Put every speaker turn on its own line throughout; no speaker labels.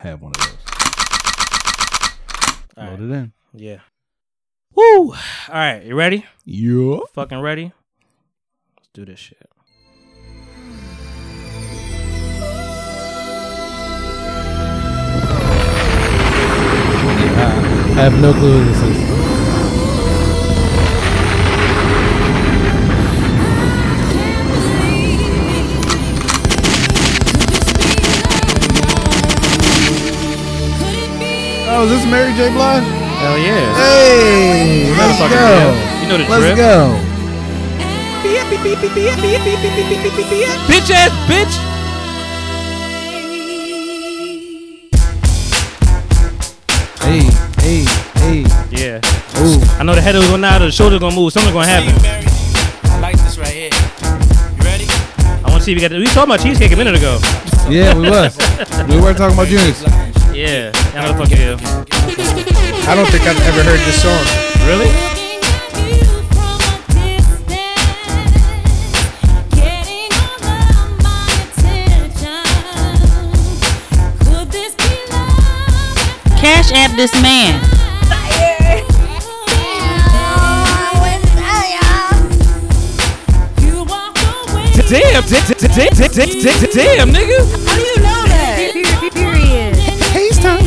have one of those.
All right.
Load it in.
Yeah. Woo! All right, you ready?
Yeah.
Fucking ready? Let's do this shit.
I have no clue who this is.
Oh, is this Mary J. Blige?
Hell yeah.
Hey, let's
Motherfucker,
go.
yeah. You know the
Let's
drip.
go.
Bitch ass bitch!
Hey, hey, hey.
Yeah.
Ooh.
I know the head is going out, the shoulder gonna move, something's gonna happen.
I like this right here. You ready?
I wanna see if we got the, we talking about cheesecake a minute ago.
Yeah, we was.
We were talking about Juniors.
Yeah. Now what the fuck you do?
I don't think I've ever heard this song.
Really?
Cash app this man.
Damn, damn, nigga.
How do you know that?
Period.
Haze time.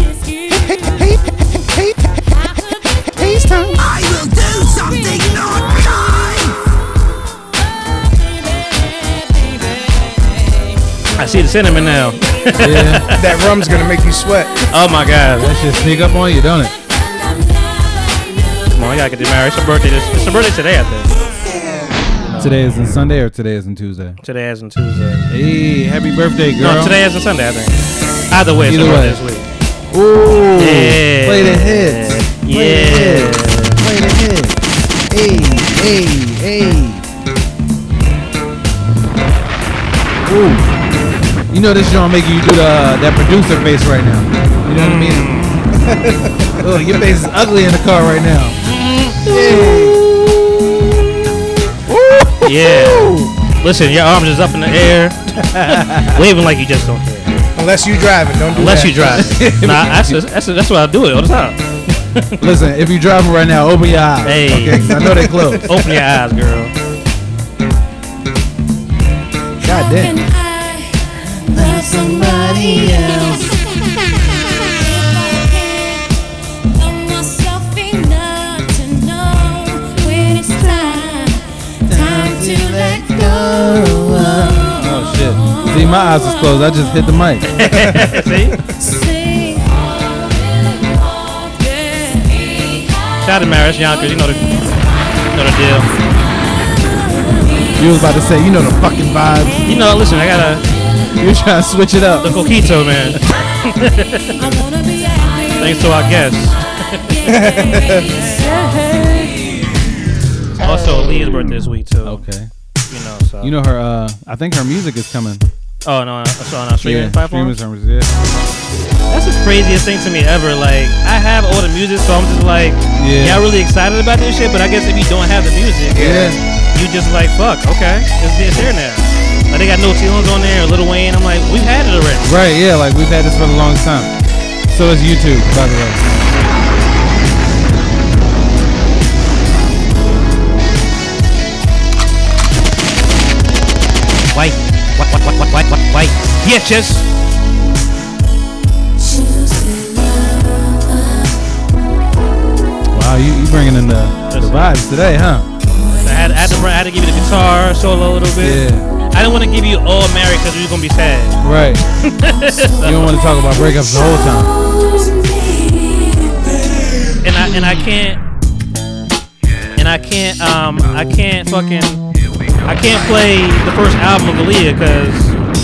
Hey, hey, hey, hey, haze time.
I will do something not kind.
I see the cinnamon now.
Yeah,
That rum's gonna make you sweat.
Oh my god.
that shit sneak up on you, don't it?
Come on, I gotta get married. It's her birthday. This, it's her birthday today, I think.
Today isn't Sunday or today isn't Tuesday?
Today as in Tuesday.
Hey, happy birthday, girl.
No, today as in Sunday, I think. Either way, it's her
Either
birthday
way.
this week.
Ooh,
Yeah.
play the hits. Play the
Yeah.
hits. Play the hits. Hey, hey, hey. Ooh. You know this joint making you do the that producer face right now. You know what I mean?
Mm.
oh, your face is ugly in the car right now.
Mm-hmm.
Yeah.
Yeah. Listen, your arms is up in the air, waving like you just don't care.
Unless you driving, don't do
Unless
that.
you drive. nah, that's that's that's what I do it all the time.
Listen, if you driving right now, open your eyes.
Hey. Oh.
Okay, 'Cause I know they close.
Open your eyes, girl.
God damn.
Somebody else. myself enough to know when it's time, time to let go.
Oh shit. See, my eyes was closed. I just hit the mic.
See?
Sing all in all day.
Shout out to Maris Yonkers. You know the, you know the deal.
You was about to say, you know the fucking vibes.
You know, listen, I got to
You trying to switch it
the
up.
coquito, man.
I wanna be happy.
Thanks to our guests. Also, Leah's birthday this week, too.
Okay.
You know, so.
You know her. Uh, I think her music is coming.
oh, no, so on our streaming platform.
streamers, her- yeah.
That's the craziest thing to me ever. Like, I have all the music, so I'm just like,
Yeah.
y'all really excited about this shit, but I guess if you don't have the music,
Yeah.
you just like, fuck, okay, it's, it's here now. Like, they got No Ceilings on there, Lil Wayne. I'm like, we've had it already.
Right. Yeah. Like we've had this for a long time. So is YouTube, by the way.
White, white, white, white, white, white, white. Yeah, just.
Wow, you, you bringing in the, the
Listen.
vibes today, huh?
I had, I, had to, I had to give you the guitar solo a little bit.
Yeah.
I didn't want to give you all Mary because we was going to be sad.
Right. you don't want to talk about breakups the whole time.
and I and I can't and I can't um I can't fucking I can't play the first album of Aaliyah because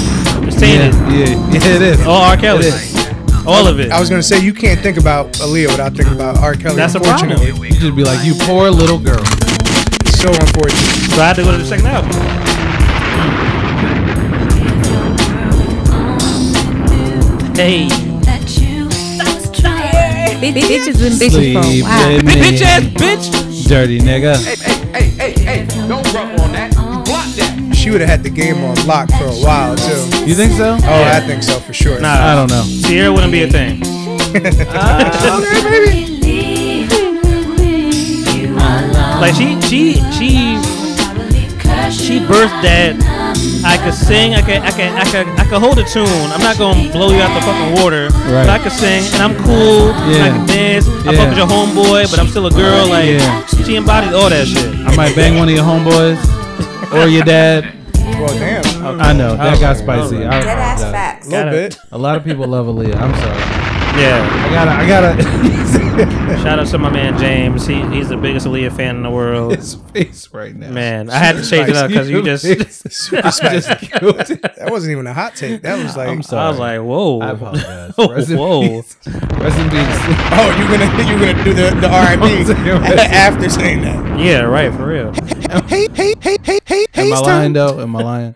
it's
Yeah.
tainted.
Yeah. Yeah. It is.
All Oh, R. Kelly,
It is.
all of it.
I was gonna say you can't think about Aaliyah without thinking about R. Kelly.
That's a problem.
unfortunately,
You should be like, you poor little girl.
so unfortunate.
So I had to go to the second album. Hey,
Bitch, bitches been bitches for a
Sleep
while.
with me,
bitch ass bitch.
dirty nigga.
Hey, hey, hey, hey, hey! Don't rub on that. Block that.
she would have had the game on lock for a while too.
You think so?
Oh, I think so for sure.
Nah,
I don't know.
Sierra wouldn't be a thing.
Ah.
Like she, she, she, she birthed that. I could sing. I could, I could, I could, I could hold a tune. I'm not gonna blow you out the fucking water.
Right.
But I could sing, and I'm cool. And I
Yeah.
can dance. I
Yeah.
fuck with your homeboy, but I'm still a girl. Like
Yeah.
she embodies all that shit.
I might bang one of your homeboys or your dad.
Well, damn,
I know that got spicy. I-
Dead ass
I-
facts.
a little bit.
A lot of people love Aaliyah. I'm sorry.
Yeah.
I gotta. I gotta.
Shout out to my man James. He, he's the biggest Aaliyah fan in the world.
His face right now.
Man, I had to change it up because you just.
Super spicy. that wasn't even a hot take. That was like,
I'm
I
sorry.
was like, whoa.
I apologize. Rest in
whoa.
peace. Rest in peace.
oh, you gonna you gonna do the the R.I.P. after saying that?
Yeah, right, for real.
Hey, hey, hey, hey, hey,
Am I
hey,
lying though? Am I lying?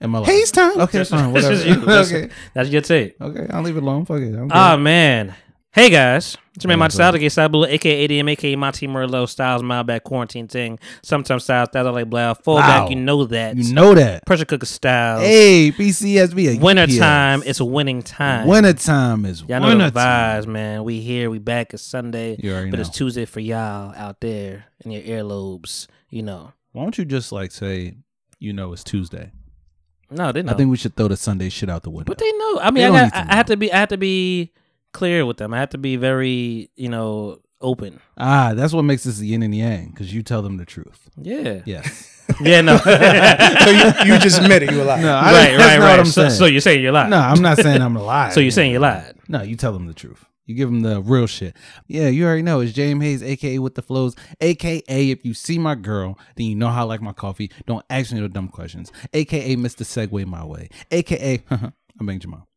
Am I lying?
Haze time.
Okay, fine.
This
Whatever.
is you. This-
okay.
That's your take.
Okay. I'll leave it alone. Fuck it. I'm good.
Ah, man. Hey, guys. It's your man, Monty Styles, aka Style aka ADM, aka Monty Merlot, Styles, Mileback, Quarantine Thing. Sometimes Styles, Styles, I like Blau. Fullback,
Wow.
you know that.
you know that.
Pressure Cooker Styles.
Hey, BCSB.
Wintertime, it's winning time.
Winter time is
Y'all know
winter
the vibes, man. We here, we back. It's Sunday,
You already
but it's
know.
Tuesday for y'all out there in your earlobes. You know,
Why don't you just like say, you know, it's Tuesday?
no, they know.
I think we should throw the Sunday shit out the window.
But they know. I
They
mean, I,
don't
got,
need to
I I have to be. I have to be clear with them. I have to be very, you know, open.
ah, that's what makes this the yin and yang because you tell them the truth.
Yeah. Yeah.
Yes.
no.
So you, you just admit it. You were lying.
no, I, right, that's
right. Right.
not
Right.
what I'm
so,
saying.
so you're saying you lied.
no, I'm not saying I'm a liar.
So you're saying you lied.
No, you tell them the truth. You give them the real shit. Yeah, you already know. It's James Hayes, aka with the flows, aka if you see my girl, then you know how I like my coffee. Don't ask me no dumb questions, aka Mr. Segway my way, aka I'm Bang Jamal.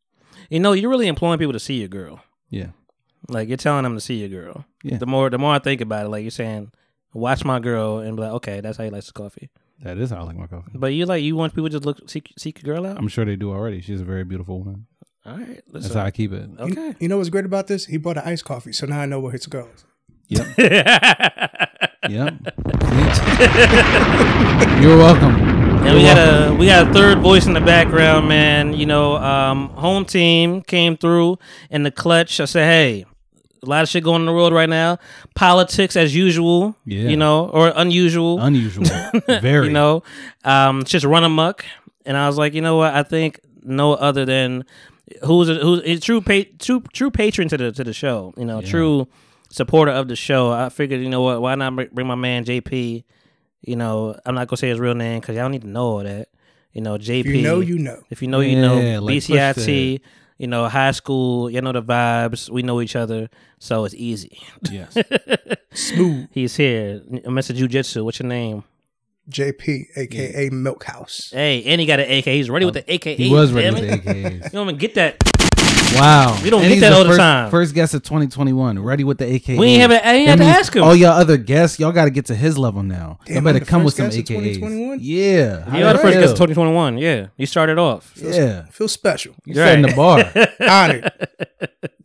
You know, you're really employing people to see your girl.
Yeah,
Like you're telling them to see your girl.
Yeah.
The more, the more I think about it, like you're saying, watch my girl, and be like, okay, that's how he likes his coffee.
that is how I like my coffee.
But you like you want people to just look seek seek your girl out.
I'm sure they do already. She's a very beautiful woman.
All right.
That's
Listen.
how I keep it.
Okay.
You know what's great about this? He bought an iced coffee, so now I know where his girl is.
Yep. yep. You're welcome.
And we got a we got a third voice in the background, man. You know, um, home team came through in the clutch. I said, hey, a lot of shit going in the world right now. Politics as usual,
Yeah.
you know, or unusual,
Unusual. Very.
you know, um, just run amok. And I was like, you know what? I think no other than who's a, who's a true pa- true true patron to the to the show. You know, true supporter of the show. I figured, you know what? Why not br- bring my man JP? You know, I'm not gonna say his real name because y'all don't need to know all that. You know, JP.
If you know, you know.
If you know, you
Yeah,
know.
like Push
BCIT. You know, high school. You know the vibes. We know each other, so it's easy.
Yes.
He's here. Mr. Jujitsu. What's your name?
JP, aka Milk House.
Hey, and he got an AK. He's ready with the AK.
Um, He was ready
damn
with
it.
the AKAs.
You don't even get that.
Wow.
We don't
And
get
he's
that all the
first,
time.
First guest of 2021, ready with the AKAs.
We ain't have a- I ain't
That
had to
means
ask him.
All y'all other guests, y'all got to get to his level now.
I'm
y'all better
the
come with
first
some
guest of
AKAs.
2021?
Yeah. How
You are the
that
first guest of
feel?
2021. Yeah, you started off.
Yeah.
Feel special.
You're setting the bar.
Honored.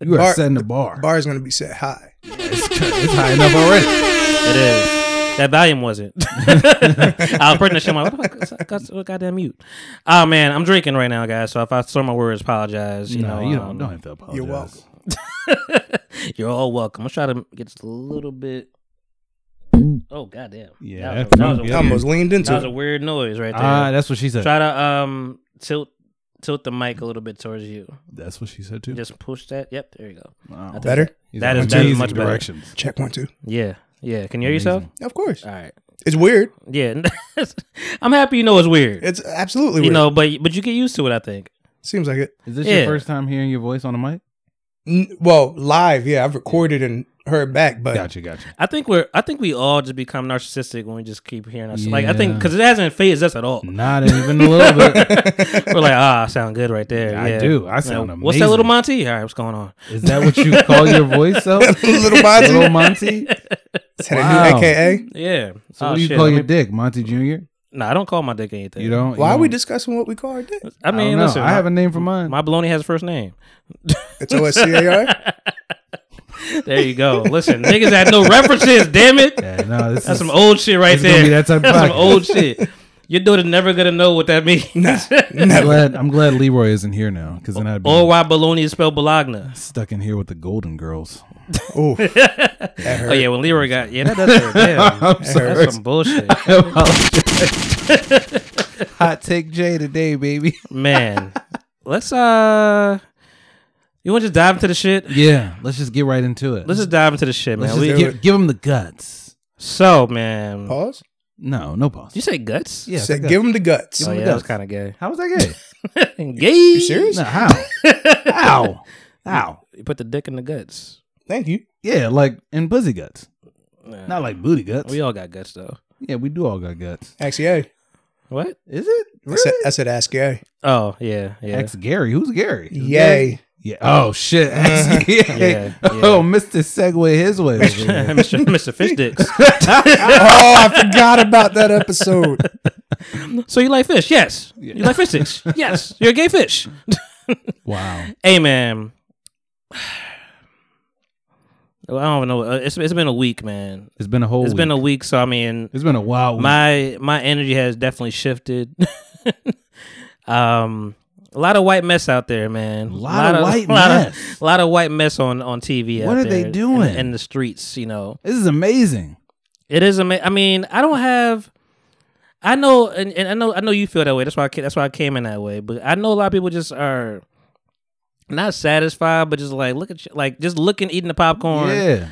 You are
Bar-
setting the bar.
Bar is gonna be set high.
It's high enough already.
It is. That volume wasn't. I was pretty much my what the fuck- got- got- goddamn mute. Oh man, I'm drinking right now, guys. So if I slur my words, apologize. You
No,
know,
you don't,
um,
don't have to apologize.
You're welcome.
You're all welcome. I'm try to get just a little bit. Oh goddamn.
Yeah,
that was,
that
that was
felt
a
I almost
weird,
leaned
that was
into
a
it.
weird noise right there.
Ah, that's what she said.
try to um tilt tilt the mic a little bit towards you.
That's what she said too.
Just push that. Yep, there you go.
Wow.
Better?
He's
That is-
amazing
that is much better.
directions.
Check one, two.
Yeah, yeah. Can you hear yourself?
Of course.
All right.
It's weird.
Yeah, I'm happy you know it's weird.
It's absolutely
you
weird.
know, but but you get used to it. I think.
Seems like it.
Is this
Yeah.
your first time hearing your voice on the mic?
N- well, live, yeah. I've recorded and heard back, but
Gotcha, gotcha.
I think we're. I think we all just become narcissistic when we just keep hearing us. Like I think
Yeah.
because it hasn't phased us at all.
Not even a little bit.
we're like, ah, I sound good right there.
I
yeah.
do. I
You
sound
know, What's that little
amazing.
Monty? All right, what's going on?
Is that what you call your voice, though?
little Monty.
Little Monty?
It's had a
Wow.
new AKA.
Yeah.
So
Oh,
what do you
shit,
call
let
your
me-
dick, Monty Junior?
Nah, I don't call my dick anything.
You don't.
Why
you
are we
Mm.
don't-
discussing what we call our dick?
I
I
mean,
don't know.
listen.
I have a name for mine.
my baloney has a first name.
It's OSCAR.
There you go. listen, niggas had no references. Damn it.
yeah, no, this
That's
is
some old shit right
It's gonna
there.
be that type of
That's some
podcast.
old shit. Your daughter never gonna know what that means.
I'm glad, I'm glad Leroy isn't here now, because then I'd be
or why bologna is spelled bologna.
stuck in here with the Golden Girls.
Ooh, that
Oh yeah, when Leroy got yeah, that, that's,
I'm sorry.
that's some bullshit,
Hot take Jay today, baby.
man. Let's uh, you want to just dive into the shit?
Yeah, let's just get right into it.
Let's just dive into the shit, man.
Let's
We-
just give, give him the guts.
so man,
Pause.
No, no pause.
you say guts?
Yeah,
Said,
the
give him the guts.
oh, yeah, that was kind of gay.
How was that gay?
gay?
You serious?
no, how? how? How?
You put the dick in the guts.
Thank you.
Yeah, like in pussy guts. Not like booty guts.
We all got guts though.
yeah, we do all got guts.
Ask Gary.
What?
Is it?
I said, I said ask Gary.
Oh yeah, yeah.
Ex Gary. Who's Gary? Who's Gary?
Yay.
Yeah. Oh shit. Ex- yeah.
Yeah,
Oh, Mr. Segway his way. over there.
Mr. Mr. Fish Dicks.
Oh, I forgot about that episode.
So you like fish? Yes. You like fish sticks? yes. You're a gay fish.
wow.
Hey man. Well, I don't even know. Uh, It's it's been a week, man.
It's been a whole.
It's
week.
been a week, so I mean,
It's been a wild week.
my my energy has definitely shifted. um, a lot of white mess out there, man. A
Lot of white
lot
mess.
A lot of white mess on on TV.
What
out
are they
there in-
doing?
in, the streets? You know,
this is amazing.
it is. Ama- I mean, I don't have. I know, and, and I know, I know you feel that way. That's why I ca- that's why I came in that way. But I know a lot of people just are not satisfied, but just like look at you, like just looking, eating the popcorn.
Yeah.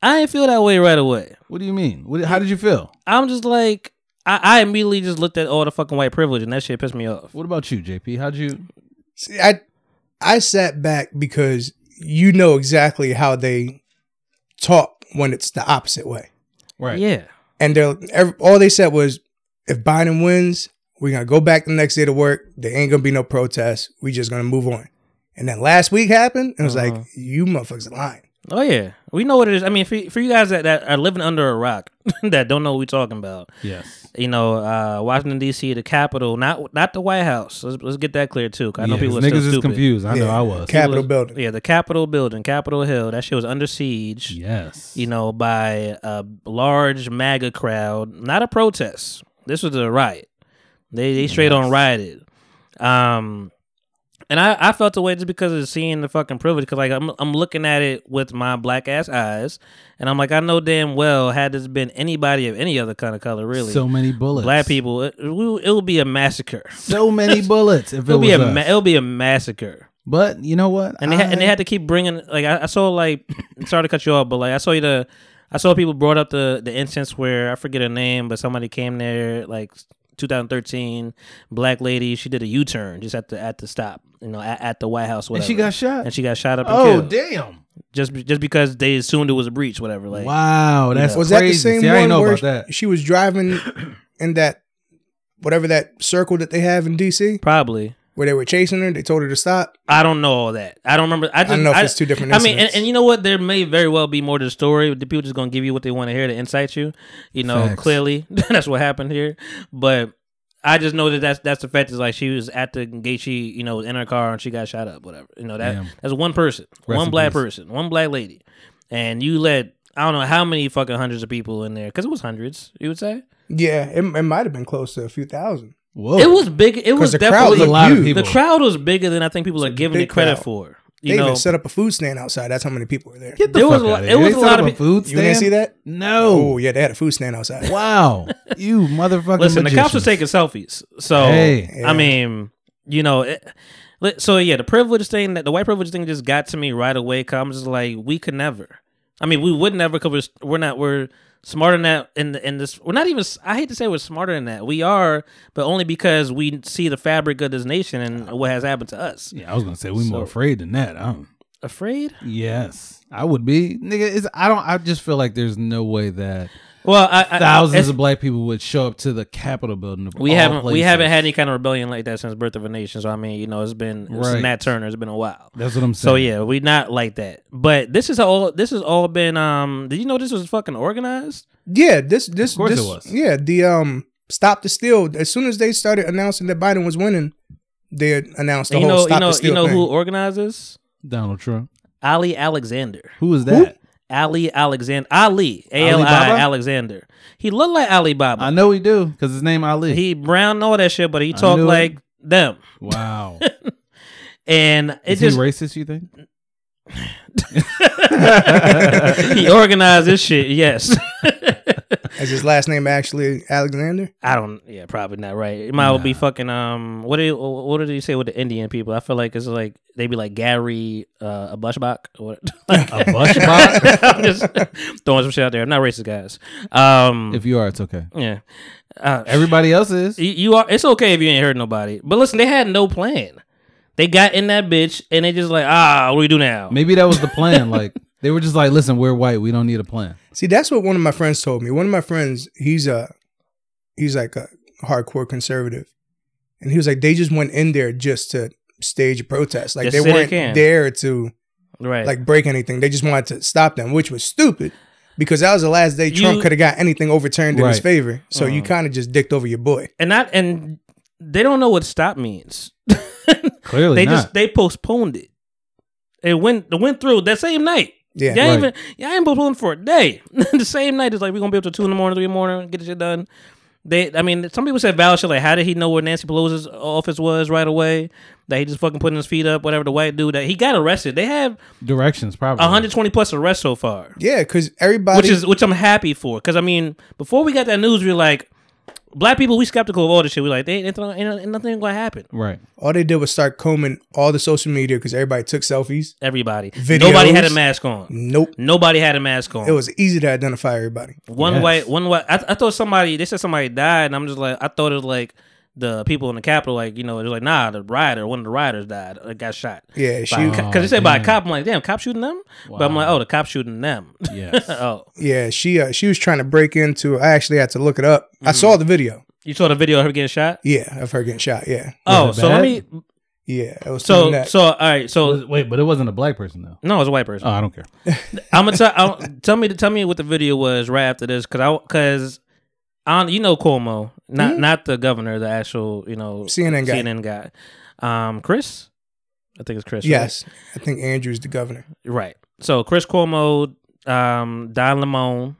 I ain't feel that way right away.
What do you mean? What, how did you feel?
I'm just like I, I immediately just looked at all the fucking white privilege and that shit pissed me off.
What about you, JP? How'd you?
See, I I sat back because you know exactly how they talk when it's the opposite way.
Right.
Yeah.
And they're ev- all they said was, if Biden wins, we're gonna go back the next day to work. There ain't gonna be no protest. We just gonna move on. And then last week happened, and it was like, you motherfuckers are lying.
Oh yeah. We know what it is. I mean, for, for you guys that, that are living under a rock that don't know what we're talking about.
Yes.
You know, uh, Washington D.C., the Capitol, not not the White House. Let's, let's get that clear too. 'cause I know
Yeah,
people are
'cause
still
niggas is
stupid.
confused. I know
Yeah.
I was.
Capitol
was-
building.
Yeah, the Capitol building, Capitol Hill. That shit was under siege.
Yes.
You know, by a large MAGA crowd. Not a protest. This was a riot. They they straight on rioted. Um, and I, I felt the way just because of seeing the fucking privilege. Because like I'm I'm looking at it with my black ass eyes, and I'm like I know damn well had this been anybody of any other kind of color, really.
So many bullets.
Black people, it, it will it will be a massacre.
So many bullets. If it
It'll
was
be a
us.
ma- it'll be a massacre.
but you know what?
And they had, and they
I-
had to keep bringing like I, I saw like sorry to cut you off, but like I saw you the I saw people brought up the the instance where I forget her name, but somebody came there like 2013 black lady. She did a U turn just at the at the stop, you know, at, at the White House. Whatever.
And she got shot?
And she got shot up. And
Oh
killed.
damn!
Just be- just because they assumed it was a breach, whatever. Like
Wow, that's
Was that the
crazy.
same
See,
one
I didn't know
where
about that.
she was driving in that whatever that circle that they have in DC
probably.
where they were chasing her? They told her to stop.
I don't know all that. I don't remember. I, just,
don't know if it's two different
I mean, and,
incidents.
and you know what? There may very well be more to the story. The people just gonna give you what they want to hear to incite you. You know,
Facts.
clearly that's what happened here. But I just know that that's that's the fact is like she was at the gate. She you know was in her car and she got shot up. Whatever. You know that
Damn.
that's one person,
Rest
one
in
black
peace.
person, one black lady, and you let I don't know how many fucking hundreds of people in there because it was hundreds. You would say
Yeah, it, it might have been close to a few thousand.
Whoa,
it was big. It was
Oh. the crowd
definitely
was a
lot of
huge.
people.
The crowd was bigger than I think people are giving
big
it credit
crowd.
for. You
They
know,
even set up a food stand outside. That's how many people were there.
Get the
There
fuck
was a
out
lot-
of
it
here.
was
They
a
set
lot
up
of
a
pe-
food
You didn't see
stand?
that?
No.
Oh yeah, they had a food stand outside.
Wow, you motherfucking.
Listen, the cops
magician.
was taking selfies. So
Hey.
I mean, you know, it, li- so yeah, the privilege thing that the white privilege thing just got to me right away. Cause I'm just like, we could never. I mean, we would never because we're, we're not we're smarter than that in the- in this. We're not even. s- I hate to say we're smarter than that. We are, but only because we see the fabric of this nation and what has happened to us.
Yeah, I was gonna say we
So-
more afraid than that. I don't.
Afraid?
Yes, I would be, nigga. It's, I don't. I just feel like there's no way that
Well, I, I,
thousands
it's-
of black people would show up to the Capitol building. Of
we
all
haven't we
places.
haven't had any kind of rebellion like that since Birth of a Nation. So I mean, you know, it's been
Right.
since Nat Turner. It's been a while.
That's what I'm saying.
So yeah, we not like that. But this is all this has all been um did you know this was fucking organized?
Yeah, this this
course
this,
it was.
Yeah, the um stop the steal. As soon as they started announcing that Biden was winning, they had announced the
And you
whole
know,
stop
you know,
the steal
you know
thing.
who organizes?
Donald Trump.
Ali Alexander.
Who is that?
Ali Alexander Ali A L I
Alibaba?
Alexander. He looked like
I
Alibaba.
know he do because his name Ali.
He brown and all that shit, but he talked
knew it.
like them.
wow,
And it
is
just
he racist? You think?
he organized this shit. Yes,
Is his last name actually Alexander?
I don't. Yeah, probably not right. It might be fucking um. What do you, what did you say with the Indian people? I feel like it's like they be like Gary uh, a bushbach. What? a bushbach. I'm just throwing some shit out there. I'm not racist, guys. Um.
If you are, it's okay.
yeah. Uh,
Everybody else is.
you, you are. It's okay if you ain't hurt nobody. But listen, they had no plan. They got in that bitch and they just like ah, what do we do now?
Maybe that was the plan. like they were just like, listen, we're white. We don't need a plan.
See, that's what one of my friends told me. One of my friends, he's a, he's like a hardcore conservative, and he was like, they just went in there just to stage a protest. Like
Just
they
say they
weren't
can.
there to
Right.
like break anything. They just wanted to stop them, which was stupid because that was the last day
You- Uh-huh.
Trump could have got anything overturned in his
Right.
favor. So you kind of just dicked over your boy.
and not and they don't know what stop means.
Clearly
they
not.
just they postponed it. It went it went through that same night.
Yeah.
Y'all
Right.
even y'all ain't postponed for a day. the same night is like we're gonna be up to two in the morning, three in the morning, get this shit done. They I mean some people said Val shit like how did he know where Nancy Pelosi's office was right away? That he just fucking putting his feet up, whatever the white dude that he got arrested. They have
Directions probably.
120 plus arrests so far.
Yeah, because everybody.
Which is which I'm happy for because I mean before we got that news we were like black people we skeptical of all this shit we like they ain't, ain't nothing gonna happen
Right.
all they did was start combing all the social media because everybody took selfies.
everybody nobody had a mask on
Nope.
nobody had a mask on
It was easy to identify everybody.
one
Yes.
white one white I, I thought somebody they said somebody died and I'm just like I thought it was like the people in the Capitol like you know it was like nah the rioder one of the rioters died uh, got shot
Yeah, she.
because they said by a cop I'm like damn cop shooting them but I'm like oh the cop shooting them
Yes.
oh
Yeah, she uh, she was trying to break into. I actually had to look it up. I
Mm-hmm.
saw the video.
you saw the video of her getting shot
Yeah, of her getting shot. Yeah,
oh
it
so let
bad?
me
yeah. It was so
so
that.
so all right so
Wait, but it wasn't a black person though.
no it was a white person
Oh, I don't care.
I'm gonna tell I'll- tell me tell me what the video was right after this because I because on you know Cuomo not not the governor the actual you know
CNN guy.
CNN guy um Chris I think it's Chris right?
yes, I think Andrew's the governor.
right, so Chris Cuomo um Don Lemon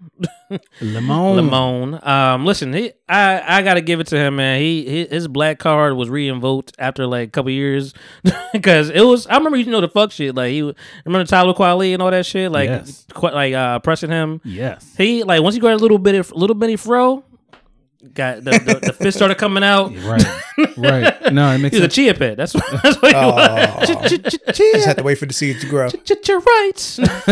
Lamone.
Lemon um listen he I I gotta give it to him man he, he his black card was reinvoked after like a couple years because it was I remember you know the fuck shit like he remember Tyler Quali and all that shit like
Yes.
qu- like uh pressing him
Yes.
he like once he got a little bit of little bitty fro, got the, the, the fist started coming out.
Right. right. No, it makes
He's a
sense.
chia pet. That's what, that's what he was. Ch- ch- ch-
Just
Chia
had to wait for the seeds to grow.
ch- ch- rights.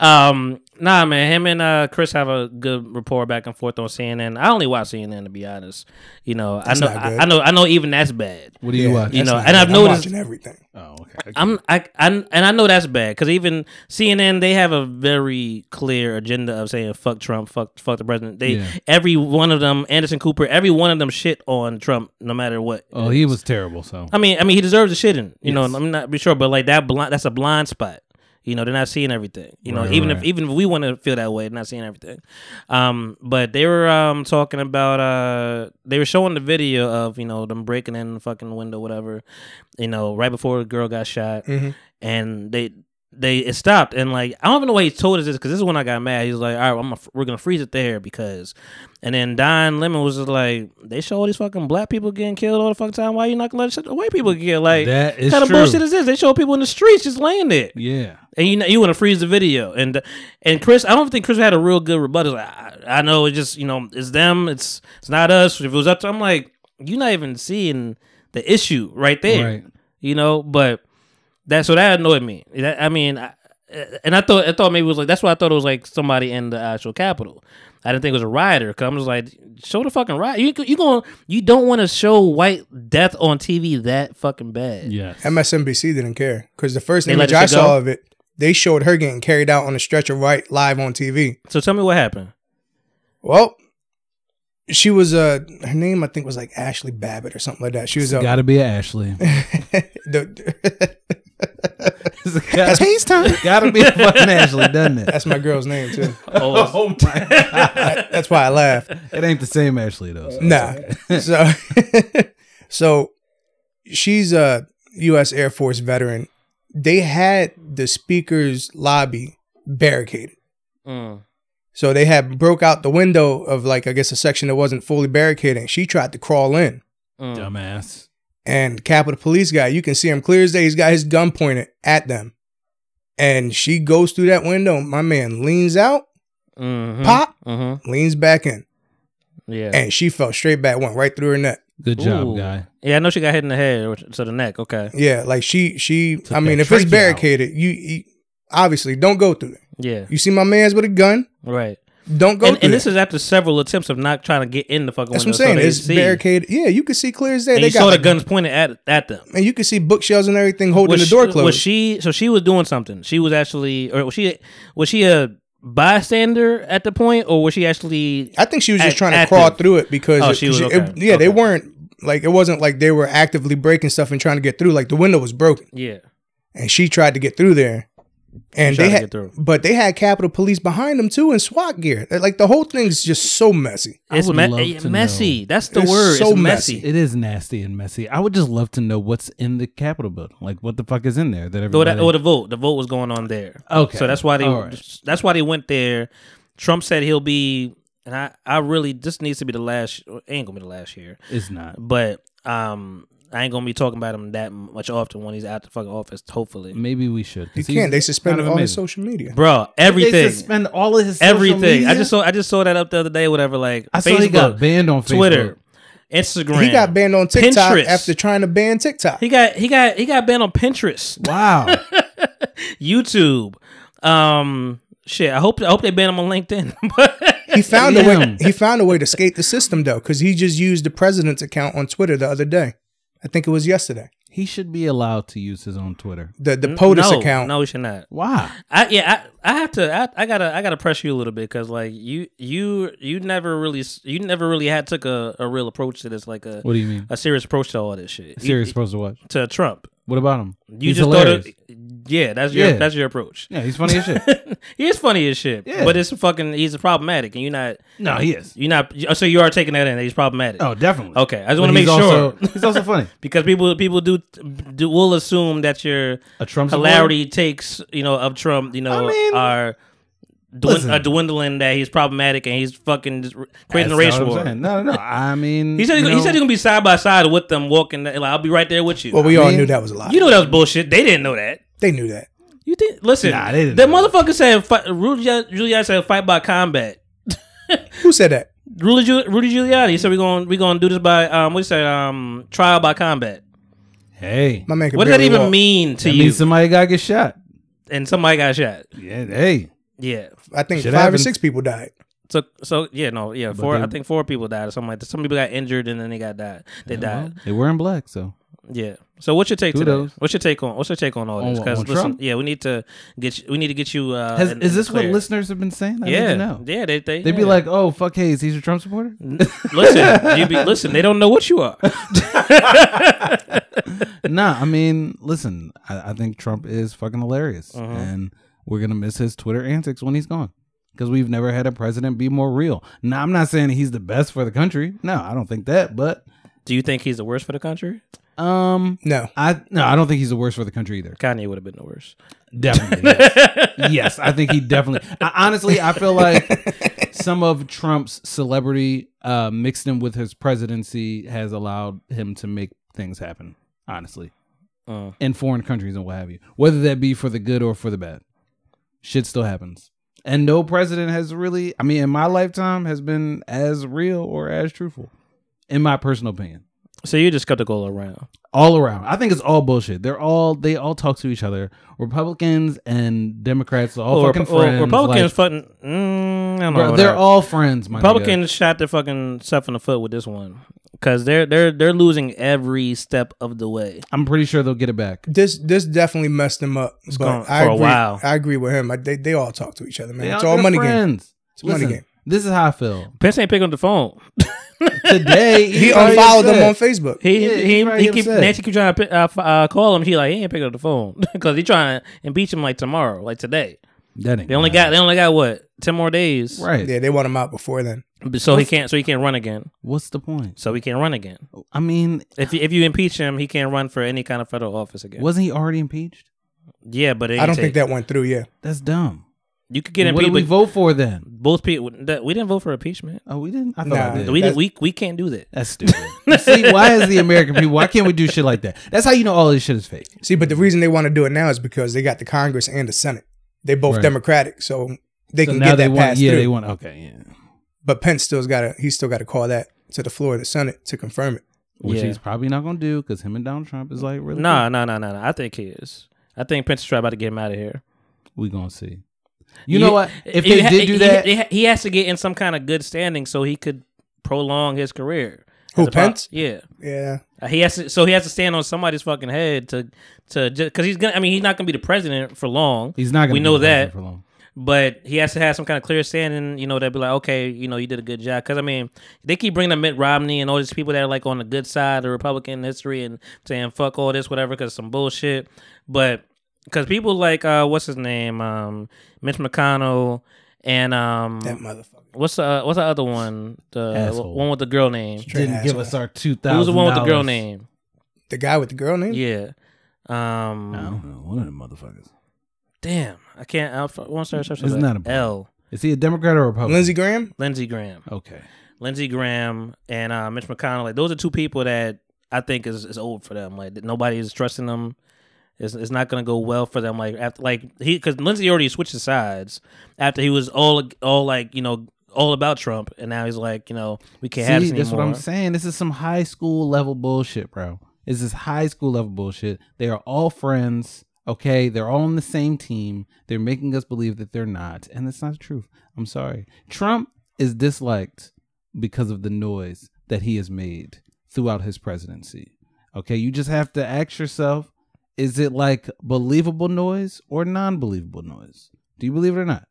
um, nah, man. Him and uh, Chris have a good rapport back and forth on CNN. I only watch CNN to be honest. You know, I know,
not good.
I, I know, I know. Even that's bad.
What do you watch?
You know,
That's
and
not
I've
good. I'm
noticed-
watching everything.
Oh, okay.
I'm I, I and I know that's bad because even CNN they have a very clear agenda of saying fuck Trump, fuck fuck the president. They
Yeah.
every one of them, Anderson Cooper, every one of them shit on Trump, no matter what.
Oh, he was terrible. So
I mean, I mean he deserves a shitting. You know, I'm not be sure, but like that blind, that's a blind spot. You know, they're not seeing everything. You know,
Right,
even if
right.
even if we want to feel that way, they're not seeing everything. Um, but they were um talking about uh they were showing the video of you know them breaking in the fucking window, whatever. You know, right before the girl got shot,
Mm-hmm.
and they. They it stopped and like I don't even know why he told us this because this is when I got mad. He was like, "All right, I'm gonna, we're gonna freeze it there because," and then Don Lemon was just like, "They show all these fucking black people getting killed all the fucking time. Why you not gonna let shit- the white people get killed? Like
That is
kind of
true.
bullshit is this? They show people in the streets just laying there,
yeah.
and you know, you want to freeze the video. And and Chris, I don't think Chris had a real good rebuttal. He's Like, I, I know it's just you know it's them, it's it's not us. If it was up to, I'm like, you're not even seeing the issue right there,
Right.
you know. But that's so that annoyed me. That, I mean, I, and I thought I thought maybe it was like that's why I thought it was like somebody in the actual Capitol. I didn't think it was a rioter. Cause I'm just like, show the fucking riot. You you going you don't want to show white death on TV that fucking bad.
Yes.
MSNBC didn't care because the first
let
image
it
I
go?
saw of it, they showed her getting carried out on a stretcher right live on TV.
So tell me what happened.
Well, she was uh her name I think was like Ashley Babbitt or something like that. She was uh,
Got to be an Ashley.
the,
That's Hayes time. Got to be a fucking Ashley, doesn't it?
that's my girl's name too.
Oh,
That's why I laugh.
It ain't the same Ashley though. so-
Nah. So so she's a US Air Force veteran they had the speakers lobby barricaded.
Mm.
So they had broke out the window of like I guess a section that wasn't fully barricaded. And she tried to crawl in,
Mm.
Dumbass.
and Capitol Police guy, you can see him clear as day. He's got his gun pointed at them, and she goes through that window. My man leans out,
Mm-hmm.
pop,
Mm-hmm.
leans back in,
Yeah.
and she fell straight back, went right through her neck.
Good job,
Ooh.
guy.
Yeah, I know she got hit in the head or to the neck. Okay.
Yeah, like she, she.
Took
I mean,
that
if it's
trachea out.
barricaded, you, you obviously don't go through it.
Yeah.
You see my man's with a gun,
Right.
don't go
and
through.
and this
that.
is after several attempts of not trying to get in the fucking
that's what I'm
window.
saying.
So they
it's
see.
barricaded. Yeah, you can see clear as day.
And
they
you
got
saw the
like-
guns pointed at at them.
and you can see bookshelves and everything holding
was
the door
she,
closed.
Was she? So she was doing something. She was actually, or was she? Was she a bystander at the point, or was she actually?
I think she was just
Act-
trying to
active.
crawl through it because
Oh,
it-
she was-
it-
okay,
yeah,
okay.
they weren't like it wasn't like they were actively breaking stuff and trying to get through. Like the window was broken,
Yeah.
and she tried to get through there, and
tried
they
to
had,
get through.
but they had Capitol Police behind them too in SWAT gear. Like the whole thing's just so messy.
I
It's
would
me-
love
eh,
to
messy. That's the
It's
word.
so
it's
messy.
messy.
It is nasty and messy. I would just love to know what's in the Capitol building. Like, what the fuck is in there that
Or
everybody?
the, or the vote. The vote was going on there.
Okay.
So that's why they
All right.
that's why they went there. Trump said he'll be, and I I really this needs to be the last. It ain't gonna be the last year,
it's not.
but um. I ain't gonna be talking about him that much often when he's out the fucking office. Hopefully,
Maybe we should.
You can't. They suspended all his
his
social media.
bro, everything.
They suspend all of his social
everything. I
media?
just saw I just saw that up the other day. Whatever, like
I
Facebook,
saw he got banned on Facebook.
Twitter, Instagram.
He got banned on TikTok
Pinterest.
after trying to ban TikTok.
He got he got he got banned on Pinterest,
Wow.
YouTube. Um, shit. I hope I hope they ban him on LinkedIn.
He found a way.
Damn.
He found a way to skate the system though, because he just used the president's account on Twitter the other day. I think it was yesterday.
he should be allowed to use his own Twitter.
The the POTUS
no,
account.
No, we should not.
Why?
I yeah. I, I have to. I, I gotta. I gotta pressure you a little bit because like you you you never really s- you never really had took a, a real approach to this like a
What do you mean?
a serious approach to all this shit. You-
Serious supposed to watch.
to Trump.
What about him?
You
He's
just
hilarious.
thought it. Yeah, that's your
Yeah.
that's your approach.
Yeah, he's funny as shit.
he is funny as shit,
Yeah.
but it's fucking. He's problematic, and you're not.
no, he is.
You're not. oh, So you are taking that in. that He's problematic.
Oh, definitely.
Okay, I just
But
want to make
he's
sure
also- he's also funny.
because people people do do will assume that your
A Trump supporter?
hilarity takes you know of Trump you
I
know
mean,
are. Dwind-
listen.
are dwindling that he's problematic and he's fucking just r- creating
That's not
a race
what
war.
I'm saying. No, no, no. I mean,
He said
you
he, he
know,
said he's gonna be side by side with them walking. the- Like I'll be right there with you.
Well, we all
mean-
knew that was a lie.
you know that was bullshit. They didn't know that.
they knew that.
You think? Listen,
Nah, they didn't
the
know that.
motherfucker said fight, Rudy Giuliani said fight by combat.
Who said that?
Rudy, Giul- Rudy Giuliani said we're gonna we gonna do this by um what you say um trial by combat.
hey,
My man. can
What does that
barely
even
walk.
mean to
that
you?
means somebody got to get shot.
and somebody got shot.
Yeah, hey,
Yeah.
I think
Shit
five or
happens.
six people died.
So so yeah no yeah four
they-
I think four people died or something like that. Some people got injured and then they got died. They died.
they were in black, so
Yeah. So what's your take today?
Kudos.
What's your take on what's your take on all
On
this?
what,
Because
on
listen,
Trump?
yeah, we need to get you, we need to get you. Uh,
Has,
in-
is
in
this
the
what
clear.
listeners have been saying? I need
Yeah,
to know.
yeah, they they
They'd be
yeah.
like, "Oh, fuck Hayes, he's a Trump supporter."
listen, you be, listen, they don't know what you are.
nah, I mean, listen, I, I think Trump is fucking hilarious,
Uh-huh.
and we're gonna miss his Twitter antics when he's gone because we've never had a president be more real. Now, I'm not saying he's the best for the country. No, I don't think that, but
Do you think he's the worst for the country?
um,
No.
I no, I don't think he's the worst for the country either.
Kanye would have been the worst.
Definitely. Yes. Yes, I think he definitely. I, honestly, I feel like some of Trump's celebrity uh, mixed in with his presidency has allowed him to make things happen, honestly,
Uh.
in foreign countries and what have you. Whether that be for the good or for the bad, shit still happens. And no president has really, I mean, in my lifetime, has been as real or as truthful, in my personal opinion
So you're just skeptical around.
all around. I think it's all bullshit. They're all they all talk to each other. Republicans and Democrats are all
Well,
Oh, fucking
Rep- well,
friends.
Republicans,
like,
fucking. Mm, I don't know.
bro,
about
they're
that.
all friends. My
Republicans
Republicans.
shot their fucking stuff in the foot with this one because they're they're they're losing every step of the way.
I'm pretty sure they'll get it back.
This this definitely messed them up. But
gone
I
for a
agree,
while.
I agree with him. I, they, they all talk to each other, man.
They
it's
all
all
good
money game.
friends.
It's a money
Listen,
game.
This is how I feel.
Pence ain't picking up the phone.
Today
He
already
unfollowed them
said-
on Facebook.
He
Yeah,
he,
he's right,
he,
he
keep
upset.
Nancy keep trying to pi- uh, f- uh, call him. He like he ain't picking up the phone because he trying to impeach him like tomorrow, like today.
That ain't
They only
gonna
got they only got what ten more days,
happen. right.
Yeah, they want him out before then.
So he can't so he can't run again.
What's the point?
So he can't run again.
I mean,
If you, if you impeach him, he can't run for any kind of federal office again.
wasn't he already impeached?
Yeah, but it
I don't
take-
think that went through. Yeah,
That's dumb.
you could get
what did we
impeachment.
vote for then?
Both people, that- we didn't vote for impeachment.
Oh, we didn't. I thought
Nah.
we did.
We
That's-
didn't. We we can't do that.
That's stupid. You See, why is the American people? Why can't we do shit like that? That's how you know all this shit is fake.
see, but the reason they want to do it now is because they got the Congress and the Senate. They both
Right.
Democratic, so they
So
can
now
get
they
that
want.
passed
Yeah,
through.
they want. Okay, yeah.
but Pence still's got to he's still got to call that to the floor of the Senate to confirm it.
Which
Yeah.
he's probably not gonna do because him and Donald Trump is like really.
No, no, no, no, no. I think he is. I think Pence is trying about to get him out of here.
we gonna see. You know what? If they
ha-
did do
he-
that,
he, he has to get in some kind of good standing so he could prolong his career.
Who,
As a pro-
Pence?
yeah.
Yeah,
Uh, He has to, so he has to stand on somebody's fucking head to to because he's gonna. I mean, he's not gonna be the president for long.
he's not. gonna
We
be
know
the president
that,
for long.
but he has to have some kind of clear standing. You know, that be like, okay, you know, you did a good job. Because I mean, they keep bringing up Mitt Romney and all these people that are like on the good side of Republican history and saying fuck all this, whatever, because some bullshit. But because people like uh, what's his name, um, Mitch McConnell, and um,
that motherfucker.
What's the uh, what's the other one? The
Asshole.
one with the girl name.
Didn't give
asshole.
us our two thousand.
Who's the one with the girl name?
The guy with the girl name.
Yeah. Um.
I don't know. One of them motherfuckers.
Damn. I can't. I want to search.
It's
for
not a-
L.
Is he a Democrat or a Republican?
Lindsey Graham.
Lindsey Graham.
Okay.
Lindsey Graham and uh, Mitch McConnell. Like those are two people that I think is is old for them. Like nobody is trusting them. It's, it's not gonna go well for them. Like after like he because Lindsey already switched sides after he was all all like you know all about Trump and now he's like you know we can't have this
See,
anymore.
that's what I'm saying. This is some high school level bullshit, bro. This is high school level bullshit. They are all friends, okay? They're all on the same team. They're making us believe that they're not, and that's not the truth. I'm sorry. Trump is disliked because of the noise that he has made throughout his presidency. Okay, you just have to ask yourself: Is it like believable noise or non-believable noise? Do you believe it or not?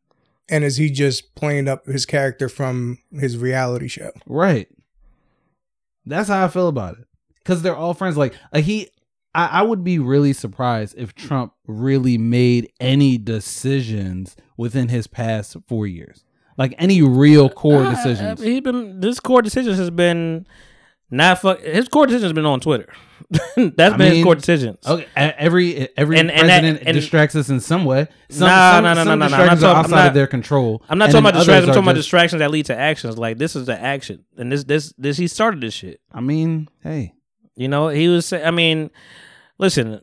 And is he just playing up his character from his reality show?
Right. That's how I feel about it. Cause they're all friends. Like, like he, I, I would be really surprised if Trump really made any decisions within his past four years. Like any real core
Uh,
decisions.
uh, He's been this core decisions has been not fuck. His core decisions been on Twitter. That's been his
mean, oh,
core decisions.
Okay, a- every every
And- and that-
president
and-
distracts us in some way. Some,
Nah,
some,
nah, nah,
some
nah, nah, nah. I'm
distractions
not
are
talking- I'm
outside of
not-
their control.
I'm not
and
talking
then
about distractions. I'm
others are
talking about
just-
distractions that lead to actions. Like this is the action, and this this this he started this shit.
I mean, hey,
You know, he was. say- I mean, listen.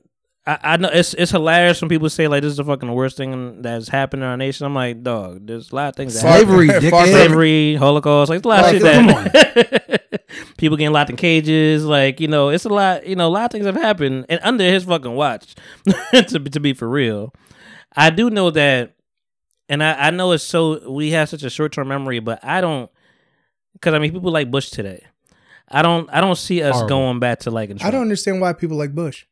I, I know it's it's hilarious when people say like this is the fucking worst thing that's happened in our nation. I'm like, dog, there's a lot of things. That happen.
slavery,
Far-
dickhead.
slavery, Holocaust, like it's a lot of
Like,
shit that people getting locked in cages, like you know, it's a lot, you know, a lot of things have happened, and under his fucking watch, to be- to be for real, I do know that, and I I know it's so we have such a short term memory, but I don't, because I mean people like Bush today, I don't I don't see us
Horrible.
going back to like
I don't understand why people like Bush.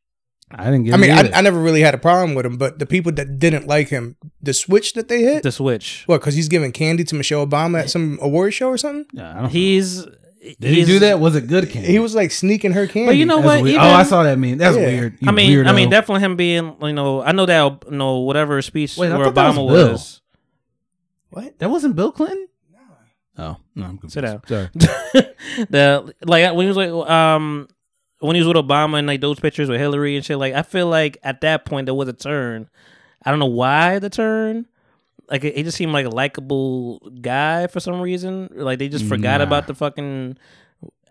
I didn't get.
I mean,
it
I,
either.
I never really had a problem with him, but the people that didn't like him, the switch that they hit,
the switch.
what? Because he's giving candy to Michelle Obama at some award show or something.
Nah, I don't-
He's
Did he do that? Was it good? Candy?
He was like sneaking her candy.
But you know
That's
what?
weird.
Even,
oh, I saw that meme. That's
Yeah.
weird. you
I mean, I
weirdo.
mean, definitely him being, you know, I know that, you know, whatever speech
Wait, I
where
thought that was
Obama
Bill.
was.
That wasn't Bill Clinton? No. Oh, no, I'm confused.
Sit down.
Sorry.
the like when he was like um when he was with Obama and like those pictures with Hillary and shit. Like I feel like at that point there was a turn. I don't know why the turn. Like it, it just seemed like a likable guy for some reason. Like they just forgot
Nah.
about the fucking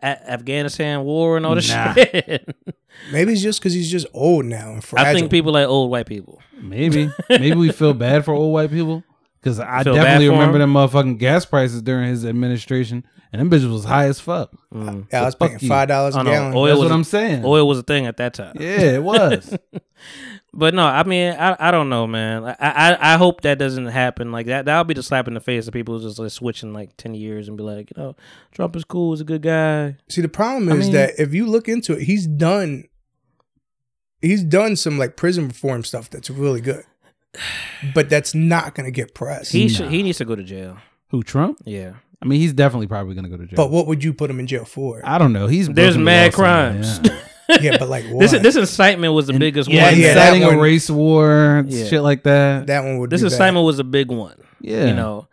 a- Afghanistan war and all this
Nah.
shit.
Maybe it's just because he's just old now and fragile.
I think people like old white people.
Maybe. Maybe we feel bad for old white people. Because I
Feel bad
definitely
for
remember them
him?
motherfucking gas prices during his administration. And them bitches was high as fuck.
yeah, I was
Fuck
paying
you.
five dollars
I
a
know,
gallon.
oil
That's
was
what
a-
I'm saying.
Oil was a thing at that time.
Yeah, it was.
But no, I mean, I, I don't know, man. I, I I hope that doesn't happen. Like that that'll be the slap in the face of people who's just like switching like ten years and be like, you know, Trump is cool, he's a good guy.
See, the problem
I
is
mean-
that if you look into it, he's done. He's done some like prison reform stuff that's really good, but that's not going to get pressed.
He should he needs to go to jail.
Who, Trump?
Yeah,
I mean, he's definitely probably going to go to jail.
but what would you put him in jail for?
I don't know. He's
There's
broken the
mad
law somewhere,
crimes.
yeah.
yeah, but like what?
this this incitement was the biggest
Yeah,
one.
yeah, that
inciting a
one-
race war,
Yeah.
shit like that.
that one would.
This
be bad.
assignment was a big one.
yeah.
You know,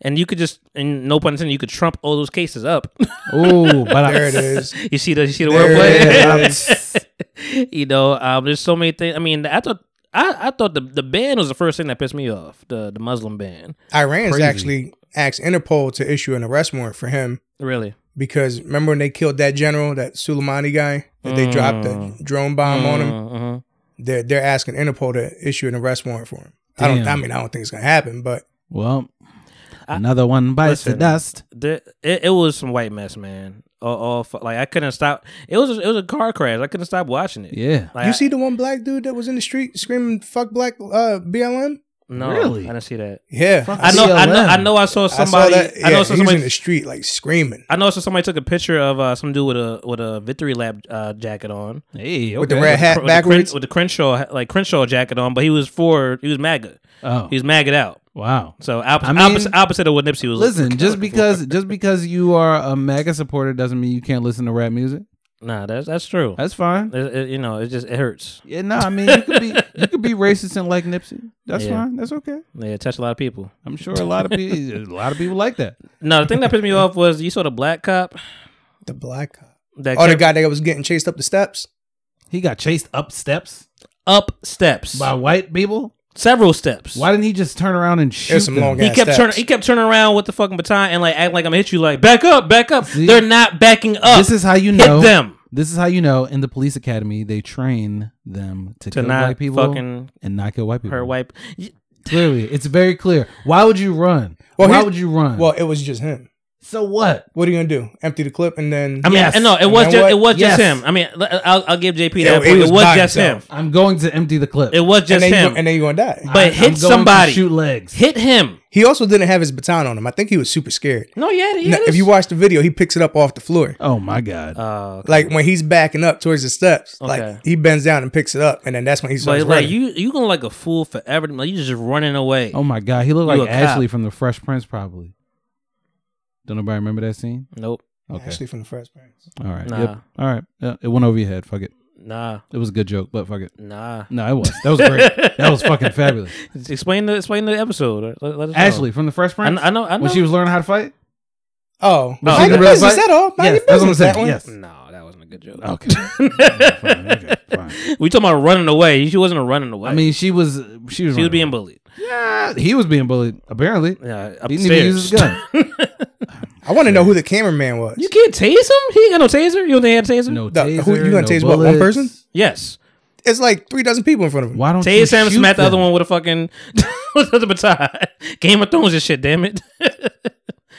and you could just and no pun intended, you could trump all those cases up.
Oh, but I,
There it is.
you see the you see the
There
wordplay.
it
Yeah, I'm-
you know, um, there's so many things. I mean, I thought I, I thought the the band was the first thing that pissed me off. The the Muslim band.
Iran's
Crazy.
actually asked Interpol to issue an arrest warrant for him
Really.
because remember when they killed that general, that Soleimani guy, that they dropped
Mm.
the drone bomb on him.
Mhm.
They're they're asking Interpol to issue an arrest warrant for him. I don't. I
Damn.
mean, I don't think it's gonna happen, but
Well, another one bites the
Ah, listen.
dust.
The, it, it was some white mess, man. All, all fu- like I couldn't stop. It was it was a car crash. I couldn't stop watching it.
Yeah.
Like,
you
I-
see the one black dude that was in the street screaming "fuck black uh, BLM."
No,
Really?
I didn't see that.
Yeah,
I know, I know, I know. I saw
I
somebody. I,
saw that. Yeah,
know
he was in
somebody.
the street like screaming
I know somebody took a picture of uh, some dude with a with a victory lap uh, jacket on,
Hey, okay.
with the red
Cr-
hat
with the, Cren-
backwards.
with the Crenshaw like Crenshaw jacket on, but he was for he was MAGA.
Oh,
He was MAGA'd out.
wow.
So opposite,
I mean-
opposite, opposite of what Nipsey was.
Listen, just because just because you are a mega supporter doesn't mean you can't listen to rap music.
nah, that's that's true.
That's fine.
It- it- you know, it just it hurts.
Yeah, no, I mean you could be you could be racist and like Nipsey. That's
Yeah.
fine. That's okay.
Yeah, it touched a lot of people.
I'm sure a lot of people a lot of people like that.
No, the thing that pissed me off was you saw the black cop
the black cop.
that
Oh, the
kept
guy that was getting chased up the steps.
He got chased up steps
up steps,
by white people.
several steps.
Why didn't he just turn around and shoot
There's some
them?
long
He
ass
kept
steps.
turning. He kept turning around with the fucking baton and like act like I'm gonna hit you. Like back up, back up.
See?
They're not backing up.
This is how you
hit
know.
them
This is how you know. In the police academy, they train them to,
to
kill
not
white people
fucking
and not kill white people.
her wipe. Y-
Clearly, it's very clear. Why would you run?
Well,
Why
here's-
would you run?
Well, it was just him.
so what?
What are you gonna do? Empty the clip and then
I mean,
Yes.
and no, it
You
was
know
just
what?
it was
Yes.
just him. I mean, l- I'll, I'll give JP
Yeah,
that
it
point. It
was
was,
by
just
himself.
him.
I'm going to empty the clip.
It was
and
just
then You,
him.
go- and then you're gonna die.
but
I'm
hit
going to
somebody.
shoot legs.
hit him.
he also didn't have his baton on him. I think he was super scared.
No, yeah, yeah.
Now, if you watch the video, he picks it up off the floor.
Oh my god.
uh,
Like when he's backing up towards the steps,
Okay.
like he bends down and picks it up, and then that's when he starts
but like
running.
you, you gonna like a fool forever. Like you just running away.
oh my god. He looked
You
like
a cop.
Ashley from The Fresh Prince, probably. Don't nobody remember that scene?
Nope.
Okay.
Actually, from the first parents.
All right.
Nah.
Yep. All right. Yeah, it went over your head. Fuck it.
Nah,
It was a good joke, but fuck it.
nah.
No, it was. That was great. that was fucking fabulous.
Explain the explain the episode. Let, let us know.
Ashley from The Fresh
I,
Prince.
kn- I know. I know.
When she was learning how to fight.
Oh,
No,
mind
she
your
didn't
business.
realize-
That all. Mind
Yes,
your
that's what I'm
business, that
saying.
one.
Yes.
no, that wasn't a good joke.
Okay. Fine, okay, fine.
We talking about running away. She wasn't running away.
I mean, she was she was
she was being bullied.
yeah, Ah, he was being bullied apparently.
Yeah,
He didn't even use
upstairs.
his gun.
I want to know who the cameraman was.
You can't tase him. He ain't got no taser. You don't think he had a taser?
No
The-
taser.
who- you gonna
no
tase what, one
bullets.
person?
Yes.
It's like three dozen people in front of him.
Why don't you
Tase him.
shoot
Smack the
them?
other one with a fucking with the baton. Game of Thrones and shit. Damn it.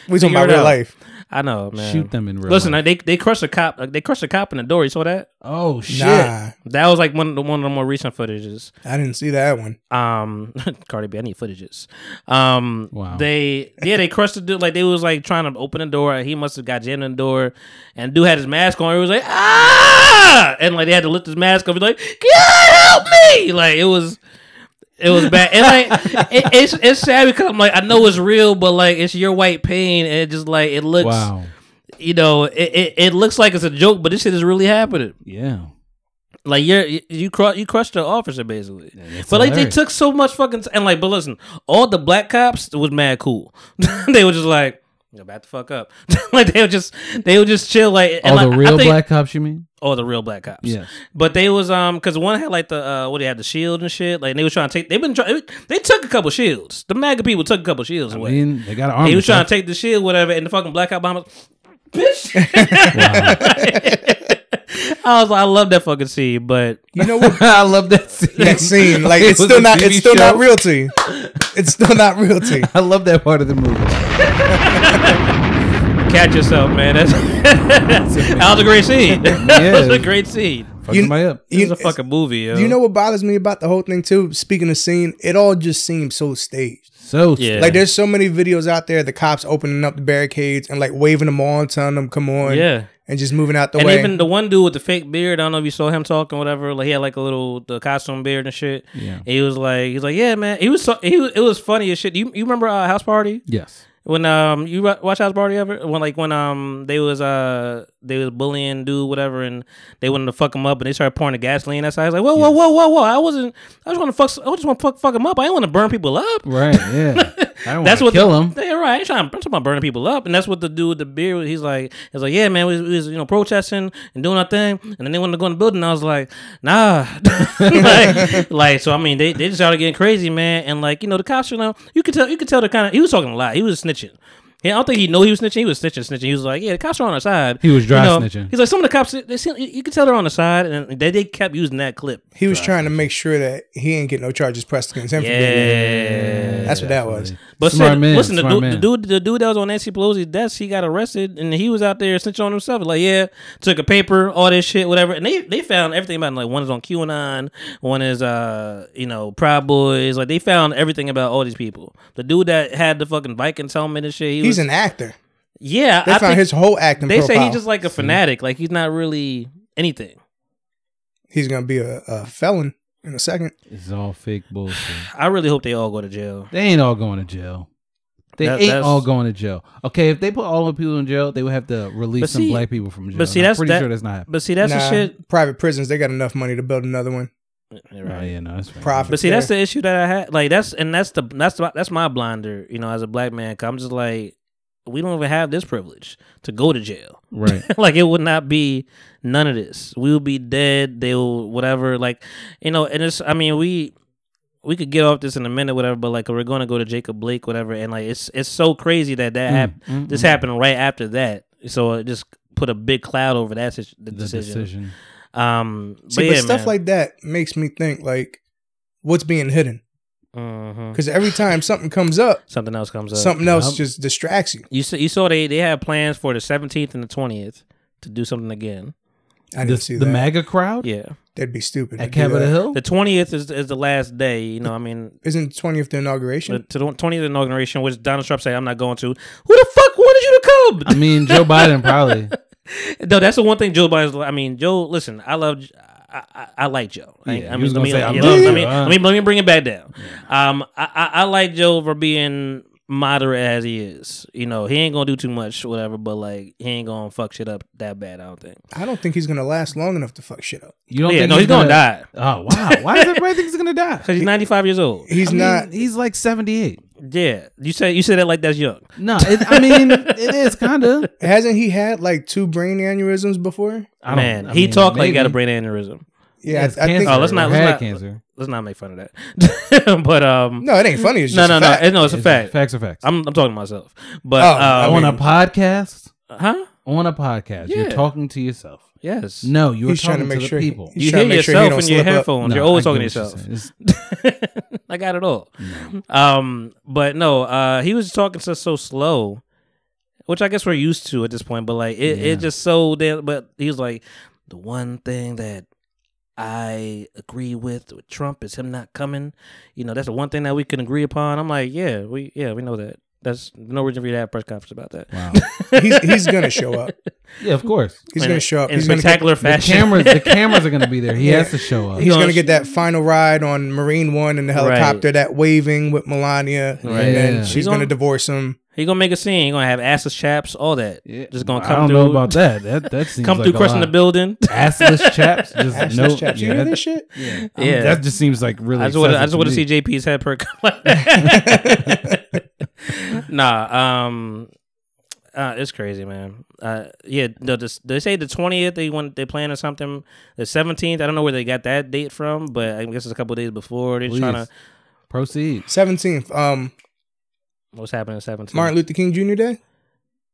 We talking
Figure
about
it
real
out.
life.
I know, man.
Shoot them in real
Listen,
life.
they they crushed a cop. Like, they crushed a cop in the door. You saw that?
Oh shit!
Nah,
That was like one of the one of the more recent footages.
I didn't see that one.
um Cardi B, I need footages. Um
Wow.
they yeah, they crushed the dude like they was like trying to open the door. He must have got jammed in the door and dude had his mask on. He was like, ah and like they had to lift his mask up and like, God help me like it was it was bad. And like it, it's it's sad because I'm like, I know it's real, but like it's your white pain and it just like it looks
Wow.
you know, it, it, it looks like it's a joke, but this shit is really happening.
Yeah.
Like you're you you, cru- you crushed the officer basically,
that's
but like they
hilarious.
took so much fucking t- and like but listen, all the black cops was mad cool. they were just like, "Yo, back the fuck up," like they were just they would just chill like and,
All Oh, the
like, I
real
think-
black cops, you mean?
all the real black cops.
Yes.
but they was um because one had like the uh what they had the shield and shit like they was trying to take they've been trying they took a couple shields the MAGA people took a couple shields
I
away.
mean, they got an army.
he was trying to
to
take the shield whatever and the fucking black cop bomber, bitch. I was like, I love that fucking scene, but.
You know what?
I love that scene.
that scene, like
It
it's
was
still
a
not,
TV
it's still
show.
not real to you. It's still not real to you.
I love that part of the movie.
Catch yourself, man. That's, that was a great scene. that was a great scene.
Fuck
You-
somebody up.
It was
You-
a fucking movie, yo.
Do you know what bothers me about the whole thing too? Speaking of scene, it all just seems so staged.
So
Yeah.
Like there's so many videos out there, the cops opening up the barricades and like waving them on, telling them come on,
Yeah.
and just moving out the
And
way.
even the one dude with the fake beard, I don't know if you saw him talking, whatever. Like he had like a little the costume beard and shit.
Yeah.
He was like, he's like, yeah, man. He was so he was, it was funny as shit. You you remember uh, House Party
yes.
when um you wa- watch House Party ever when like when um they was uh they was bullying dude whatever and they wanted to fuck him up and they started pouring the gasoline outside. I was like, whoa whoa whoa whoa whoa! I wasn't I just want to fuck I just want to fuck fuck him up. I didn't want to burn people up.
Right. Yeah. don't
that's
wanna
what
kill
the,
him.
Yeah, right. I'm trying, I'm talking about burning people up, and that's what the dude with the beard. He's like, he's like, yeah, man, we, we was you know protesting and doing our thing, and then they wanted to go in the building. I was like, nah, like, like, so I mean, they, they just started getting crazy, man, and like you know the cops, you know, you could tell you could tell the kind of he was talking a lot. He was snitching. Yeah, I don't think he know he was snitching. He was snitching, snitching. He was like, "Yeah, the cops are on our side."
He was dry
You know,
snitching.
He's like, "Some of the cops, they seem, you, you can tell they're on the side," and they, they kept using that clip.
He was trying to make sure that he ain't get no charges pressed against him. for doing that. That's what that was.
But
Smart
said-
man,
listen, the
smart
dude, the
man.
dude, the dude that was on Nancy Pelosi's desk, he got arrested, and he was out there snitching on himself. Like, yeah, took a paper, all this shit, whatever. And they they found everything about him. Like, one is on QAnon, one is uh, you know, Proud Boys. Like, they found everything about all these people. The dude that had the fucking Vikings helmet and shit, he
He's
was,
an actor.
yeah.
They
I
found
think
his whole acting
they
profile.
say he's just like a fanatic. Like, he's not really anything.
he's gonna be a, a felon in a second.
It's all fake bullshit.
I really hope they all go to jail.
They ain't all going to jail. They
That-
ain't
that's-
all going to jail. Okay, if they put all the people in jail, they would have to
But
release some
see-
black people from jail.
But see,
And I'm
that's
pretty
that,
sure that's not happening.
But see, that's the
Nah,
shit.
Private prisons, they got enough money to build another one.
Oh, yeah, no, that's right.
Profit.
But see, that's
there.
the issue that I had. Like that's and that's the that's the, that's my blinder. You know, as a black man, 'cause I'm just like, we don't even have this privilege to go to jail.
Right.
like it would not be none of this. We would be dead. They will whatever. Like you know, and it's. I mean, we we could get off this in a minute, whatever. But like, we're going to go to Jacob Blake, whatever. And like, it's it's so crazy that
Mm.
that hap- this happened right after that. So it just put a big cloud over that si- the
The
decision.
decision.
Um, but,
See, but,
yeah,
stuff
man.
like that makes me think like what's being hidden.
Mhm.
Because every time something comes up,
something else comes up.
something else
Yup.
just distracts you.
You saw, you saw they they had plans for the 17th and the 20th to do something again.
I
The,
didn't see
the
that.
MAGA crowd
Yeah,
That'd be stupid.
at
to do
Capitol
that.
Hill.
the 20th is is the last day. You know, I mean,
uh, Isn't twentieth the inauguration?
the, to the 20th inauguration, which Donald Trump said, "I'm not going to." Who the fuck wanted you to
I
come?
mean, Joe Biden probably.
No, that's the one thing Joe Biden's. I mean, Joe, listen, I love. I, I, I like Joe. I,
Yeah,
I
you was
mean, let
gonna
me,
say, I
yeah,
love
let,
Joe,
me,
huh?
let me let me bring it back down. Um, I, I, I like Joe for being moderate as he is. You know, he ain't gonna do too much, whatever. But like, he ain't gonna fuck shit up that bad. I don't think.
I don't think he's gonna last long enough to fuck shit up.
You don't
yeah,
think
no, he's gonna die.
Oh wow! Why does everybody think he's gonna die?
Cause he's 95 years old.
He's
I mean,
not.
he's like seventy-eight.
Yeah, you said you said that like that's young.
No, it, I mean it is kind of.
hasn't he had like two brain aneurysms before?
Man, he talked like he got a brain aneurysm.
Yeah,
It's
I, I think.
cancer.
Oh, let's not- let's
Had
not-
cancer.
Let's not make fun of that. but um,
No, it ain't funny. It's
no,
just
no,
a
no,
fact.
it- no, it's a fact.
Facts are facts.
I'm I'm talking to myself. But
Oh, I
um,
on a podcast.
huh?
On a podcast, you're
Yeah.
talking to yourself.
Yes.
No, you were
He's trying
talking
to
to,
make
the
sure he-
people.
he's
You
trying
hear
to make sure he
yourself
don't
in your
slip up.
headphones.
No,
You're always
I
talking to
get what
yourself.
you're saying. It's-
I got it all. Um, but no, uh, he was talking so so slow, which I guess we're used to at this point. But like, it
Yeah.
it just so damn. But he was like, the one thing that I agree with with Trump is him not coming. You know, that's the one thing that we can agree upon. I'm like, yeah, we yeah we know that. That's no reason for you to have a press conference about that.
Wow.
he's, he's gonna show up.
Yeah, of course.
He's
In-
gonna show up.
in
He's gonna get,
spectacular
The
fashion.
cameras, the cameras are going to be there. He has to show up.
he's
gonna
gonna get that final ride on Marine One in the
Right.
helicopter, that waving with Melania,
Right.
and then
Yeah.
she's
He's
gonna
on-
divorce him.
He gonna make a scene. He gonna have assless chaps, all that.
Yeah.
Just gonna
I
come
don't
through.
know about that. That that seems
Come
like
through,
a
crushing the
lot.
building.
Assless chaps. Just
Ashless
no.
chaps. You
yeah,
hear
that-
this shit?
I'm-
Yeah.
that just seems like really.
I just want to. I
excessive
just want to see
me.
JP's head perk. like that. nah, um, uh, it's crazy, man. Uh, yeah, no, this, they say the twentieth they want they plan or something. The seventeenth, I don't know where they got that date from, but I guess it's a couple days before. They're trying to.
Please. proceed.
Seventeenth, um,
What's happening the seventeenth?
Martin Luther King Jr. Day.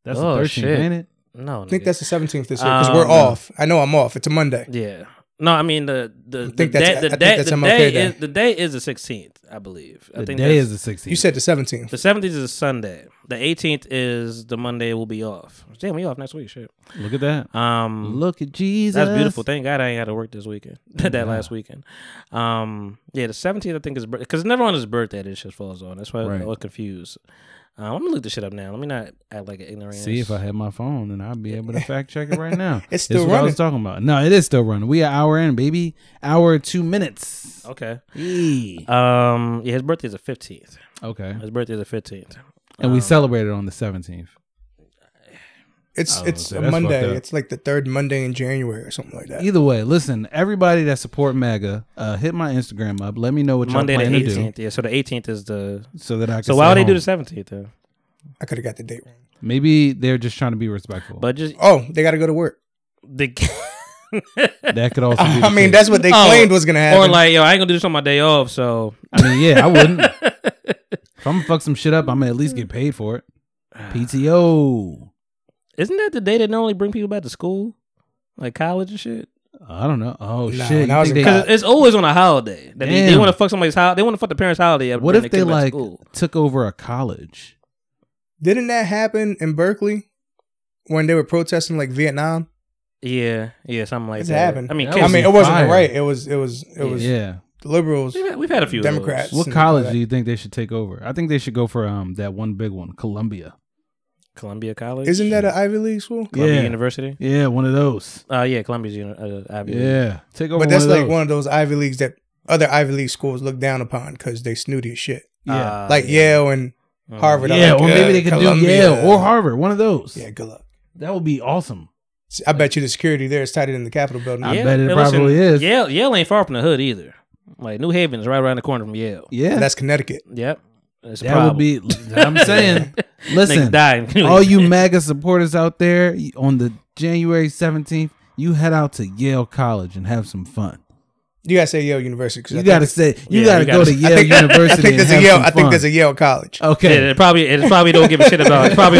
That's
Oh,
the 13th,
shit.
ain't it?
No,
I think that's the seventeenth this year because
Um,
we're off. I know I'm off. It's a Monday.
yeah. No, I mean the the
think
the
that's-
day
I
the
think
day
that's
the
MLK
day
Day.
is the day is the sixteenth, I believe. I
The
think
day is
that's-
the 16th.
You said the seventeenth.
the seventeenth is a Sunday. The eighteenth is the Monday. We'll be off. Damn, we off next week. Shit.
Look at that.
Um,
Look at Jesus.
That's beautiful. Thank God I ain't had to work this weekend. that last weekend. Um, yeah, the seventeenth I think is because it's never on his birthday. This shit falls on. That's why I
Right.
was confused. Um, I'm gonna look this shit up now. Let me not act like an ignorant.
See, if I had my phone, then I'd be able to fact check it right now.
It's
This is
still
what I
running.
was talking about. No, it is still running. We are hour in, baby. Hour two minutes.
okay. Uh,
Yee.
Um, yeah, his birthday is the fifteenth.
Okay.
His birthday is the fifteenth.
And we celebrated on the 17th.
It's
I was gonna say,
it's a
that's fucked
Monday.
up.
It's like the third Monday in January or something like that.
Either way, listen, everybody that support MAGA, uh, hit my Instagram up. Let me know what
Monday
y'all
the
plan to do,
eighteenth. Yeah, so the eighteenth is the.
so that I can.
So why would
stay
they do
home.
the seventeenth though?
I could have got the date wrong.
Maybe they're just trying to be respectful.
But just
Oh, they got to go to work.
the.
that could also. Be the
I mean,
case.
that's what they
Oh,
claimed was gonna happen.
or like yo, I ain't gonna do this on my day off. So
I mean, yeah, I wouldn't. if I'm gonna fuck some shit up, I'm gonna at least get paid for it. PTO.
isn't that the day that normally bring people back to school, like college and shit?
I don't know. Oh
Nah,
shit!
when I
you
was
think they-
in college-
Because it's always on a holiday. That they
Damn.
want to fuck somebody's holiday. They want to fuck the parents' holiday. up
what
when
if
they
they
come back to
like
school.
took over a college?
Didn't that happen in Berkeley when they were protesting like Vietnam?
Yeah, yeah, something like
It's
that.
happened.
I mean,
That
kids,
I
was
mean, it wasn't
fire.
the right. It was it was it was
yeah.
liberals.
we've, had, we've had a few of those.
Democrats.
What
Seen
college
that.
do you think they should take over? I think they should go for um that one big one, Columbia.
Columbia College,
Isn't that an Ivy League school?
Columbia
Yeah.
University?
Yeah, one of those.
Uh, yeah, Columbia's uni- uh, Ivy. League.
Yeah, take over.
But that's
one
like
of those.
one of those Ivy Leagues that other Ivy League schools look down upon because they snooty as shit.
Oh, Yeah,
Uh,
Like Yale and
Mhm.
Harvard.
Ah. yeah,
like,
or maybe
uh,
they could do
Columbia.
Yale or Harvard. One of those.
Yeah, good luck.
that would be awesome.
See, I bet you the security there is tighter than the Capitol building.
I
Yeah,
bet it
but
probably is.
Yale, Yale ain't far from the hood either. Like New Haven is right around the corner from Yale.
Yeah,
And that's Connecticut.
Yep, it's a
that
problem.
would be. I'm saying,
Niggas
listen, Oh,
dying.
all you MAGA supporters out there y- on the January 17th, you head out to Yale College and have some fun.
You gotta say Yale University. 'cause I
You
think
got to
it's-
say you
Yeah,
got to
you
go
gotta-
to
I
Yale University.
I think
and
there's a
have
Yale.
some
I think
fun. Uh,
there's a Yale college.
Yeah,
okay.
it probably it probably don't give a shit about. It's probably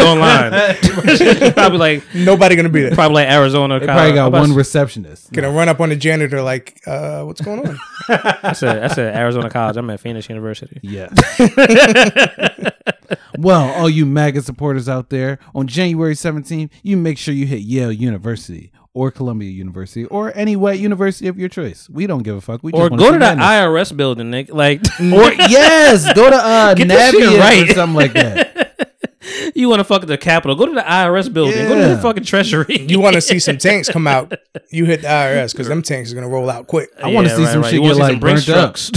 online. It's probably like
Nobody gonna be there.
probably like Arizona.
They probably got one receptionist.
Gonna run up on the janitor like, uh, what's going on?
I said I said Arizona College. I'm at Phoenix University.
Yeah. well, all you MAGA supporters out there, on January 17th, you make sure you hit Yale University or Columbia University or any white university of your choice. We don't give a fuck. We just
Or
wanna
go
see
to the
madness.
IRS building, Nick. Like
Or yes, go to uh,
Get this shit
Navia
right.
or something like that.
you want to fuck the Capitol? Go to the IRS building. Go to the
Yeah.
fucking Treasury.
You want to see some tanks come out? You hit the IRS because them tanks are gonna roll out quick.
I want to
Yeah,
see
right,
some
right.
shit
You wanna
get
see
like
some Brinks
burnt up.
trucks.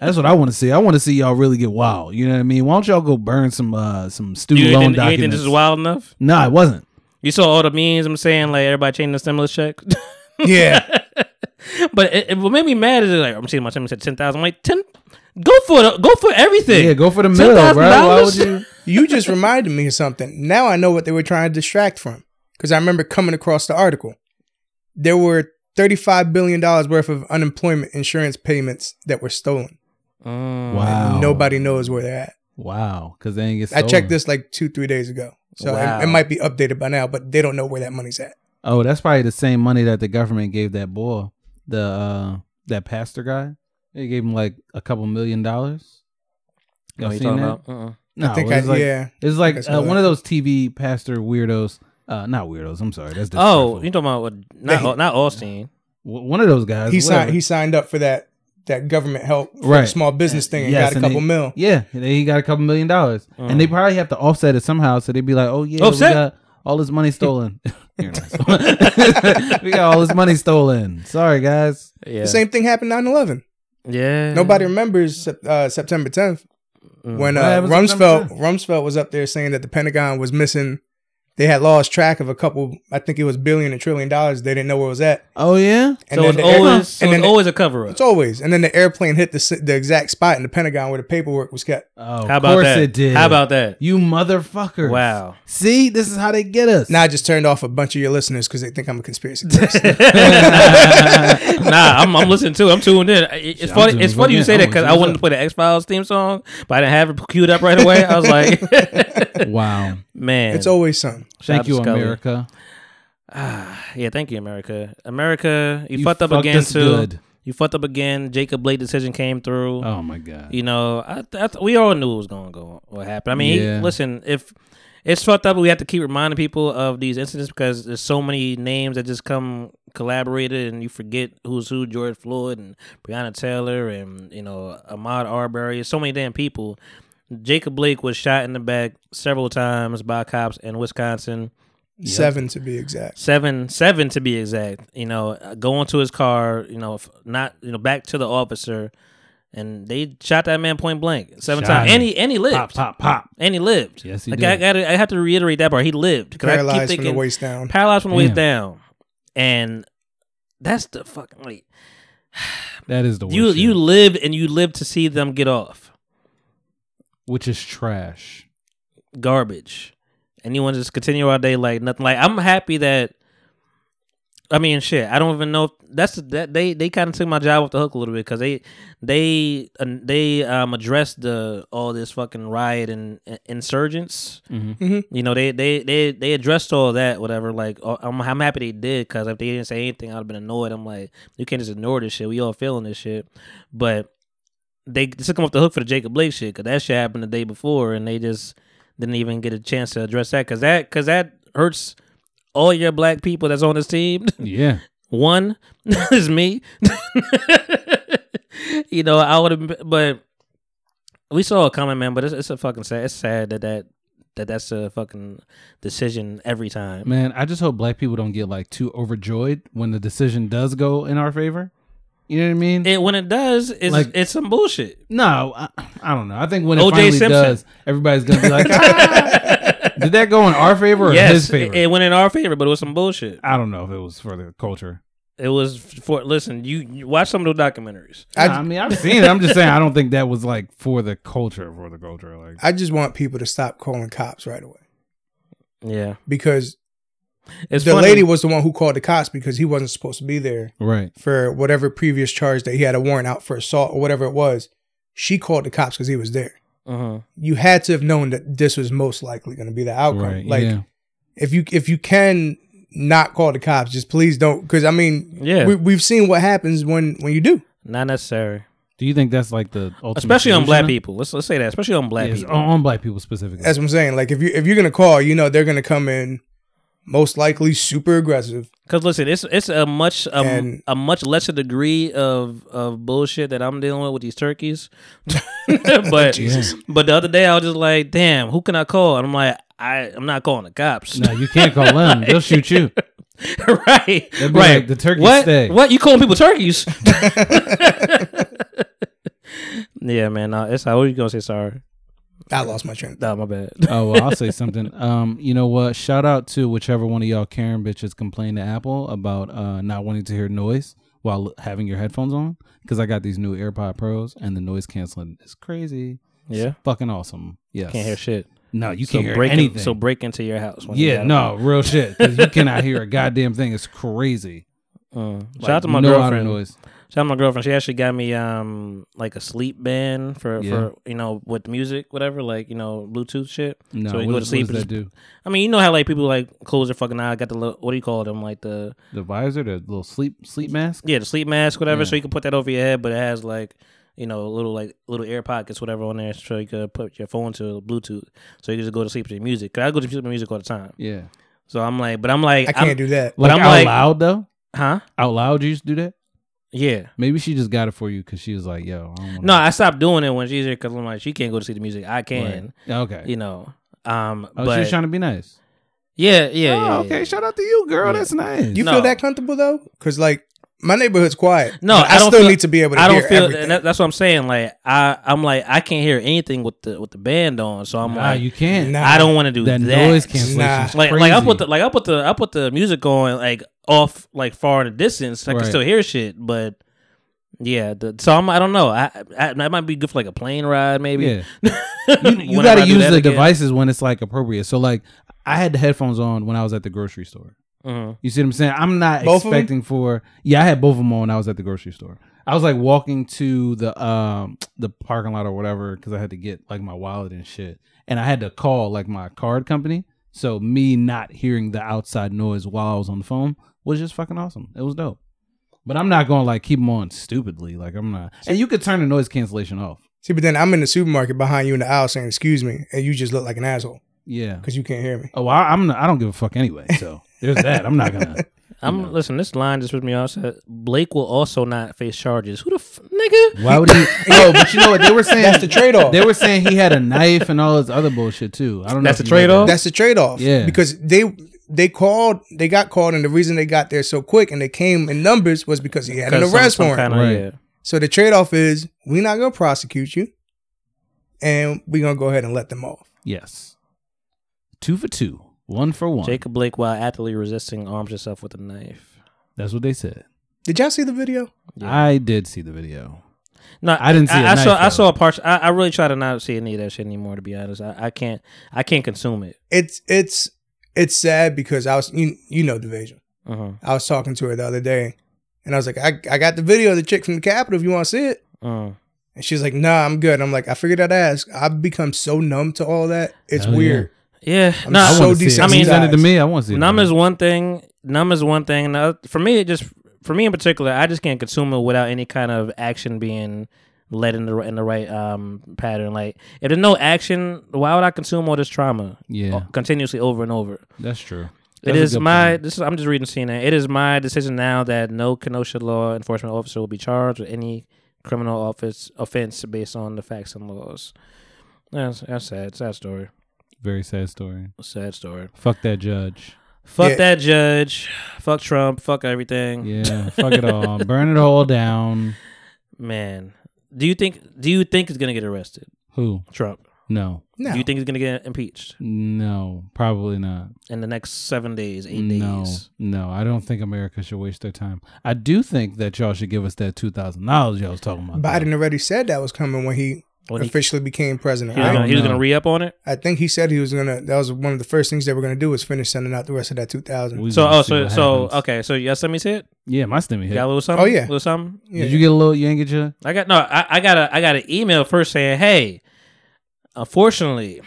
That's what I want to see. I want to see y'all really get wild. You know what I mean? Why don't y'all go burn some uh, some
You
student
ain't
loan
think- you ain't think
documents?
this is wild enough?
Nah, it wasn't.
You saw all the memes. I'm saying like everybody changing the stimulus check.
Yeah,
But it, it, what made me mad is like I'm seeing my time said ten thousand. I'm like ten. Go for the, go for everything.
Yeah, go for the middle, bro. Why would
$10,000?
you?
you just reminded me of something. Now I know what they were trying to distract from because I remember coming across the article. There were thirty-five billion dollars worth of unemployment insurance payments that were stolen.
Mm.
Wow.
Nobody knows where they're at.
Wow, because they ain't get.
I
Stolen.
checked this like two, three days ago, so
Wow.
it, it might be updated by now. But they don't know where that money's at.
Oh, that's probably the same money that the government gave that boy, the uh, that pastor guy. They gave him like a couple million dollars.
What
Y'all
are you
seen
talking
that?
about? Uh-uh.
No,
I think I,
it's like,
yeah.
It's
I
like
saw
uh, one
that.
of those TV pastor weirdos. Uh, not weirdos. I'm sorry. That's
Oh,
disrespectful.
you talking about what- not
They-
not Austin?
W- one of those guys.
he signed
whatever.
he signed up for that that government help for the
Right.
small business thing and
Yes,
got a
and
couple
they-
mil.
Yeah, and then he got a couple million dollars, and they probably have to offset it somehow. So they'd be like, "Oh yeah,
Uh-huh. Offset?
we got all this money stolen. You're an asshole. we got all this money stolen. Sorry, guys.
Yeah,
The same thing happened 9/11.
yeah.
Nobody remembers Sep- uh, September 10th when
Mm.
Mm. What
uh,
happened September
Rumsfeld Rumsfeld was up there saying that the Pentagon was missing. They had lost track of a couple. I think it was billion and trillion dollars. They didn't know where it was at.
Oh yeah,
And
So it's
the air-
always so it's
and then the-
always a cover up.
it's always. And then the airplane hit the si- the exact spot in the Pentagon where the paperwork was kept.
Oh,
How
of
about
course
that?
it did.
How about that?
you, motherfucker?
Wow.
See, this is how they get us.
Now I just turned off a bunch of your listeners because they think I'm a conspiracy theorist.
nah, I'm, I'm listening too. I'm tuned in. I- It's funny.
tuned
It's funny you
in.
say
Oh,
that because I
what's
wanted to
up?
play the X Files theme song, but I didn't have it queued up right away. I was like,
wow.
man,
it's always some.
shout
Thank
out to
you,
Scully.
America.
Yeah, thank you, America. America, you,
You
fucked up
fucked
again
us
too.
good.
You fucked up again. Jacob Blake decision came through.
Oh my god.
You know, I, I, we all knew it was going to go what happened. I mean, he-
Yeah.
listen, if it's fucked up, we have to keep reminding people of these incidents because there's so many names that just come collaborated, and you forget who's who. George Floyd and Breonna Taylor and you know Ahmaud Arbery. So many damn people. Jacob Blake was shot in the back several times by cops in Wisconsin
Seven to be exact.
seven seven to be exact you know uh, going to his car you know f- not you know back to the officer and they shot that man point blank seven
Shot
times.
him.
And he and he lived.
Pop, pop, pop.
And he lived.
Yes, he
like,
did.
I got. I have to reiterate that part. He lived because I keep
Paralyzed from
thinking
the waist down.
paralyzed from the waist
Damn.
down, and that's the fucking like
That is the worst.
you
shit,
you live and you live to see them get off
which is trash.
garbage. Anyone just continue all day like nothing. Like I'm happy that. I mean, shit. I don't even know. If, that's that they they kind of took my job off the hook a little bit because they they uh, they um addressed the all this fucking riot and uh, insurgents. You know they they they they addressed all that whatever. Like uh, I'm I'm happy they did because if they didn't say anything, I'd have been annoyed. I'm like you can't just ignore this shit. We all feeling this shit, but they took him off the hook for the Jacob Blake shit because that shit happened the day before, and they just didn't even get a chance to address that because that because that hurts all your black people that's on this team.
Yeah.
One is me. you know, I would have, but we saw a comment, man. But it's, it's a fucking sad. It's sad that that that that's a fucking decision every time.
Man, I just hope black people don't get like too overjoyed when the decision does go in our favor. You know what I mean?
And when it does, it's
Like-
it's some bullshit.
no, I, I don't know. I think when it
O.J.
finally
Simpson.
does, everybody's gonna be like, "Ah!" "Did that go in our favor or his
Yes,
favor?"
it, it went in our favor, but it was some bullshit.
I don't know if it was for the culture.
It was for listen. You, you watch some of those documentaries.
I-
Nah, I, mean, I've seen it. I'm just saying, I don't think that was like for the culture, for the culture. Like,
I just want people to stop calling cops right away
Yeah,
because
it's
the
funny.
lady was the one who called the cops because he wasn't supposed to be there
right?
for whatever previous charge that he had a warrant out for assault or whatever it was. She called the cops because he was there.
Mhm.
You had to have known that this was most likely going to be the outcome.
Right.
like
yeah.
if you if you can not call the cops, just please don't. Because I mean,
Yeah.
we, we've seen what happens when when you do.
Not necessary,
Do you think that's like the ultimate
especially on
solution?
black people. Let's let's say that, especially on black
Yes, um,
people.
on on black people specifically.
That's what I'm saying. Like if you if you're gonna call, you know they're gonna come in most likely super aggressive.
Because listen, it's it's a much um,
And-
a much lesser degree of of bullshit that I'm dealing with with these turkeys. but but the other day I was just like, damn, who can I call? And I'm like, I I'm not calling the cops.
no, you can't call them; they'll shoot you.
right,
They'd be
right.
like, "The turkeys
What?
stay."
What you calling people turkeys? yeah, man. No, it's how you gonna say sorry?
I lost my train.
Nah, my bad.
oh, well, I'll say something. Um, you know what? Shout out to whichever one of y'all Karen bitches complained to Apple about uh not wanting to hear noise while having your headphones on because I got these new AirPod Pros and the noise canceling is crazy. It's
Yeah.
fucking awesome. Yes,
Can't hear shit.
No, you
So
can't hear
break in-
anything.
so break into your house. when you
yeah,
got
no, real shit. 'cause you cannot hear a goddamn thing. It's crazy.
Mm. Shout
Like,
out to my
no outer
girlfriend.
noise.
Shout out to my girlfriend. She actually got me um like a sleep band for
Yeah.
for you know with music whatever like you know Bluetooth shit.
No,
so you
what,
go to
does-
sleep.
what does that
and just-
do?
I mean, you know how like people like close their fucking eye, got the little, what do you call them like the
The visor, the little sleep sleep mask.
yeah the sleep mask whatever. So
Yeah.
you can put that over your head, but it has like you know little like little air pockets whatever on there, so you could put your phone to Bluetooth, so you can just go to sleep to your music. Cause I go to sleep to music all the time.
Yeah,
So I'm like, but I'm like,
I can't
I'm-
do that.
But
like
I'm
out
like-
loud though.
huh?
Out loud, you used to do that.
Yeah.
Maybe she just got it for you because she was like, "Yo, I don't wanna-
No, I stopped doing it when she's here because I'm like, she can't go to see the music. I can,
Right. Okay.
you know. Um,
oh, she
but
was trying to be nice.
Yeah, yeah,
oh,
yeah.
okay.
yeah.
Shout out to you, girl.
Yeah.
That's nice.
You
No.
feel that comfortable though? Because like my neighborhood's quiet.
No,
And I,
I don't
still
feel-
need to be able to
I
hear
don't feel.
everything.
and that, that's what I'm saying. Like I, I'm like I can't hear anything with the with the band on. So I'm
nah,
like,
you can't.
Nah.
I don't want to do
that
that.
noise cancellation.
Nah.
is
Like like I
crazy.
put the like I put the I put the music on like off like far in the distance. I
Right.
can still hear shit, but yeah. The, so I'm I don't know. I, I that might be good for like a plane ride maybe.
Yeah.
Whenever
you
I
got to
do
use
that
the
again.
devices when it's like appropriate. So like I had the headphones on when I was at the grocery store.
Mhm.
You see what I'm saying? I'm not
Both of 'em?
expecting for yeah. I had both of them on when I was at the grocery store. I was like walking to the um the parking lot or whatever because I had to get like my wallet and shit, and I had to call like my card company. So me not hearing the outside noise while I was on the phone was just fucking awesome. It was dope. But I'm not gonna like keep them on stupidly. Like I'm not. And you could turn the noise cancellation off.
See, but then I'm in the supermarket behind you in the aisle saying "excuse me," and you just look like an asshole
Yeah.
because you can't hear me.
Oh, I, I'm. Not, I don't give a fuck anyway. So there's that. I'm not gonna.
I'm listen. This line just put me off. Said, Blake will also not face charges. Who the f- nigga?
Why would he? Oh, but you know what they were saying?
That's the
Oh.
trade-off.
They were saying he had a knife and all this other bullshit too. I don't know.
That's
if you
the
know
trade-off?
that.
That's the trade off.
Yeah.
Because they they called, they got called, and the reason they got there so quick and they came in numbers was because he had an
'Cause some-
arrest
some
warrant.
kinda-
Right.
yeah.
So the trade off is we're not gonna prosecute you, and we're gonna go ahead and let them off.
Yes. Two for two. One for one.
Jacob Blake, while actively resisting, arms herself with a knife.
That's what they said.
Did y'all see the video?
I did see the video.
No,
I didn't see
I,
a
I
knife,
saw. I
though.
saw a part. I, I really try to not see any of that shit anymore. To be honest, I, I can't. I can't consume it.
It's it's it's sad because I was you you know Devasia.
Uh-huh.
I was talking to her the other day, and I was like, I, I got the video of the chick from the Capitol. If you want to see it,
Uh,
and she's like, Nah, I'm good. I'm like, I figured I'd ask. I've become so numb to all that. It's
Hell yeah.
weird.
yeah,
I'm
no.
so
wanna see it.
desensitized.
I mean-
send it to me. I want to see it.
numb is one thing. Numb is one thing. And the oth- for me, it just for me in particular, I just can't consume it without any kind of action being led in the in the right um pattern. Like if there's no action, why would I consume all this trauma?
Yeah.
o- continuously over and over.
That's true.
it
That's a
is
good
my.
point.
This is. I'm just reading CNN. It is my decision now that no Kenosha law enforcement officer will be charged with any criminal office offense based on the facts and laws. That's that's sad. Sad story.
very sad story.
Sad story.
Fuck that judge.
Fuck
Yeah.
that judge. Fuck Trump. Fuck everything.
Yeah, fuck it all. Burn it all down.
Man, do you think? Do you think he's gonna get arrested?
Who?
Trump.
No.
No.
Do you think he's gonna get impeached
No, probably not.
in the next seven days, eight
No,
days?
no, I don't think America should waste their time. I do think that y'all should give us that two thousand dollars y'all was talking about.
Biden already said that was coming when he
When he, he
officially became president.
was
I,
don't
gonna, he was
know.
gonna re up on it.
I think he said he was gonna. That was one of the first things they were gonna do was finish sending out the rest of that two thousand.
We
So
gonna
oh
see
so
what
so
happens.
okay so yes let me see it.
Yeah, my stimmy hit.
Got a little something.
Oh, yeah.
little something.
Did you get a little? You ain't get your.
I got no. I, I got a. I got an email first saying, "Hey, unfortunately,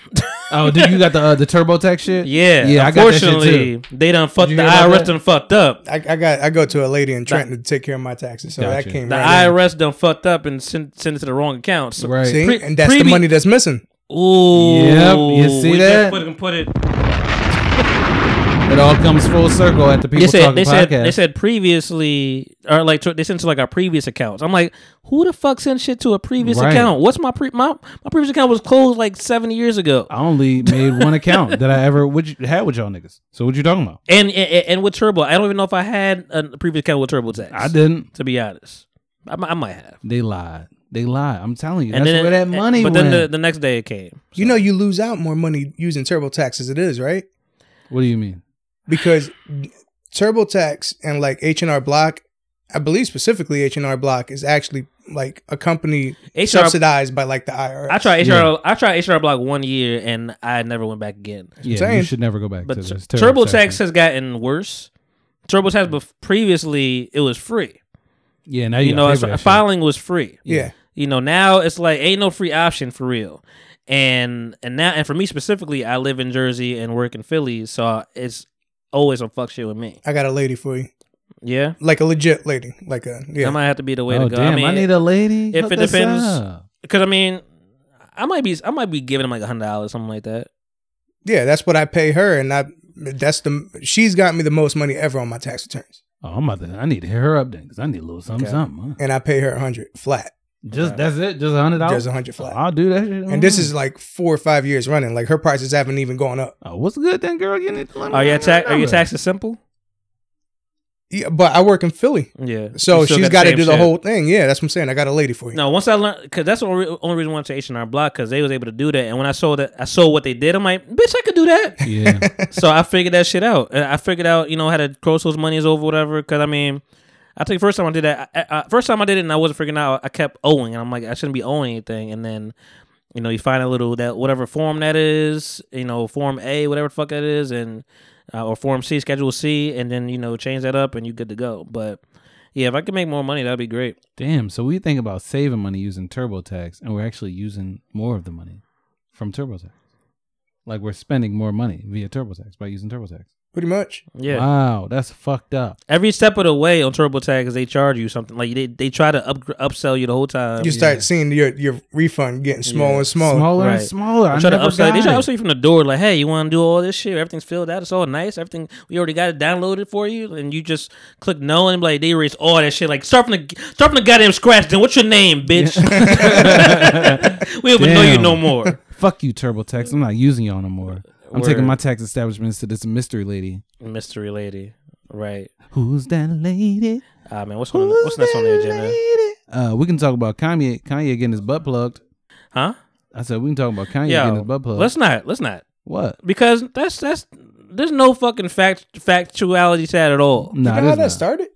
Oh, dude, you got the uh, the TurboTax shit.
yeah,
yeah, I got that shit
unfortunately,
too.
they done fucked the
you hear about
IRS
that?
done fucked up.
I, I got. I go to a lady in Trenton to take care of my taxes, so
Gotcha.
that came
The
right. in.
IRS done fucked up and sent sent it to the wrong account. So,
Right.
See,
Pre-
and that's the
previ-
money that's missing.
Ooh,
Yep, you see
we
that?
Just put, put it.
It all comes full circle at the people
They said
talking
they
podcast.
said they said previously or like to, they sent to like our previous accounts. I'm like, who the fuck sent shit to a previous
Right.
account? What's my pre my my previous account was closed like seven years ago.
I only made one account that I ever would had with y'all niggas. So what you talking about?
And, and and with Turbo, I don't even know if I had a previous account with TurboTax.
I didn't.
to be honest. I, mi- I might have.
They lied. They lied. I'm telling you. That's where that money
But
went.
then the, the next day it came.
You know, you lose out more money using TurboTax as it is, right?
what do you mean?
because TurboTax and like H and R Block, I believe specifically H and R Block is actually like a company
HR
subsidized by like the IRS.
I tried HR.
Yeah.
I tried HR Block one year and I never went back again.
Yeah, you
saying.
should never go back to
But Tur-
this.
TurboTax has gotten worse. TurboTax, bef- previously it was free.
Yeah, now
You
you,
know,
know,
it's- filing was free.
Yeah.
You know, now it's like ain't no free option for real. And and now and for me specifically, I live in Jersey and work in Philly, so it's always some fuck shit with me.
I got a lady for you,
Yeah,
like a legit lady, like a
that
yeah.
might have to be the way
oh
to go.
damn! I,
I, mean,
need a lady.
if
Hook
it
us
depends-
up.
Because I mean, I might be I might be giving him like a hundred dollars, something like that.
yeah, that's what I pay her, and I that's the she's got me the most money ever on my tax returns,
Oh, I'm about to. I need to hit her up then because I need a little something, something. Huh?
and I pay her a hundred flat,
Just that's it. Just a hundred dollars.
just a hundred flat.
I'll do that. Shit.
and this
Mm.
is like four or five years running. Like her prices haven't even gone up.
Oh, what's good then, girl? Getting it.
Are your
oh,
tax Are your taxes simple?
Yeah, but I work in Philly,
Yeah.
so
You still
she's
got
got to
same
do the
shit.
whole thing. Yeah, that's what I'm saying. I got a lady for you.
No, once I learned, because that's the only, only reason why I went to H and R Block, because they was able to do that. And when I saw that, I saw what they did. I'm like, bitch, I could do that.
Yeah,
so I figured that shit out. And I figured out, you know, how to cross those monies over, whatever. Because I mean, I think first time I did that, I, I, first time I did it, and I wasn't freaking out. I kept owing, and I'm like, I shouldn't be owing anything. And then, you know, you find a little that whatever form that is, you know, form A, whatever the fuck that is, and uh, or form C, schedule C, and then you know change that up, and you good to go. But yeah, if I could make more money, that'd be great.
damn. So we think about saving money using TurboTax, and we're actually using more of the money from TurboTax. Like we're spending more money via TurboTax by using TurboTax.
Pretty much.
Yeah.
Wow, that's fucked up.
Every step of the way on TurboTax, they charge you something. Like they, they try to up, upsell you the whole time.
you start seeing your, your refund getting smaller and smaller.
Smaller
Right.
and smaller. I
They try to
never
upsell.
got
They try to
it.
upsell you from the door. Like, hey, you want to do all this shit? Everything's filled out. It's all nice. Everything we already got it downloaded for you, and you just click no, and like they erase all that shit. Like start from the start from the goddamn scratch. Then what's your name, bitch? we don't even know you
Damn.
no more.
Fuck you, TurboTax. I'm not using y'all no more. I'm taking
Word.
my tax establishments to this mystery lady.
Mystery lady, right?
Who's that lady?
Ah man, what's on, what's next on the agenda?
lady? Uh, we can talk about Kanye. Kanye getting his butt plugged.
Huh?
I said we can talk about Kanye
Yeah.
getting his butt plugged.
Let's not. Let's not.
what?
Because that's that's there's no fucking fact factuality to that at all.
No,
you know how that started?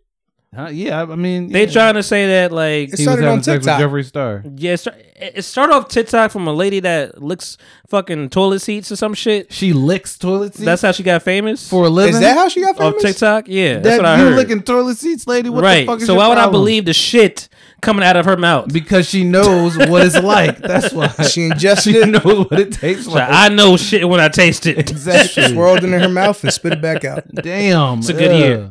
Huh? Yeah, I I mean,
They
Mm, yeah.
trying to say that like
It
He was
started
having
on
sex
TikTok.
with Jeffree Star.
yeah, it start- it started off TikTok from a lady that licks fucking toilet seats or some shit.
She licks toilet seats.
That's how she got famous
for a living.
Is that how she got
off
famous?
TikTok. Yeah,
Oh, That
that's what I
you
heard.
licking toilet seats, lady? What
right.
the fuck is
so
your
why would I
problem?
believe the shit coming out of her mouth?
Because she knows what it's like. That's why
She ingested
she
it,
knows what it tastes
So
like.
I know shit when I taste it.
exactly.
swirled it in her mouth, and spit it back out.
Damn, it's
a good year.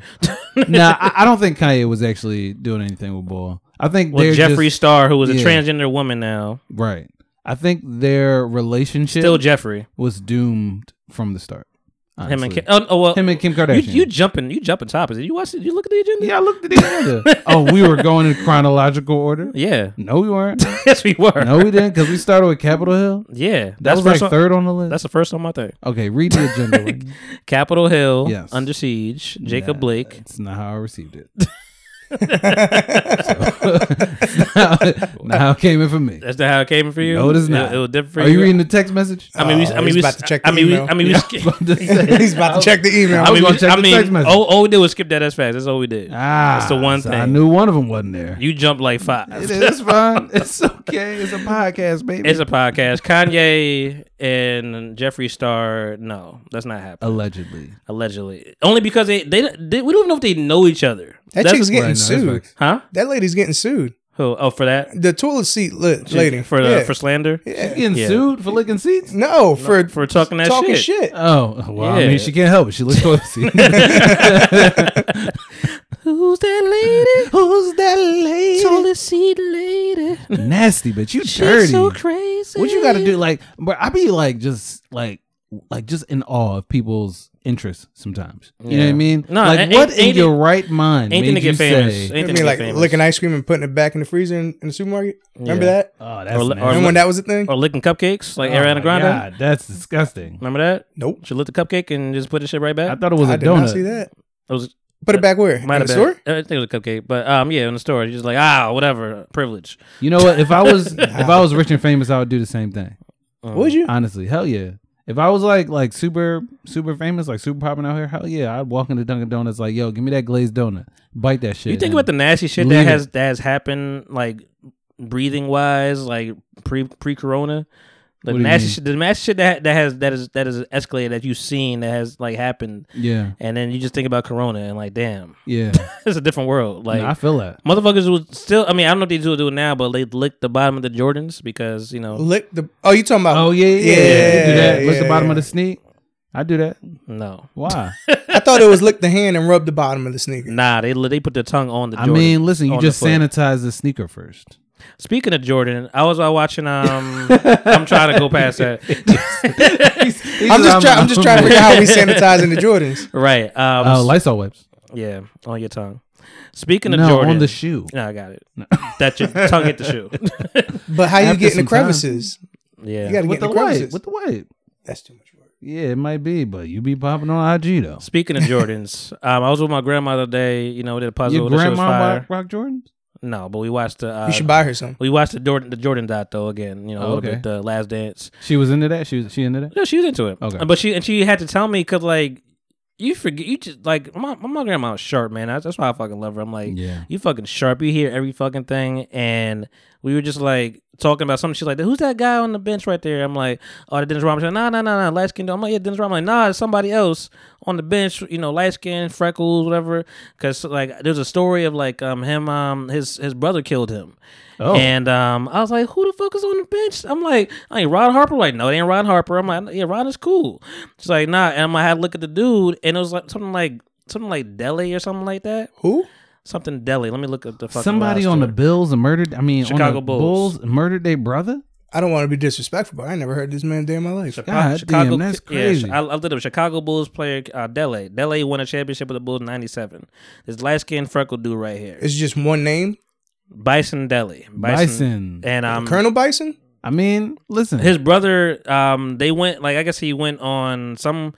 nah, I, I don't think Kanye was actually doing anything with Ball. I think
Well,
they're
Jeffree
just,
Star, who is a
yeah.
transgender woman now,
right. I think their relationship
still Jeffrey.
was doomed from the start.
Him
Honestly.
and Kim. Oh, oh, well,
Him and Kim
you,
Kardashian.
you jumping, you jumping topics. Did you watch it? You look at the agenda.
yeah, I looked at the agenda. oh, we were going in chronological order.
Yeah.
No, we weren't.
yes, we were.
No, we didn't because we started with Capitol Hill.
Yeah,
That was like
first on-
third on the list.
That's the first on my thing.
okay, read the agenda. Rick.
Capitol Hill,
Yes.
Under Siege, Jacob
Nah,
Blake.
That's not how I received it. so, not how it came in for me.
That's not how it came for you.
No, it is not.
It, it was different for
Are you reading the text message?
I mean, we, I
Oh,
mean,
he's
we,
about to check
I
the
mean, we,
email.
I mean, we, sk-
He's about to check the email.
I mean,
gonna
we-
check
I
the
mean,
text message.
all, all we did was skip that as fast. That's all we did.
ah,
That's the one
so
thing.
I knew one of them wasn't there.
You jumped like five.
It is it's fine. It's okay. It's a podcast, baby.
It's a podcast. Kanye and Jeffree Star. No, that's not happening.
allegedly.
Allegedly, only because they, they they we don't know if they know each other.
That
That's-
chick's getting
Right, no, that's
sued.
facts.
huh?
That lady's getting sued.
Who? Oh, for that
The toilet seat lit lady
for uh,
Yeah.
for slander
Yeah.
Getting
Yeah.
sued for licking seats?
no for
for talking that
talking
shit.
shit.
Oh, well, I
Yeah.
mean, she can't help it. She licks toilet seats.
Who's that lady?
Who's that lady?
Toilet seat lady.
Nasty, bitch. You dirty.
crazy.
What you got to do? Like, but I be like, just like, like just in awe of people's interests sometimes. You know what I
Yeah.
mean?
No,
like,
ain't-
what
ain't-
in
ain't
your
it-
right mind
Anything
made
to get
you
famous.
say,
I
Anything to
mean,
get
like
famous.
licking ice cream and putting it back in the freezer in, in the supermarket. Remember that?
"Oh, that's
Or- or-
nasty.
Remember when that was a thing?
or licking cupcakes like
Oh my
Ariana Grande.
God, that's disgusting."
Remember that?
Nope.
She lit the cupcake and just put the shit right
I
back.
thought it was a
I did
donut.
not see that.
It was
Put it back where? In
might
the
have been. Uh,
store?
I think it was a cupcake, but um, yeah, in the store, you're just like ah, whatever, privilege.
You know what? If I was if I was rich and famous, I would do the same thing.
Um,
Would you?
Honestly, hell yeah. If I was like like super super famous, like super popping out here, hell yeah, I'd walk into Dunkin' Donuts like, yo, give me that glazed donut, bite that shit.
You think
and-
about the nasty shit
Leave
that
it.
has that has happened, like breathing wise, like pre pre Corona. The
What do you
nasty,
mean?
shit, the nasty shit that that has that is that is escalated that you've seen that has like happened,
yeah
and then you just think about Corona and like, damn,
yeah.
it's a different world. Like
No, I feel that.
motherfuckers would still. I mean, I don't know if they do do it now, but they lick the bottom of the Jordans because you know,
Lick the. Oh, you talking about?
Oh yeah, yeah, yeah.
Yeah,
you do that. Lick
yeah,
the bottom
yeah.
of the sneak. I do that.
no,
Why?
I thought it was lick the hand and rub the bottom of the sneaker.
nah, they li- they put their tongue on the.
I
Jordan,
mean, listen, you
on the
just
foot.
sanitize the sneaker first.
Speaking of Jordan, I was uh, watching. Um, I'm trying to go past that.
I'm just trying. I'm just trying to figure out how we sanitizing the Jordans.
Right. Um,
Uh, Lysol wipes.
yeah, on your tongue. Speaking of
No,
Jordan,
on the shoe.
No, I got it. That your tongue hit the shoe.
But how you
After
get in
some
the crevices?
yeah.
You gotta
With
get
the
in the crevices.
wipe. With the wipe.
That's too much work.
Yeah, it might be, but you be popping on IG though.
Speaking of Jordans, um, I was with my grandma the other day. You know, we did a puzzle.
Your
that shit was
grandma
fire.
rock, rock Jordans?
No, but we watched the. Uh,
You should buy her some.
We watched the Jordan the Jordan dot though again. You know, a
Oh,
little
okay.
bit the Last Dance.
She was into that. She was she into that.
No, she was into it.
Okay.
but she and she had to tell me because like you forget you just like my my grandma was sharp man. That's, that's why I fucking love her. I'm like
Yeah.
you fucking sharp. You hear every fucking thing. And we were just like talking about something. She's like, who's that guy on the bench right there? I'm like, oh, the Dennis Rodman. She's like, nah, nah, nah, nah, light skin. I'm like, yeah, Dennis Rodman. I'm like, nah, it's somebody else on the bench. You know, light skin, freckles, whatever. Because like, there's a story of like um him um his his brother killed him.
Oh.
And um, I was like, "Who the fuck is on the bench?" I'm like, "I ain't Rod Harper." Like, no, it ain't Rod Harper. I'm like, "Yeah, Rod is cool." She's like, "Nah." And I'm like, I had to look at the dude, and it was like something like something like Deli or something like that
Who?
something deli. Let me look up the fucking
Somebody on the
roster.
Bills murdered. I mean, on
Chicago
the
Bulls.
Bulls. murdered their brother.
I don't want to be disrespectful, but I never heard this man day in my life.
God damn, that's
Uh, yeah,
crazy.
I, I looked up Chicago Bulls player uh, Dele. Dele won a championship with the Bulls in '97. This light skinned freckled dude right here,
It's just one name,
Bison Deli.
Bison.
and um,
Colonel Bison.
I mean, listen,
his brother. Um, they went like I guess he went on some.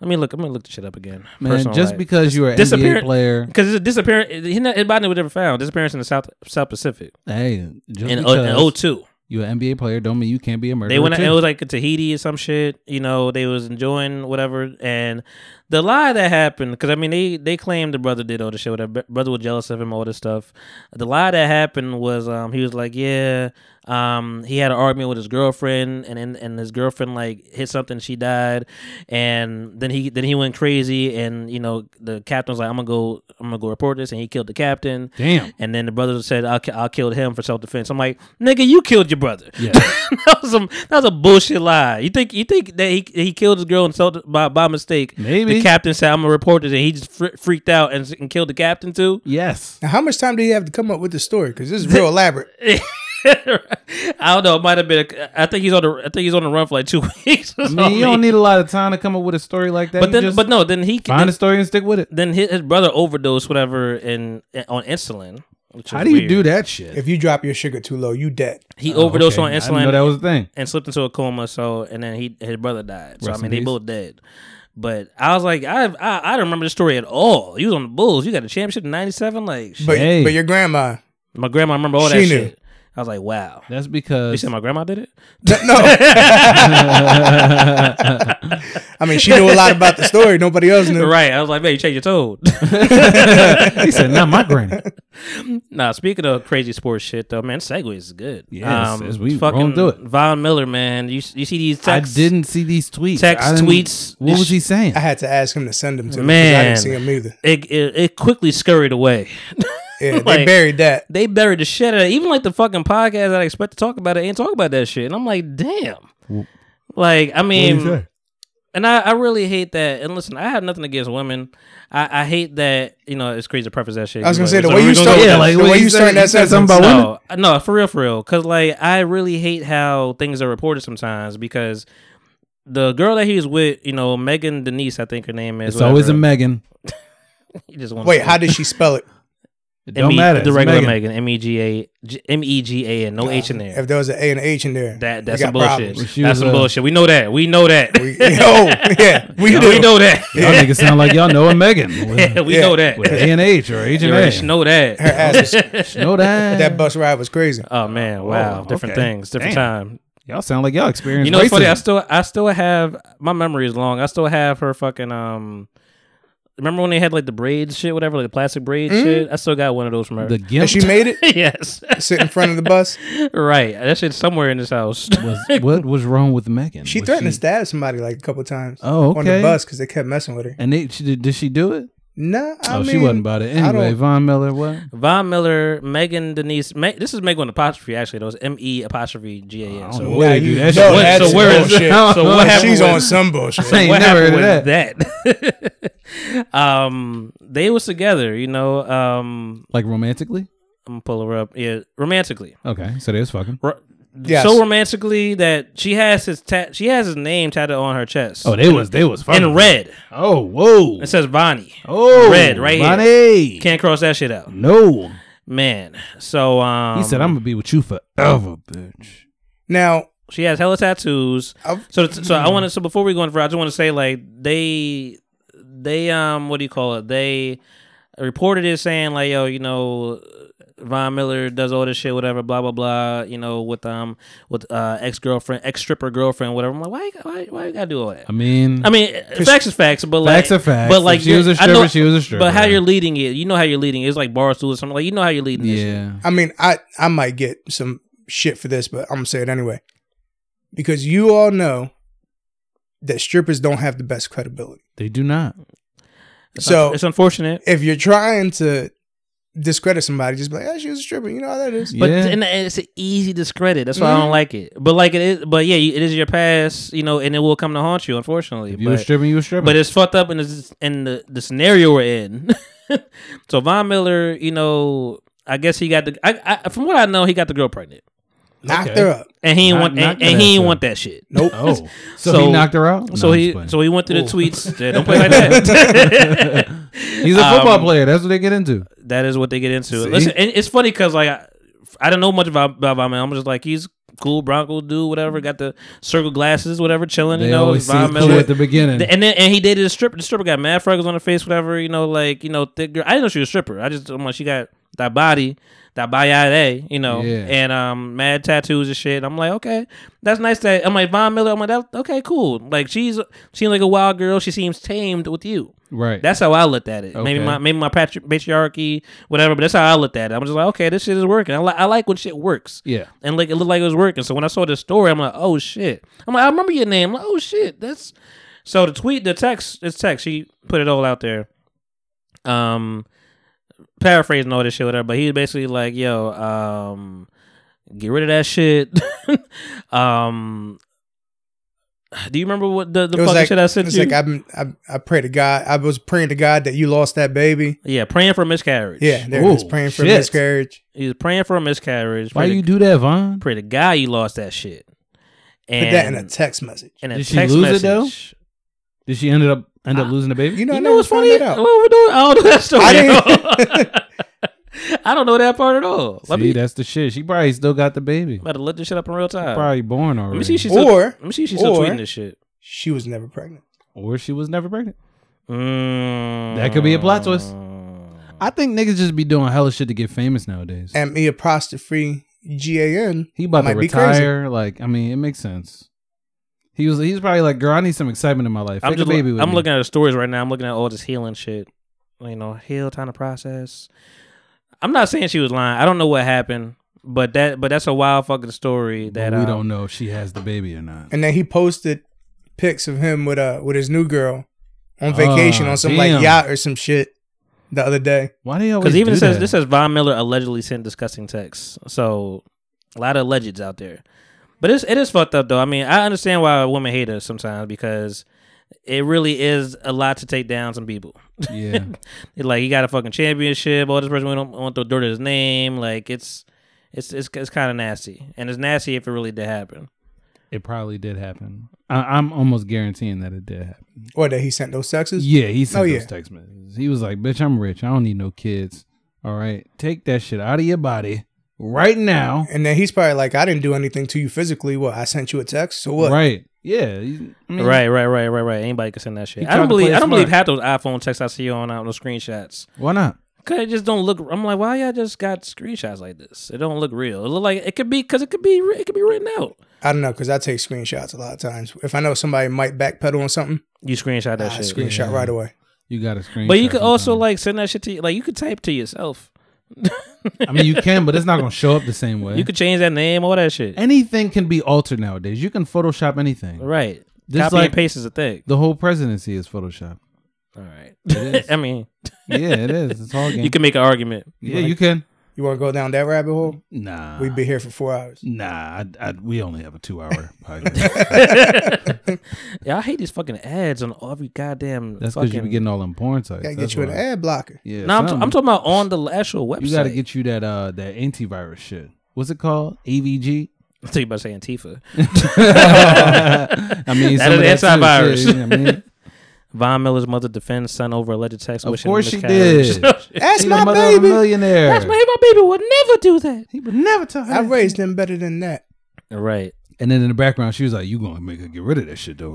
Let me look. I'm gonna look the shit up again.
Man,
Personal
just
life.
because you're an NBA
Disappear-
player,
because it's a disappearance. He not, his body was never found. Disappearance in the South South Pacific
hey, just
in,
because
in 02.
you're an NBA player, don't mean you can't be a murderer.
They went.
too.
It was like Tahiti or some shit. You know, they was enjoying whatever, and the lie that happened. Because I mean, they they claimed the brother did all the shit. Whatever, br- brother was jealous of him, all this stuff. The lie that happened was, um, he was like, yeah, um, he had an argument with his girlfriend, and then and his girlfriend like hit something, she died, and then he then he went crazy, and you know, the captain was like, I'm gonna go, I'm gonna go report this, and he killed the captain.
Damn.
And then the brother said, I'll, ki- I'll kill him for self defense. I'm like, nigga, you killed your brother.
Yeah.
that was some that was a bullshit lie. You think you think that he he killed his girl and sold by by mistake?
Maybe.
the captain said, "I'm gonna report this," and he just fre- freaked out and, s- and killed the captain too.
yes.
Now, how much time do you have to come up with the story? Because this is real elaborate.
I don't know. It might have been. A, I think he's on the. I think he's on the run for like two weeks. or
I mean, you don't
something.
need a lot of time to come up with a story like that.
But
You
then,
just
but no, then he
find
then,
a story and stick with it.
then his, his brother overdosed whatever in on insulin. which
How
is
do you
weird.
do that shit?
If you drop your sugar too low, you dead.
He overdosed
Okay,
on
I didn't know
insulin.
that was the thing.
and slipped into a coma. So and then he his brother died. So
Rest in
I mean they
peace.
both dead. But I was like, I, I I don't remember the story at all. You was on the Bulls. You got a championship in '97. Like shit.
But
Hey.
but your grandma.
my grandma, I remember all that
She knew.
shit. I was like, wow.
That's
You
because
said my grandma did it.
No, I mean she knew a lot about the story. Nobody else knew.
Right. I was like, man, you changed your tone.
he said, "Not my granny."
nah. Speaking of crazy sports shit, though, man, Segways is good. Um,
Yes, yes, we gonna do it.
Von Miller, man. You you see these
I
texts?
didn't see these tweets.
text,
I didn't-
tweets,
What
this
was he saying?
I had to ask him to send them to me 'cause I
Man.
didn't see him either.
It it, it quickly scurried away.
Yeah, they
Like-
buried that.
they buried the shit out of even like the fucking podcast that I expect to talk about it ain't talk about that shit. And I'm like, damn. Like, I mean, and I, I really hate that. And listen, I have nothing against women. I, I hate that, you know, it's crazy to preface that shit.
I was gonna
Like,
say the
so
way
we're gonna
you
go
started.
with
yeah,
that.
like,
the
what
way
you
you
said-
started
you
that
said
sentence.
something about-
no, no, for real, for real. Cause like I really hate how things are reported sometimes because the girl that he was with, you know, Megan Denise, I think her name is.
It's always a
whatever.
Megan.
You just wanna
Wait,
say-
how did she spell it?
It
M
don't
E-
matter.
The
It's
regular
Megan.
Megan, M E G A, G- M E G A, and no H in there.
If there was an A and an H in there,
That
we
that's
got
some bullshit.
problems.
She was,
That's some
uh,
bullshit. We know that. We know that.
We, oh yeah, we
We,
do.
know that.
Y'all niggas sound like y'all know a Megan.
Yeah, we
Yeah.
know that.
with A and H or H
You
and
already
A.
know that.
Her ass was,
Know that.
that bus ride was crazy.
Oh man, wow,
Oh,
different
okay.
things, different time.
Y'all sound like y'all experienced.
You know, what's funny. I
racism.
still, I still have my memory is long. I still have her fucking. um Remember when they had like the braids shit, whatever, like the plastic braid
Mm-hmm.
shit. I still got one of those from her.
The
And
gimp
she made it
yes,
sit in front of the bus.
right. That shit's somewhere in this house.
was what was wrong with Megan?
She
Was
threatened to stab somebody like a couple times.
Oh,
on the
okay.
bus because they kept messing with her.
And they, she, did, did she do it?
No, I
oh,
mean,
she wasn't about it.
I
Anyway,
don't-
Von Miller, what?
Von Miller, Megan Denise. Me- this is Megan with apostrophe actually. Those M E apostrophe G A N.
I don't
So
know where they do
you-
that
no,
shit.
that's
So where is-
bullshit.
so what
happened
She's
with-
on some bullshit.
I ain't
what
never
happened
heard of
with that? um, they was together, you know. Um,
Like romantically?
I'm gonna pull her up. Yeah, romantically.
Okay, so they was fucking.
Ro-
Yes.
So romantically that she has his ta- she has his name tattooed on her chest.
Oh, they was they was fucking.
in red.
Oh, whoa.
It says Bonnie.
Oh,
red, right here.
Bonnie.
Can't cross that shit out,
No,
man. So um,
he said I'm gonna be with you forever, bitch.
Now,
She has hella tattoos.
I've-
So so I want to so before we go on for I just want to say like they they um what do you call it? They reported it saying like yo you know Von Miller does all this shit whatever blah blah blah you know with um with uh ex girlfriend ex stripper girlfriend whatever I'm like why you got- why why you gotta do all that.
I mean,
I mean, facts is facts, but like
Facts are facts.
But like,
If she was a
you're- I know-
stripper, she was a stripper.
But how you're leading it, you know how you're leading it. It's like barstool or something. Like you know how you're leading. this shit.
yeah,
I mean, I I might get some shit for this, but I'm gonna say it anyway because you all know that strippers don't have the best credibility.
they do not.
It's
So-
un- it's unfortunate.
If you're trying to discredit somebody, just be like, "Oh, she was a stripper." You know how that is.
But
yeah.
and and it's an easy discredit. That's why I don't like it. But like it is, but yeah, you- it is your past, you know, and it will come to haunt you, unfortunately.
if you
but,
were stripping, you were stripping.
but it's fucked up in the in the, the scenario we're in. so Von Miller, you know, I guess he got the. I, I from what I know, he got the girl pregnant,
Knocked
Okay.
her up.
and he ain't
Knock-
want
knock
and,
that
and he
ass
ain't
out.
want that shit.
Nope.
oh, so, he
so-
knocked her out.
So
No, I'm just
he
playing.
so he went through the tweets. Yeah, don't play like that.
he's a football
um,
player. That's what they get into.
that is what they get into.
See?
Listen, and it's funny because like I, I didn't know much about about Von Mel. I'm just like he's cool Bronco dude, whatever. Got the circle glasses, whatever, chilling.
They
you know,
always
it's
see
Von
cool
Miller.
at the beginning.
The- and then and he dated a stripper. The stripper got mad freckles on her face, whatever. You know, like you know, thick girl. I didn't know she was a stripper. I just I'm like she got that body, that bayade, you know,
Yeah.
and um, mad tattoos and shit. I'm like, okay, that's nice. That I'm like Von Miller. I'm like, that, okay, cool. Like she's seems like a wild girl. She seems tamed with you.
right.
That's how I looked at it. Maybe
Okay.
my maybe my patri- patriarchy, whatever. But that's how I looked at it. I'm just like, okay, this shit is working. I, li- I like when shit works.
Yeah.
And like it looked like it was working. So when I saw this story, I'm like, oh shit. I'm like, I remember your name. I'm like, oh shit. That's so the tweet, the text, it's text. She put it all out there. Um, paraphrasing all this shit, whatever. But he was basically like, yo, um, get rid of that shit. um. Do you remember what the, the
it was
fucking
like,
shit I sent
it's
you?
like I've been, I, I pray to God. I was praying to God that you lost that baby.
yeah, praying for miscarriage.
Yeah, there it is.
Ooh,
Praying for
shit.
miscarriage.
He's praying for a miscarriage.
Why
pray
you
to,
do that, Von?
pray to God you lost that shit. And
Put that in a text message.
in a
Did she
text
lose it,
message.
though? Did she end up end up losing the baby?
You know,
You
I
know what's
never
funny?
found
What
that out.
we doing? Oh, I don't know that story.
I
at all. I don't know that part at all. Let
See,
me
that's the shit. She probably still got the baby.
about to look this shit up in real time.
Probably born
Let
already.
me see if she's still,
Or-
let me see if she's still
or-
tweeting this shit.
She was never pregnant.
or she was never pregnant.
Mm.
That could be a plot twist. I think niggas just be doing hella shit to get famous nowadays.
And me a prostate free G A N.
He about to
might be crazy.
retire. Like, I mean, it makes sense. He was he's probably like, girl, I need some excitement in my life.
I'm
Take a
just
baby
I'm
with me."
looking at the stories right now. I'm looking at all this healing shit. You know, heal, time to process. I'm not saying she was lying. I don't know what happened, but that but that's a wild fucking story
But
that
we
um,
don't know if she has the baby or not.
And then he posted pics of him with uh with his new girl on vacation
Ah,
on some
damn.
like yacht or some shit the other day.
Why do you always
Because even
do
it says
that?
this says Von Miller allegedly sent disgusting texts. So a lot of legends out there. But it's, it is fucked up though. I mean, I understand why women hate us sometimes because it really is a lot to take down some people.
yeah.
It, like he got a fucking championship. All this person we don't want to dirt his name. Like it's it's it's, it's kind of nasty, and it's nasty if it really did happen.
It probably did happen. I, I'm almost guaranteeing that it did happen.
Or that he sent those sexes.
Yeah, he sent
Oh,
those
yeah.
text messages. He was like, "Bitch, I'm rich. I don't need no kids. All right, take that shit out of your body right now."
And then he's probably like, I didn't do anything to you physically. What I sent you a text. So what?
Right? Yeah. he- I mean,
Right, right, right, right, right. Anybody can send that
Mm. He
shit.
tried
I
to
don't believe
play it
I don't believe half
smart.
those iPhone texts I see on out on the screenshots.
Why not?
Cause it just don't look. I'm like, why y'all just got screenshots like this? It don't look real. It look like it could be because it could be writ- it could be written out.
I don't know because I take screenshots a lot of times. If I know somebody might backpedal on something,
You screenshot that
Ah,
I
shit.
screenshot right away.
You got a screen.
But you could also like send that shit to like you could type to yourself.
I mean, you can, but it's not gonna show up the same way.
You could change that name, all that shit.
Anything can be altered nowadays. You can Photoshop anything.
Right.
Just
Copy
like-
and paste is a thing.
The whole presidency is Photoshop.
All right.
is.
I mean,
Yeah, it is. It's all game.
you can make an argument.
yeah, you can.
You want to go down that rabbit hole?
Nah.
We'd be here for four hours.
Nah, I, I, we only have a two-hour podcast.
Yeah, I hate these fucking ads on every goddamn.
That's because
fucking.
you be getting all them porn sites.
Gotta
That's
get you an
why.
ad blocker.
Yeah,
no, I'm, t-
something.
I'm talking about on the actual website.
You got to get you that uh that antivirus shit. What's it called? AVG.
I thought you about to say Antifa.
I mean,
That is
too,
antivirus.
shit, you know what I mean?
Von Miller's mother defends son over alleged text.
Of
wishing
course she
miscarriage.
did.
That's
She the
my
mother of a
baby.
millionaire.
That's my, my baby would never do that.
He would never tell her.
I
that
raised
shit.
him better than that.
Right.
And then in the background, she was like, "You gonna make her get rid of that shit, though?"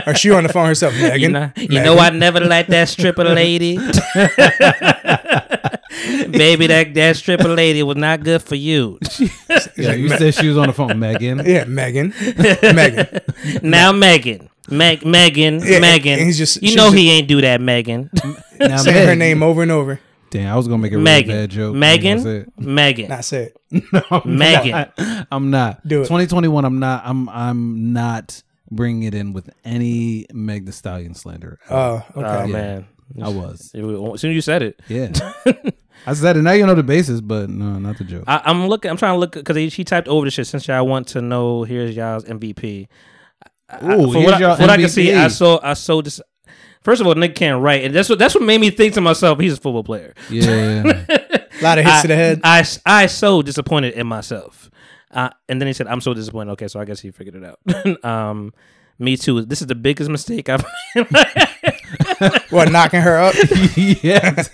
right?"
Or she on the phone herself. Megan,
You know, you know I never liked that stripper lady. Baby, that, that stripper lady was not good for you.
yeah, you said she was on the phone, Megan.
Yeah, Megan. Megan.
Now Megan. Meg, Megan,
Yeah,
Megan.
and he's just-
you
she's
know
just-
he ain't do that, Megan.
Now,
Saying her
Meg-
name over and over.
Damn, I was gonna make a really
Megan.
bad joke. I
Megan.
said-
Megan.
Not said.
Megan.
I'm not.
Do it.
2021. I'm not. I'm. I'm not bringing it in with any Meg the Stallion slander.
Oh, okay.
Yeah.
Oh, man.
I was.
It was- As soon as you said it.
Yeah. I said it. Now you know the basis, but no, not the joke.
I, I'm looking. I'm trying to look because she typed over the shit. Since y'all want to know, here's y'all's MVP. I-
Ooh,
for
here's
what, I,
y'all
for what I can see,
MVP.
I saw. I saw this. First of all, Nick can't write, and that's what that's what made me think to myself, he's a football player.
yeah.
A lot of hits to the head.
I I so disappointed in myself. Uh, and then he said, "I'm so disappointed." Okay, so I guess he figured it out. um, Me too. This is the biggest mistake I've.
What, knocking her up?
yes.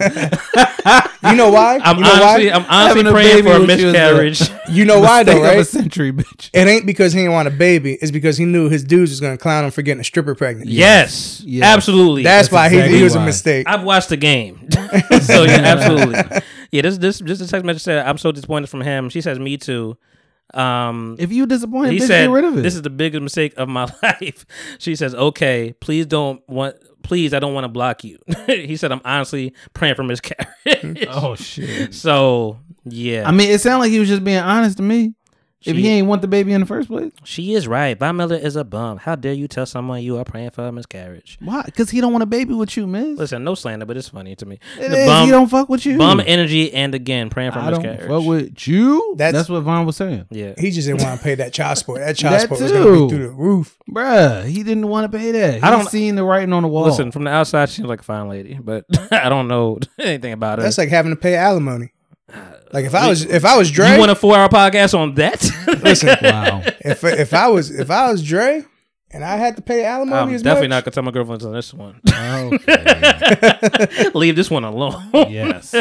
You know why?
I'm
you know
honestly,
why?
I'm honestly
Having a
praying
baby
for a
when she was
miscarriage.
you know why
Mistake
though,
of
right?
a century, bitch.
It ain't because he didn't want a baby. It's because he knew his dudes was gonna clown him for getting a stripper pregnant.
yes,
Yes.
absolutely.
that's,
That's
why
exactly
he, he was
why.
a mistake.
I've watched the game, so yeah, absolutely. Yeah, this this this text message said I'm so disappointed from him. She says me too. Um,
If you disappointed,
he
bitch,
said
get rid of it.
this is the biggest mistake of my life. She says okay, please don't want. Please, I don't want to block you. he said, "I'm honestly praying for miscarriage."
oh shit.
So yeah,
I mean, it sounded like he was just being honest to me. if
She-
he ain't want the baby in the first place,
she is right. Von Miller is a bum. How dare you tell someone you are praying for a miscarriage?
why? Because he don't want a baby with you, miss.
Listen, no slander, but it's funny to me.
It
the
is,
bum,
he don't fuck with you.
bum energy, and again praying for
I don't
miscarriage.
fuck with you. That's,
That's-
what Vaughn was saying,
yeah,
he just didn't want to pay that child support. That child
That
support was gonna
too.
be through the roof.
bruh. He didn't want to pay that. He
I don't-
seen the writing on the
Oh.
wall.
Listen, from the outside, she's like a fine lady, but I don't know anything about her.
That's like having to pay alimony. Like if I was if I was Dre,
Uh, you want a four-hour podcast on that?
listen,
wow.
if if I was if I was Dre and I had to pay alimony,
I'm
as
definitely not
much,
gonna tell my girlfriend on this one.
Uh-huh. Okay.
Leave this one alone.
yes.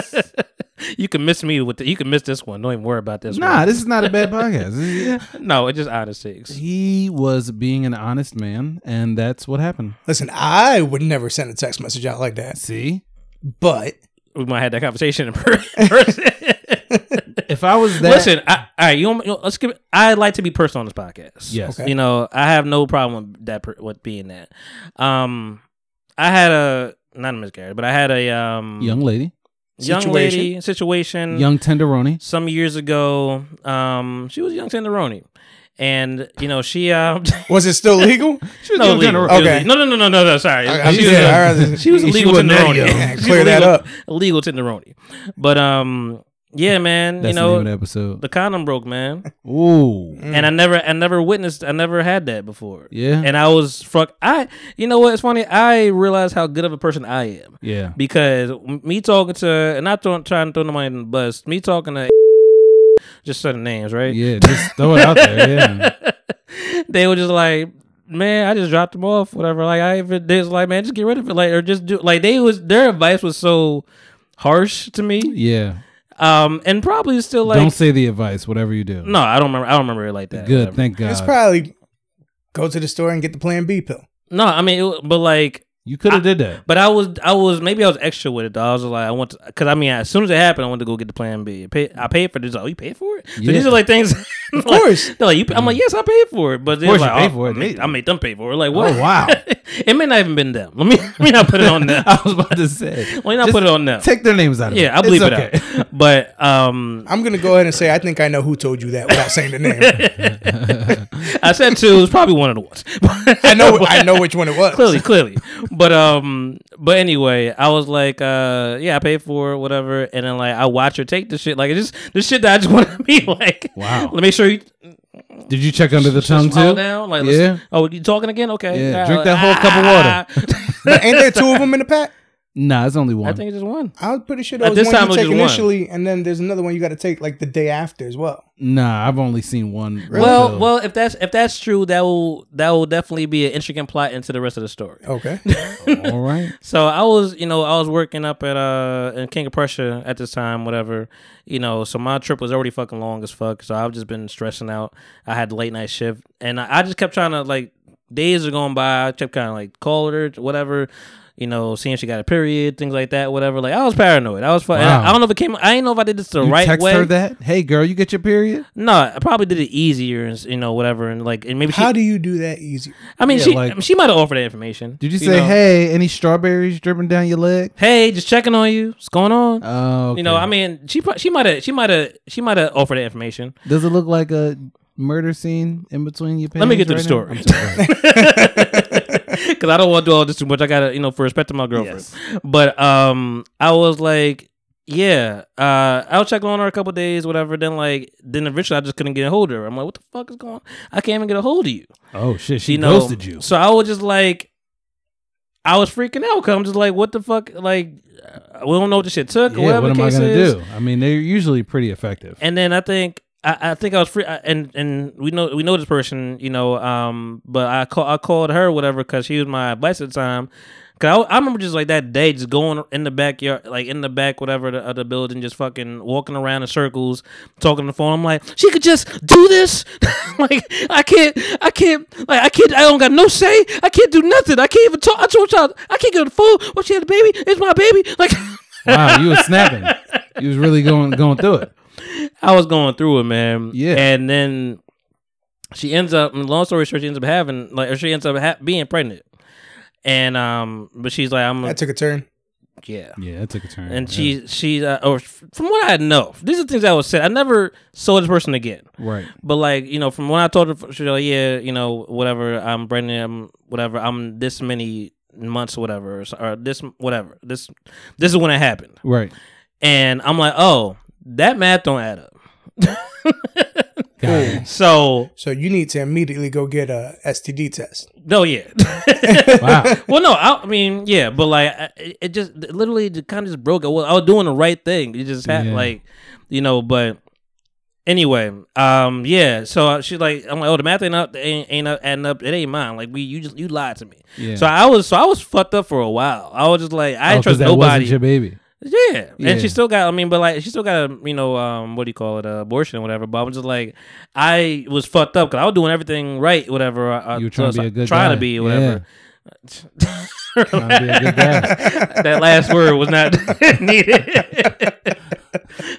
you can miss me with the, you can miss this one. Don't even worry about this.
Nah,
one.
this is not a bad podcast. This is-
no, it's just out of six.
He was being an honest man, and that's what happened.
listen, I would never send a text message out like that.
See,
But
We might have that conversation in person.
if I was that,
Listen, I, all right, you, want me- you want- let's give. it- I like to be personal on this podcast.
Yes.
Okay.
you know I have no problem with that per, with being that. Um, I had a not a miscarriage, but I had a um
young lady,
young
Situation.
lady situation
young tenderoni,
some years ago. Um, she was a young tenderoni, and you know she uh
was it still legal?
no
young
legal.
tenderoni.
She was
Okay.
legal. no no no no no no sorry
I- I
she,
was
was
saying,
a,
I was-
she was a
she
legal
was
tenderoni
natty,
yo. Clear that
legal,
up.
legal tenderoni, but um yeah man
that's
you
the
know
name of the episode.
the condom broke man.
Ooh,
and I never, I never witnessed, I never had that before.
Yeah.
and I was fuck. I, you know what? It's funny. I realize how good of a person I am
yeah,
because me talking to, and not throwing, trying to throw nobody in the bus. Me talking to, just certain names, right?
yeah. Just throw it out there. Yeah,
They were just like. Man, I just dropped them off, whatever. Like I even they was like, man, just get rid of it, like or just do like they was their advice was so harsh to me,
yeah.
um, and probably still like
don't say the advice, whatever you do.
no, I don't remember, I don't remember it like that.
good.
whatever.
Thank God.
It's probably go to the store and get the Plan B pill.
No, I mean, it, wa- but like
you could have did that.
But I was, I was, maybe I was extra with it. Though. I was like, I want to, because I mean, as soon as it happened, I went to go get the Plan B. I paid, I paid for this. Oh, you paid for it? So
Yeah.
these are like things. Of
course.
they're like, you, I'm like, yes, I paid for it. But they're
course you
like,
paid
oh,
for it,
I made,
didn't
I made them pay for it. Like, what?
Oh, wow.
it may not even been them. Let me, let me not put it on them.
I was about to say.
Let me not
just
put it on them.
Take their names out of it.
yeah, I
It's
believe it
okay.
out. But um,
I'm gonna go ahead and say I think I know who told you that without saying the name.
I said two. It was probably one of the ones.
I know I know which one it was.
clearly, clearly. But um, but anyway, I was like, uh, yeah, I paid for it, whatever, and then like I watch her take the shit, like it's just the shit that I just want to be like.
Wow.
Let me make sure you
Did you check under the tongue
slow
too?
down. Like,
yeah.
yeah. Oh, you talking again? Okay.
Yeah,
Nah,
drink that
like,
whole cup
of water.
But ain't there two of them in the pack?
Nah, it's only one.
I think it's just one.
I'm pretty sure
At
there was
this
one
time, it
you
was
take
just one.
initially, and then there's another one you got to take like the day after as well.
nah, I've only seen one.
Well,
pill.
well, if that's if that's true, that will that will definitely be an intricate plot into the rest of the story.
Okay,
all right.
So I was, you know, I was working up at uh in King of Prussia at this time, whatever, you know. So my trip was already fucking long as fuck. So I've just been stressing out. I had late night shift, and I, I just kept trying to like days are going by. I kept kind of like calling her, whatever, you know, seeing if she got a period, things like that, whatever. Like I was paranoid. I was fucking.
Wow.
I, don't know if it came. I didn't know if I did this the
You
right
text
way.
her that? Hey, girl, you get your period?
No, I probably did it easier, and s- you know, whatever, and like, and maybe she.
how do you do that easy?
I mean,
Yeah,
she
like-
she might have offered that information.
Did you say,
know?
hey, any strawberries dripping down your leg?
Hey, just checking on you. What's going on?
Oh,
You know,
okay.
I mean, she pro- she might have she might have she might have offered that information.
Does it look like a murder scene in between your pants?
Let me get to the
right
story
now? I'm sorry.
because I don't want to do all this too much. I gotta you know for respect to my girlfriend. But um, I was like, yeah, uh, I'll check on her a couple days, whatever. Then like, then eventually I just couldn't get a hold of her. I'm like, what the fuck is going? on? I can't even get a hold of you.
oh shit, she
you know?
ghosted you.
So I was just like, I was freaking out because I'm just like, what the fuck? Like, uh, we don't know what the shit took. or
Yeah,
whatever
what am
the
I
case
gonna
is.
do? I mean, they're usually pretty effective.
And then I think I, I think I was free, I, and and we know we know this person, you know. Um, but I call I called her whatever because she was my advice at the time. Cause I, w- I remember just like that day, just going in the backyard, like in the back, whatever the, of the building, just fucking walking around in circles, talking on the phone. I'm like, she could just do this. like I can't, I can't, like I can't, I don't got no say. I can't do nothing. I can't even talk. I told y'all, I can't get on the phone. What she had a baby? It's my baby. Like
Wow, you was snapping. you was really going going through it.
I was going through it, man.
Yeah.
And then she ends up. Long story short, she ends up having like, or she ends up ha- being pregnant. And um, but she's like, I'm
That took a turn.
yeah.
Yeah, that took a turn.
And she she uh, or f- from what I know, these are things I was said. I never saw this person again.
right.
But like you know, from when I told her, she's like, yeah, you know, whatever. I'm pregnant. I'm whatever. I'm this many months, whatever, or, so- or this whatever. This this is when it happened.
Right.
And I'm like, oh, that math don't add up.
Got it.
So
So you need to immediately go get a STD test.
no, yeah.
Wow. Oh,
well, no, I, I mean, yeah, but like, I, it it just it literally just kind of just broke. I was, I was doing the right thing. It just had
Yeah.
like, you know, but anyway, um, yeah. So she's like, I'm like, oh, the math ain't up, ain't, ain't up, adding up. It ain't mine. Like we, you just you lied to me.
Yeah.
So I was, so I was fucked up for a while. I was just like,
Oh,
I didn't
'cause
trust
that
nobody.
wasn't your baby.
Yeah.
Yeah.
And she still got, I mean, but like, she still got, a, you know, um, what do you call it, uh, abortion or whatever. But I was just like, I was fucked up because I was doing everything right, whatever. I, I
You were trying
was
to be a good
Trying
guy.
to be, whatever.
Trying to be a good guy.
that last word was not needed.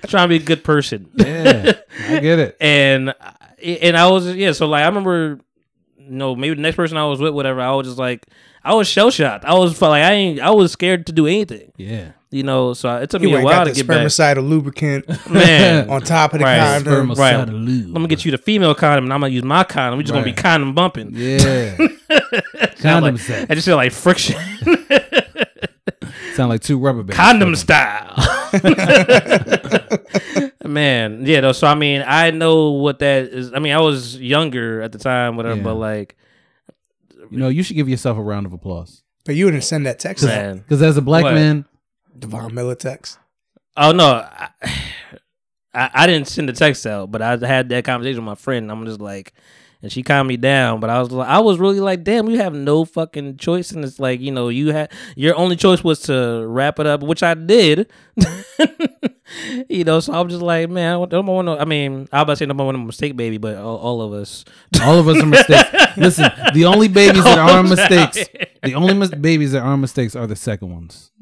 trying to be a good person.
Yeah, I get it.
and uh, and I was yeah. So like I remember, you know, maybe the next person I was with, whatever, I was just like, I was shell shocked. I was like, I ain't, I was scared to do anything,
Yeah.
you know. So it took
You
me a
ain't
while
got
to
the
get back.
spermicidal lubricant
Man,
on top of the
Right.
condom.
Right. I'm gonna get you the female condom, and I'm gonna use my condom. We just gonna
Right.
be condom bumping.
Yeah. Condom
Sound
sex.
like, I just feel like friction,
Sound like two rubber bands.
condom style. Man, yeah. Though, so I mean, I know what that is. I mean, I was younger at the time, whatever.
Yeah.
But like,
You know, you should give yourself a round of applause.
But you didn't send that text. out.
man,
Because as a black
What?
man,
Devon Miller text.
oh no, I, I, I didn't send the text out, but I had that conversation with my friend. And I'm just like, and she calmed me down. But I was like, I was really like, damn, you have no fucking choice, and it's like, you know, you had your only choice was to wrap it up, which I did. you know, so I'm just like, man, I don't- don't want no. I mean, I was about to say no more want no mistake, baby, but all, all of us,
all of us are mistakes. Listen, the only babies
Oh,
that are mistakes, the only mis- babies that are mistakes are the second ones.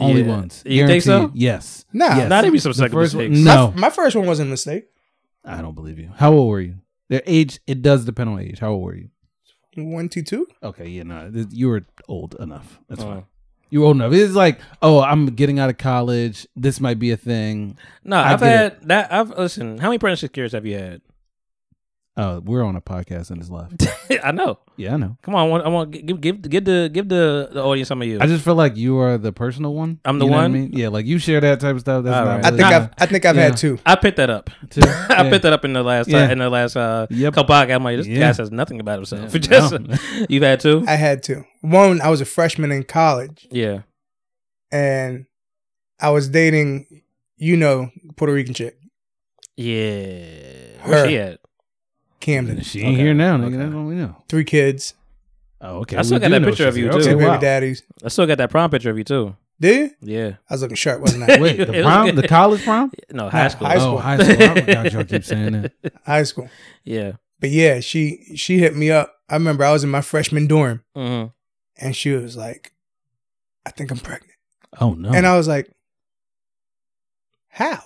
Only
Yeah.
ones.
You think so?
Guaranteed. Yes.
Nah,
Yes.
not even some second
first
mistakes.
one-
My-
No.
My, first one wasn't a mistake.
I don't believe you. How old were you? Their age, it does depend on age. How old were you?
One, two, two.
Okay, yeah, no, th- you were old enough. That's
Oh.
fine. You were old enough. It's like, oh, I'm getting out of college. This might be a thing.
No,
I
I've
get
had that. I've listen. How many apprenticeship years have you had?
Uh, we're on a podcast and it's live.
I know.
yeah, I know.
Come on, I want, I want give give give the give the, the audience some of you.
I just feel like you are the personal one.
I'm the
You know what I
one?
mean? Yeah, like you share that type of stuff. That's
All
not
right.
I
really
think
my-
I've I think I've
Yeah.
had two.
I picked that up.
too.
I
Yeah.
picked that up in the last
Yeah.
in the last uh,
Yep.
couple podcasts. I'm like, this
Yeah.
guy says nothing about himself.
Yeah,
Just-
no.
you've had two,
I had two. One, I was a freshman in college
yeah.
and I was dating, you know, Puerto Rican chick,
Yeah,
Her.
where she at?
Camden.
She ain't
Okay,
here now. Nigga.
okay.
That's all we know.
Three kids,
Oh, okay.
I still
we
got
do
that
know
picture of
she's
you,
here.
too.
two
Okay,
baby
Oh, wow.
daddies.
I still got that prom picture of you too.
Did you?
Yeah,
I was looking sharp, wasn't I?
Wait, the
It was
prom,
good.
the college prom?
no high
No,
school.
high school.
Oh, high school. I forgot y'all keep saying that.
High school.
Yeah,
But yeah, she she hit me up. I remember I was in my freshman dorm
hmm
and she was like, I think I'm pregnant.
Oh no.
And I was like, How?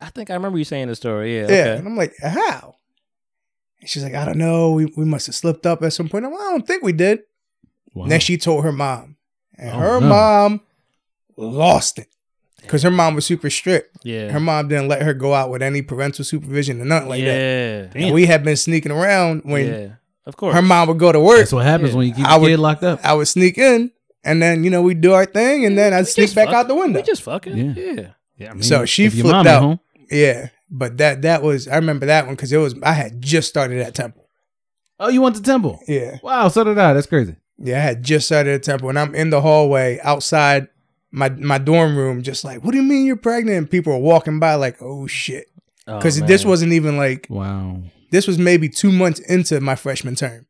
I think I remember you saying the story. Yeah,
Yeah.
okay.
And I'm like, how? And she's like, I don't know. We, we must have slipped up at some point. I'm like, I don't think we did.
Wow.
Then she told her mom. And
Oh,
her
no.
mom lost it. Because her mom was super strict.
yeah,
Her mom didn't let her go out with any parental supervision or nothing like that.
yeah,
And we had been sneaking around when
yeah. Of course,
her mom would go to work.
That's what happens
Yeah.
when you keep
I
your
would-
kid locked up.
I would sneak in and then, you know, we'd do our thing and then I'd
We
sneak
just
back
fuck-
out the window.
We just fucking
Yeah.
yeah.
Yeah, I
So she
if your
flipped
mom at
out.
home-
yeah. But that that was I remember that one because it was I had just started at Temple.
Oh, you went to Temple?
Yeah.
Wow, so did I. That's crazy.
Yeah, I had just started at Temple, and I'm in the hallway outside my my dorm room, just like, "What do you mean you're pregnant?" And people are walking by, like, "Oh shit!" because this wasn't even like
Wow.
this was maybe two months into my freshman term.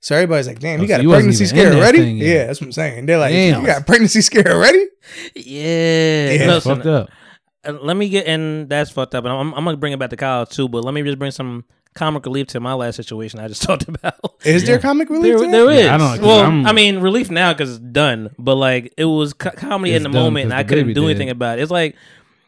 So everybody's like, "Damn,
Oh,
you
so
got
you
a
wasn't
pregnancy
even in
scare
that
already?"
thing yet.
Yeah, that's what I'm saying. They're like,
Damn.
"You got a pregnancy scare already?"
yeah.
Yeah.
That's
Listen,
fucked up.
uh, let me get and that's fucked up. And I'm, I'm gonna bring it back to college too. But let me just bring some comic relief to my last situation I just talked about.
Is there comic relief?
There,
to that?
there is.
Yeah, I don't- 'cause
well,
I'm-
i mean, relief now because it's done. But like, it was co- comedy
It's
in the
done
moment,
'cause
and I
the
couldn't
baby
do
dead.
anything about it. It's like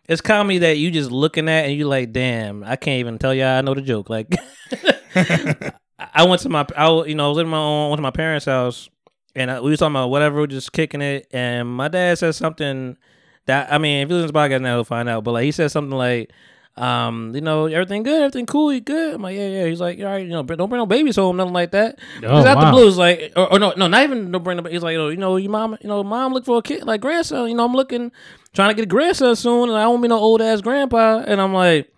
it's comedy that you just looking at, and you like, damn, I can't even tell y'all I know the joke. Like, I I went to my, I w- you know, I was living my own, went to my parents' house, and I, we was talking about whatever, we were just kicking it, and my dad said something that I mean, if you listen to the podcast now, you'll find out. But like, he said something like. Um, you know, everything good, everything cool, you good. I'm like, yeah, yeah. He's like, all right, you know, br- don't bring no babies home, nothing like that.
Oh,
He's out
wow.
the blues, like, or, or no, no, not even no bring up. He's like, oh, you know, your mom, you know, mom look for a kid, like grandson. You know, I'm looking, trying to get a grandson soon, and I don't be no old ass grandpa. And I'm like,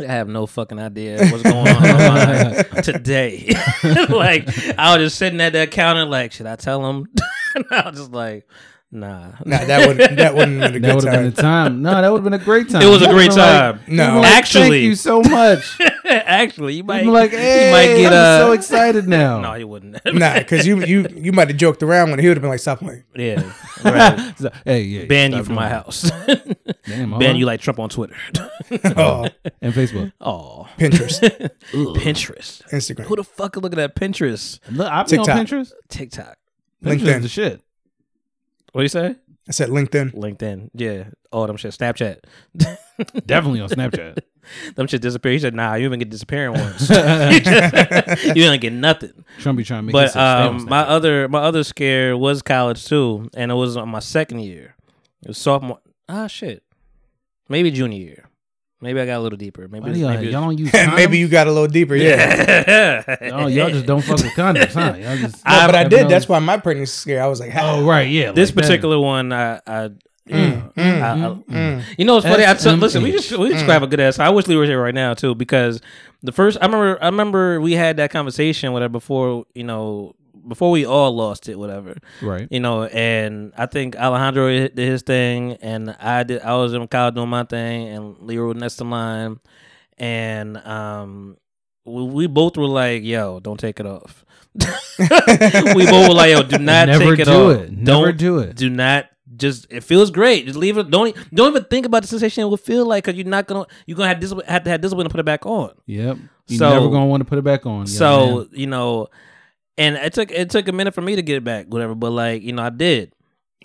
I have no fucking idea what's going on
Oh,
in my mind today. like, I was just sitting at that counter, like, should I tell him? and I was just like, nah.
Nah, that would that wouldn't have been
That
a good
would have been
time.
a time. No, that would have been a great time.
It was a
You
great
would've been
time.
you
No.
would've been
Actually.
thank you so much. You'd
Actually, you might
be like, hey,
you might get
I'm
uh,
so excited now.
No, you wouldn't.
Nah, because you you you might have joked around when he would have been like, "Stop playing."
yeah, right.
So- hey, yeah,
ban you
stop
from my
doing Uh-huh.
house.
that. Damn,
ban
huh?
you like Trump on Twitter.
Oh,
and Facebook.
oh,
Pinterest,
Pinterest. Who
Instagram,
the fuck is looking at Pinterest?
Look, I've been on
TikTok.
Pinterest.
TikTok.
Pinterest is the
LinkedIn.
shit.
What do you say?
I said LinkedIn.
LinkedIn. Yeah. All them shit. Snapchat.
Definitely on Snapchat.
Them shit disappear. He said, nah, you even get disappearing ones. you didn't get nothing.
Trump be trying to make it
But
so stay on
um, my
Snapchat.
other my other scare was college too, and it was on my second year. It was sophomore. Ah, shit. Maybe junior year. Maybe I got a little deeper. Maybe,
Why do y'all,
maybe
y'all don't use
And maybe you got a little deeper. Yeah,
Oh, y'all just don't fuck with condoms, huh? Y'all just,
No, but I did. That's why my pregnancy scare. I was like, "How?"
Oh, right, yeah.
this
like that.
particular one, I, I, you know, I, I-
Mm.
you know, it's funny. I took,
SMH.
listen, we just we
Mm.
just have a good ass. I wish we were here right now too, because the first I remember, I remember we had that conversation whatever before you know before we all lost it, whatever.
Right.
You know, and I think Alejandro did his thing, and I did. I was in college doing my thing, and Leroy was next in line, and um, we, we both were like, "Yo, don't take it off." we both were like, "Yo, do not
Never
take it
do
off.
it. Never
Don't-
do it."
Do not just. It feels great. Just leave it. Don't e- don't even think about the sensation it will feel like, cause you're not gonna you're gonna have discipline, have to have discipline to put it back on.
Yep. You're
So-
never going to want to put it back on. young
So
man.
you know, and it took it took a minute for me to get it back, whatever. But like you know, I did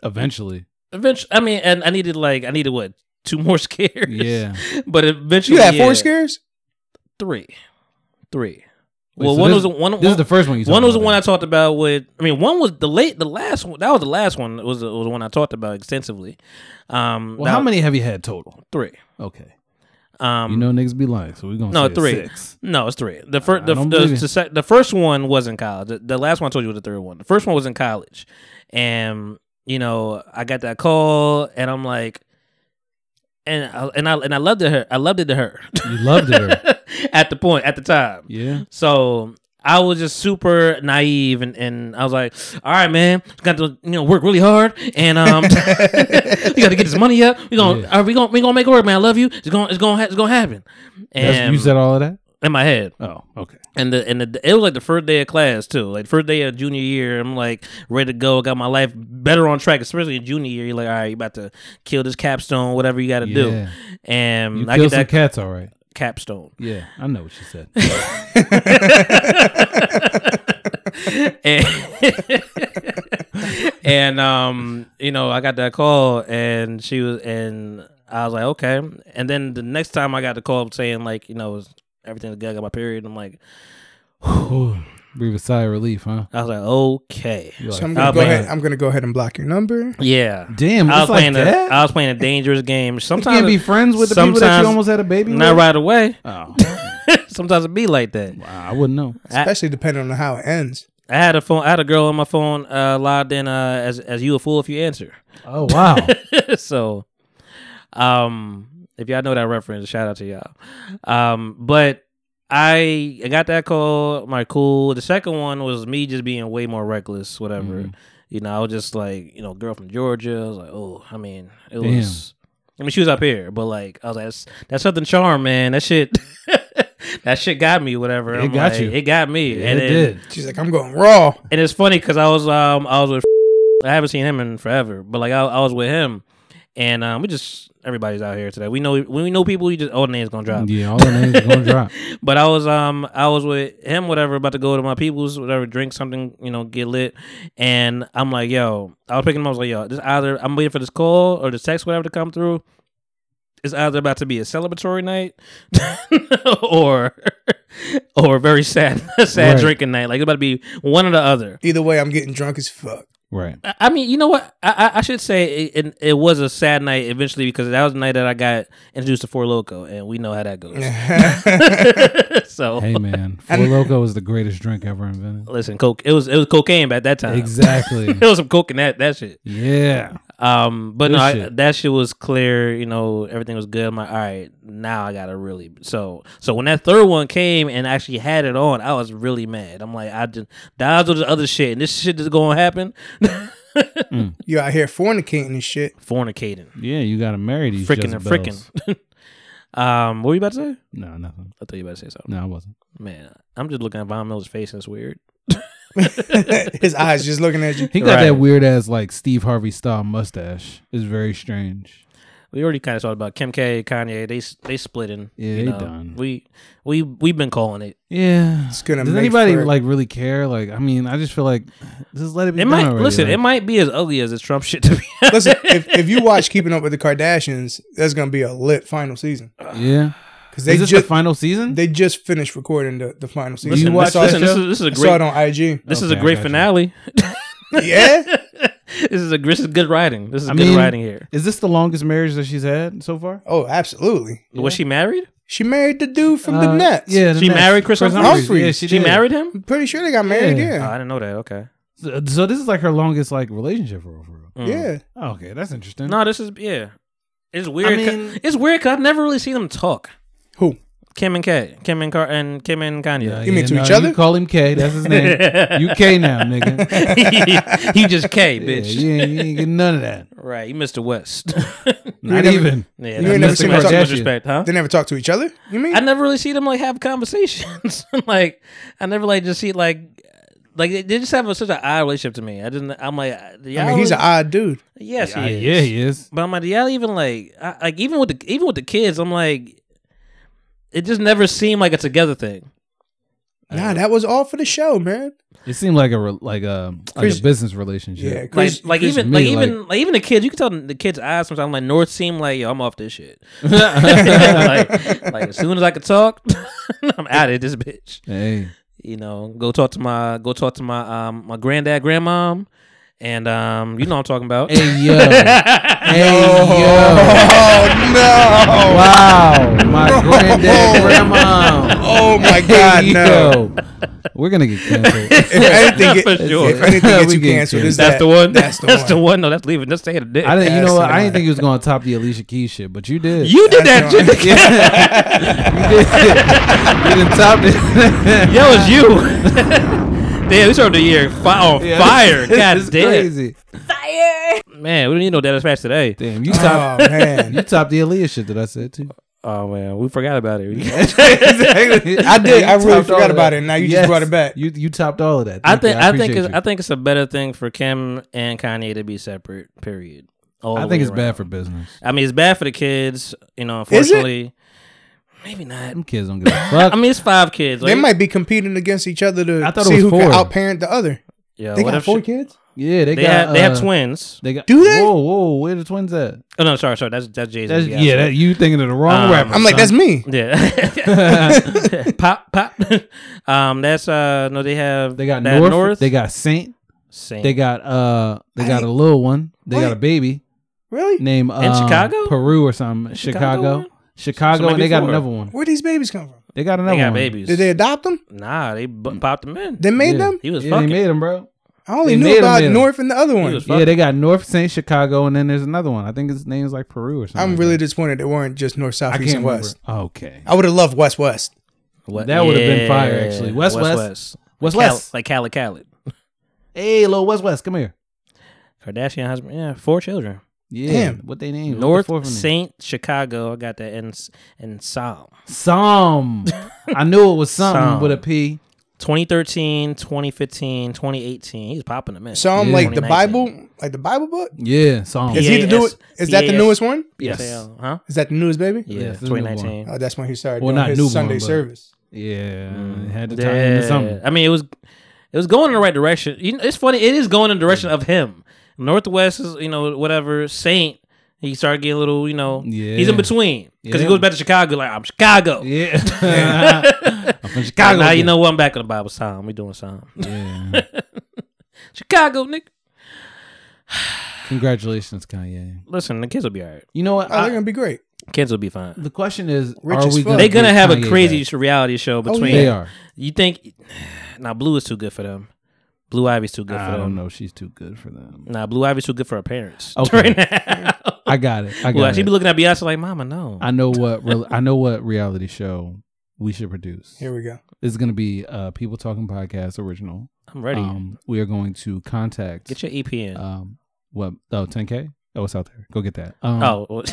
eventually.
eventually. I mean, and I needed like I needed what two more scares.
Yeah.
but eventually
You had
yeah,
four scares.
Three, three.
Wait,
well,
so
one
this-
was the one.
This is the first one you
one
talking
was the
about
one I
then.
talked about with. I mean, one was the late, the last one. That was the last one. Was the, was the one I talked about extensively. Um,
Well, how many have you had total?
Three.
Okay.
Um,
you know niggas be lying, so we're going to
no,
say
three.
six.
No, it's three. The first,
I
the,
don't
the,
believe you.
the, sec- the first one was in college. The, the last one I told you was the third one. The first one was in college, and you know I got that call, and I'm like, and I, and I and I loved it. Her, I loved it to her
You loved it. or-
at the point at the time.
Yeah.
So I was just super naive and, and I was like, all right, man, got to you know work really hard and um we got to get this money up. We gonna
Yeah.
are we gonna we gonna make it work, man. I love you. It's gonna it's gonna ha- it's gonna happen.
That's,
And
you said all of that?
in my head,
Oh, okay.
and the and the, it was like the first day of class too. Like first day of junior year, I'm like ready to go. Got my life better on track, especially in junior year. You're like, all right, you about to kill this capstone, whatever you got to
Yeah.
do. And
You
Mm, I
killed
get
some
that
cats, all right.
capstone.
Yeah, I know what you said.
and, and, um, you know, I got that call, and she was, and I was like, okay. And then the next time I got the call saying like, you know, everything's good, I got my period. I'm like,
Breathe a sigh of relief, huh?
I was like, okay,
So I'm
Oh,
I'll
gonna go
ban
ahead.
it.
I'm gonna go ahead and block your number.
yeah.
Damn,
I was
it's like
playing a,
that?
I was playing a dangerous game.
You
Sometimes
can't be friends with the people that
sometimes-
you almost had a baby
not
with?
right away.
Oh,
sometimes it be like that.
I wouldn't know.
Especially depending on how it ends.
I had a phone. I had a girl on my phone uh, logged in uh, as as you a fool if you answer.
Oh, wow.
so um if y'all know that reference shout out to y'all um but i i got that call my cool the second one was me just being way more reckless
Mm-hmm.
whatever you know i was just like you know girl from georgia i was like oh i mean it
Damn.
was I mean, she was up here, but like, I was like, that's, that's something charm, man. That shit, that shit got me, whatever.
It got
like,
you.
It got me.
Yeah,
and
it
then-
did.
She's like, I'm going raw.
and it's funny because I was um I was with I haven't seen him in forever, but like I, I was with him, and um we just everybody's out here today. We know we know people. You just oh the name's gonna drop.
Yeah, all the names are gonna drop.
But I was um I was with him whatever about to go to my people's whatever drink something you know get lit, and I'm like yo I was picking him up I was like yo this either I'm waiting for this call or the text whatever to come through. It's either about to be a celebratory night, or or a very sad sad
Right.
drinking night. Like it's about to be one or the other.
Either way, I'm getting drunk as fuck.
Right.
I- I mean, you know what? I, I, I should say it, it, it was a sad night eventually because that was the night that I got introduced to Four Loco, and we know how that goes. so
Hey man, Four Loco is the greatest drink ever invented.
listen, coke. It was it was cocaine back that time.
Exactly.
it was some coke in that that shit.
Yeah.
Um, but
Good
no, I,
shit.
that shit was clear. You know, everything was good. I'm like, all right, now I gotta really. So, so when that third one came and I actually had it on, I was really mad. I'm like, I just dodged all this other shit, and this shit is gonna happen.
You out here fornicating and shit.
Fornicating,
Yeah, you gotta marry these.
freaking and
Jezebels.
frickin'. um, what were you about to say?
No, nothing.
I thought you were about to say something.
No, I wasn't.
Man, I'm just looking at Von Miller's face and it's weird.
His eyes just looking at you.
He got
Right.
that weird ass like Steve Harvey style mustache. It's very strange.
We already kind of talked about Kim K, Kanye. They s- they splitting.
Yeah,
you
they
know.
done.
We we we've been calling it.
Yeah.
It's gonna
Does
make
anybody
for-
like really care? Like, I mean, I just feel like just let it be.
It
done
might
already,
listen.
like-
It might be as ugly as this Trump shit to be.
Listen, if, if you watch Keeping Up with the Kardashians, that's gonna be a lit final season
Yeah.
because they
is this
just
the final season?
they just finished recording the, the final season.
Listen,
I
this,
saw
listen,
it-
this is this is a
I saw it
great.
on IG.
This is a
Okay, I
great
got you.
finale.
Yeah,
this is a this is good writing. This is
I
good
mean-
writing here.
is this the longest marriage that she's had so far?
oh, absolutely.
Was she married?
She married the dude from the
Uh,
Nets.
Yeah. the
She
Nets.
married Chris
Humphries?
Yeah,
She,
she, did.
married him.
I'm pretty sure they got married.
Yeah.
Oh,
Yeah,
I didn't know that. Okay.
So so this is like her longest like relationship for real, for real.
Mm.
yeah.
Oh, okay, that's interesting.
No, this is yeah. It's weird. 'cause-
mean-
it's weird because I've never really seen them talk.
Who?
Kim and K, Kim and Car, and Kim and Kanye.
Yeah,
You mean
yeah,
to
no,
each
you
other?
call him K. That's his name. you K now, nigga.
he just K,
Yeah,
bitch.
you, ain't, you ain't getting none of that.
Right, you Mr. West.
Not
never-
even.
yeah,
ain't
that's
never
too
seen
much-
Kardashian.
too much respect, huh?
They never talk to each other. You mean?
I never really see them like have conversations. like, I never like just see like. Like they they just have a, such an odd relationship to me. I didn't. I'm like,
I mean, he's an odd dude.
yes,
Yeah,
he is.
yeah, he is.
But I'm like, do y'all even like, I, like even with the even with the kids, I'm like, it just never seemed like a together thing.
Nah, that was all for the show, man.
It seemed like a re- like a like
Chris-
a business relationship.
Yeah,
Like,
Chris,
like
Chris
even,
me,
like
like-
even, like even the kids. You can tell the kids' eyes sometimes. I'm like, North seemed like, yo, I'm off this shit. like, like as soon as I could talk, I'm out of this bitch.
Hey,
You know, go talk to my, go talk to my, um, my granddad, grandmom, and um, you know what I'm talking about.
hey yo, hey yo!
Oh no!
Wow, my granddad, grandma.
Oh my god, no!
Yo, we're gonna get canceled.
If anything, get,
For sure.
if anything gets
We
you
get canceled.
canceled, is
that's
that,
the one.
That's the one.
No, that's leaving. That's staying a dick.
I didn't. You
That's
know what? I
the
didn't think it was gonna top the Alicia Keys shit, but you did.
you did that
That's
shit.
the
to-
did. you didn't top it.
Yo, it's you. Damn, we started the year fi- on
Yeah,
fire.
this-
God
this is
damn,
Crazy.
man, we don't need no data fast today.
Damn, you top.
Oh man,
You topped the Aaliyah shit that I said too.
Oh man, we forgot about it.
exactly.
I did. I really forgot about it, and now you just brought it back.
You you topped all of that.
I
Thank you.
think I, think
appreciate
it's,
you.
I think it's a better thing for Kim and Kanye to be separate. Period. All
I
the
think
way
it's
around.
bad for business.
I mean, it's bad for the kids. You know,
it?
unfortunately, maybe not.
Them kids don't give a fuck.
I mean, it's five kids.
they
Like,
might be competing against each other to
I thought it
see
was
who
four.
can outparent the other.
yeah,
They
Uh, what
got
if
four
she-
kids.
yeah, they,
They
got.
have they have
uh,
twins.
They got.
Do they?
Whoa, whoa, where the twins at?
Oh no, sorry, sorry. That's that's Jay
That's,
Z.
yeah, that, you thinking of the wrong
Um,
rapper.
I'm like, that's me.
Yeah. pop, pop. um, that's uh no, they have
They got
that
North, They got Saint.
Saint.
They got uh. They
I
got a
ain't-
little one. They got
What?
a baby
Really?
named um,
Chicago?
Peru or something.
Chicago
Chicago.
one?
Chicago.
So
and they
maybe
got
four.
another one.
Where these babies come from?
They Mm. got another
They got
one.
babies.
Did they adopt them?
nah, they bu- popped them in.
They made
Yeah.
them.
he was
yeah,
fucking.
they made them, bro.
I only
They made
knew
'em,
about
made 'em.
North and the other one.
was
Yeah, they got North Saint Chicago, and then there's another one. I think his name's like Peru or something.
I'm
like
really
that.
disappointed they weren't just North,
I
South, East,
can't
and West.
remember. Okay.
I would have loved West West.
What-
That would've been fire, actually. West, West. West,
Like Cal-
West.
like Khaled Khaled.
Hey, little West West, come here.
Kardashian husband. Yeah, four children.
Yeah.
Damn.
What they name? What the fourth
North
one is?
Saint Chicago. I got that in in Psalm.
Some. I knew it was something
Some.
with a P.
2013, 2015, 2018. He's popping them in.
Psalm
Yeah.
like the
2019.
Bible, like the Bible book.
Yeah, Psalm.
Is he the new?
PAS
Is that the newest one?
Yes.
PSAL, Huh?
Is that the newest baby?
Yeah,
Yes, the new one.
2019.
Oh, that's when he started
Well,
doing
not
his
new one,
Sunday
but-
service.
Yeah.
Mm.
Had to tie into something.
I mean, it was it was going in the right direction. You know, it's funny. It is going in the direction of him. Northwest is you know whatever Saint. He started getting a little you know.
Yeah.
He's in between because
Yeah.
he goes back to Chicago like I'm Chicago.
Yeah. I'm from Chicago.
Now you
again.
know what I'm back in the Bible Psalm. We doing Psalm.
Yeah.
Chicago, Nick.
Congratulations, Kanye.
Listen, the kids will be all right.
You know what?
Oh,
I-
they're gonna be great.
Kids will be fine.
the question is,
Rich
are
as
we
fuck.
gonna
They're gonna
get
have a
Kanye
crazy
back?
reality
Oh,
show between.
They are.
You think? Now Blue is too good for them. Blue Ivy's too good for
I
them.
don't know. She's too good for them.
Nah, Blue Ivy's too good for her parents.
Okay.
Right now.
I got it. I got
Well,
it.
she be looking at Beyonce like, "Mama, no."
I know what re- I know what reality show we should produce.
Here we go.
It's going to be uh, people talking podcast original.
I'm ready.
Um, we are going to contact
Get your E EPN.
um what oh 10k oh it's out there go get that um,
oh, well,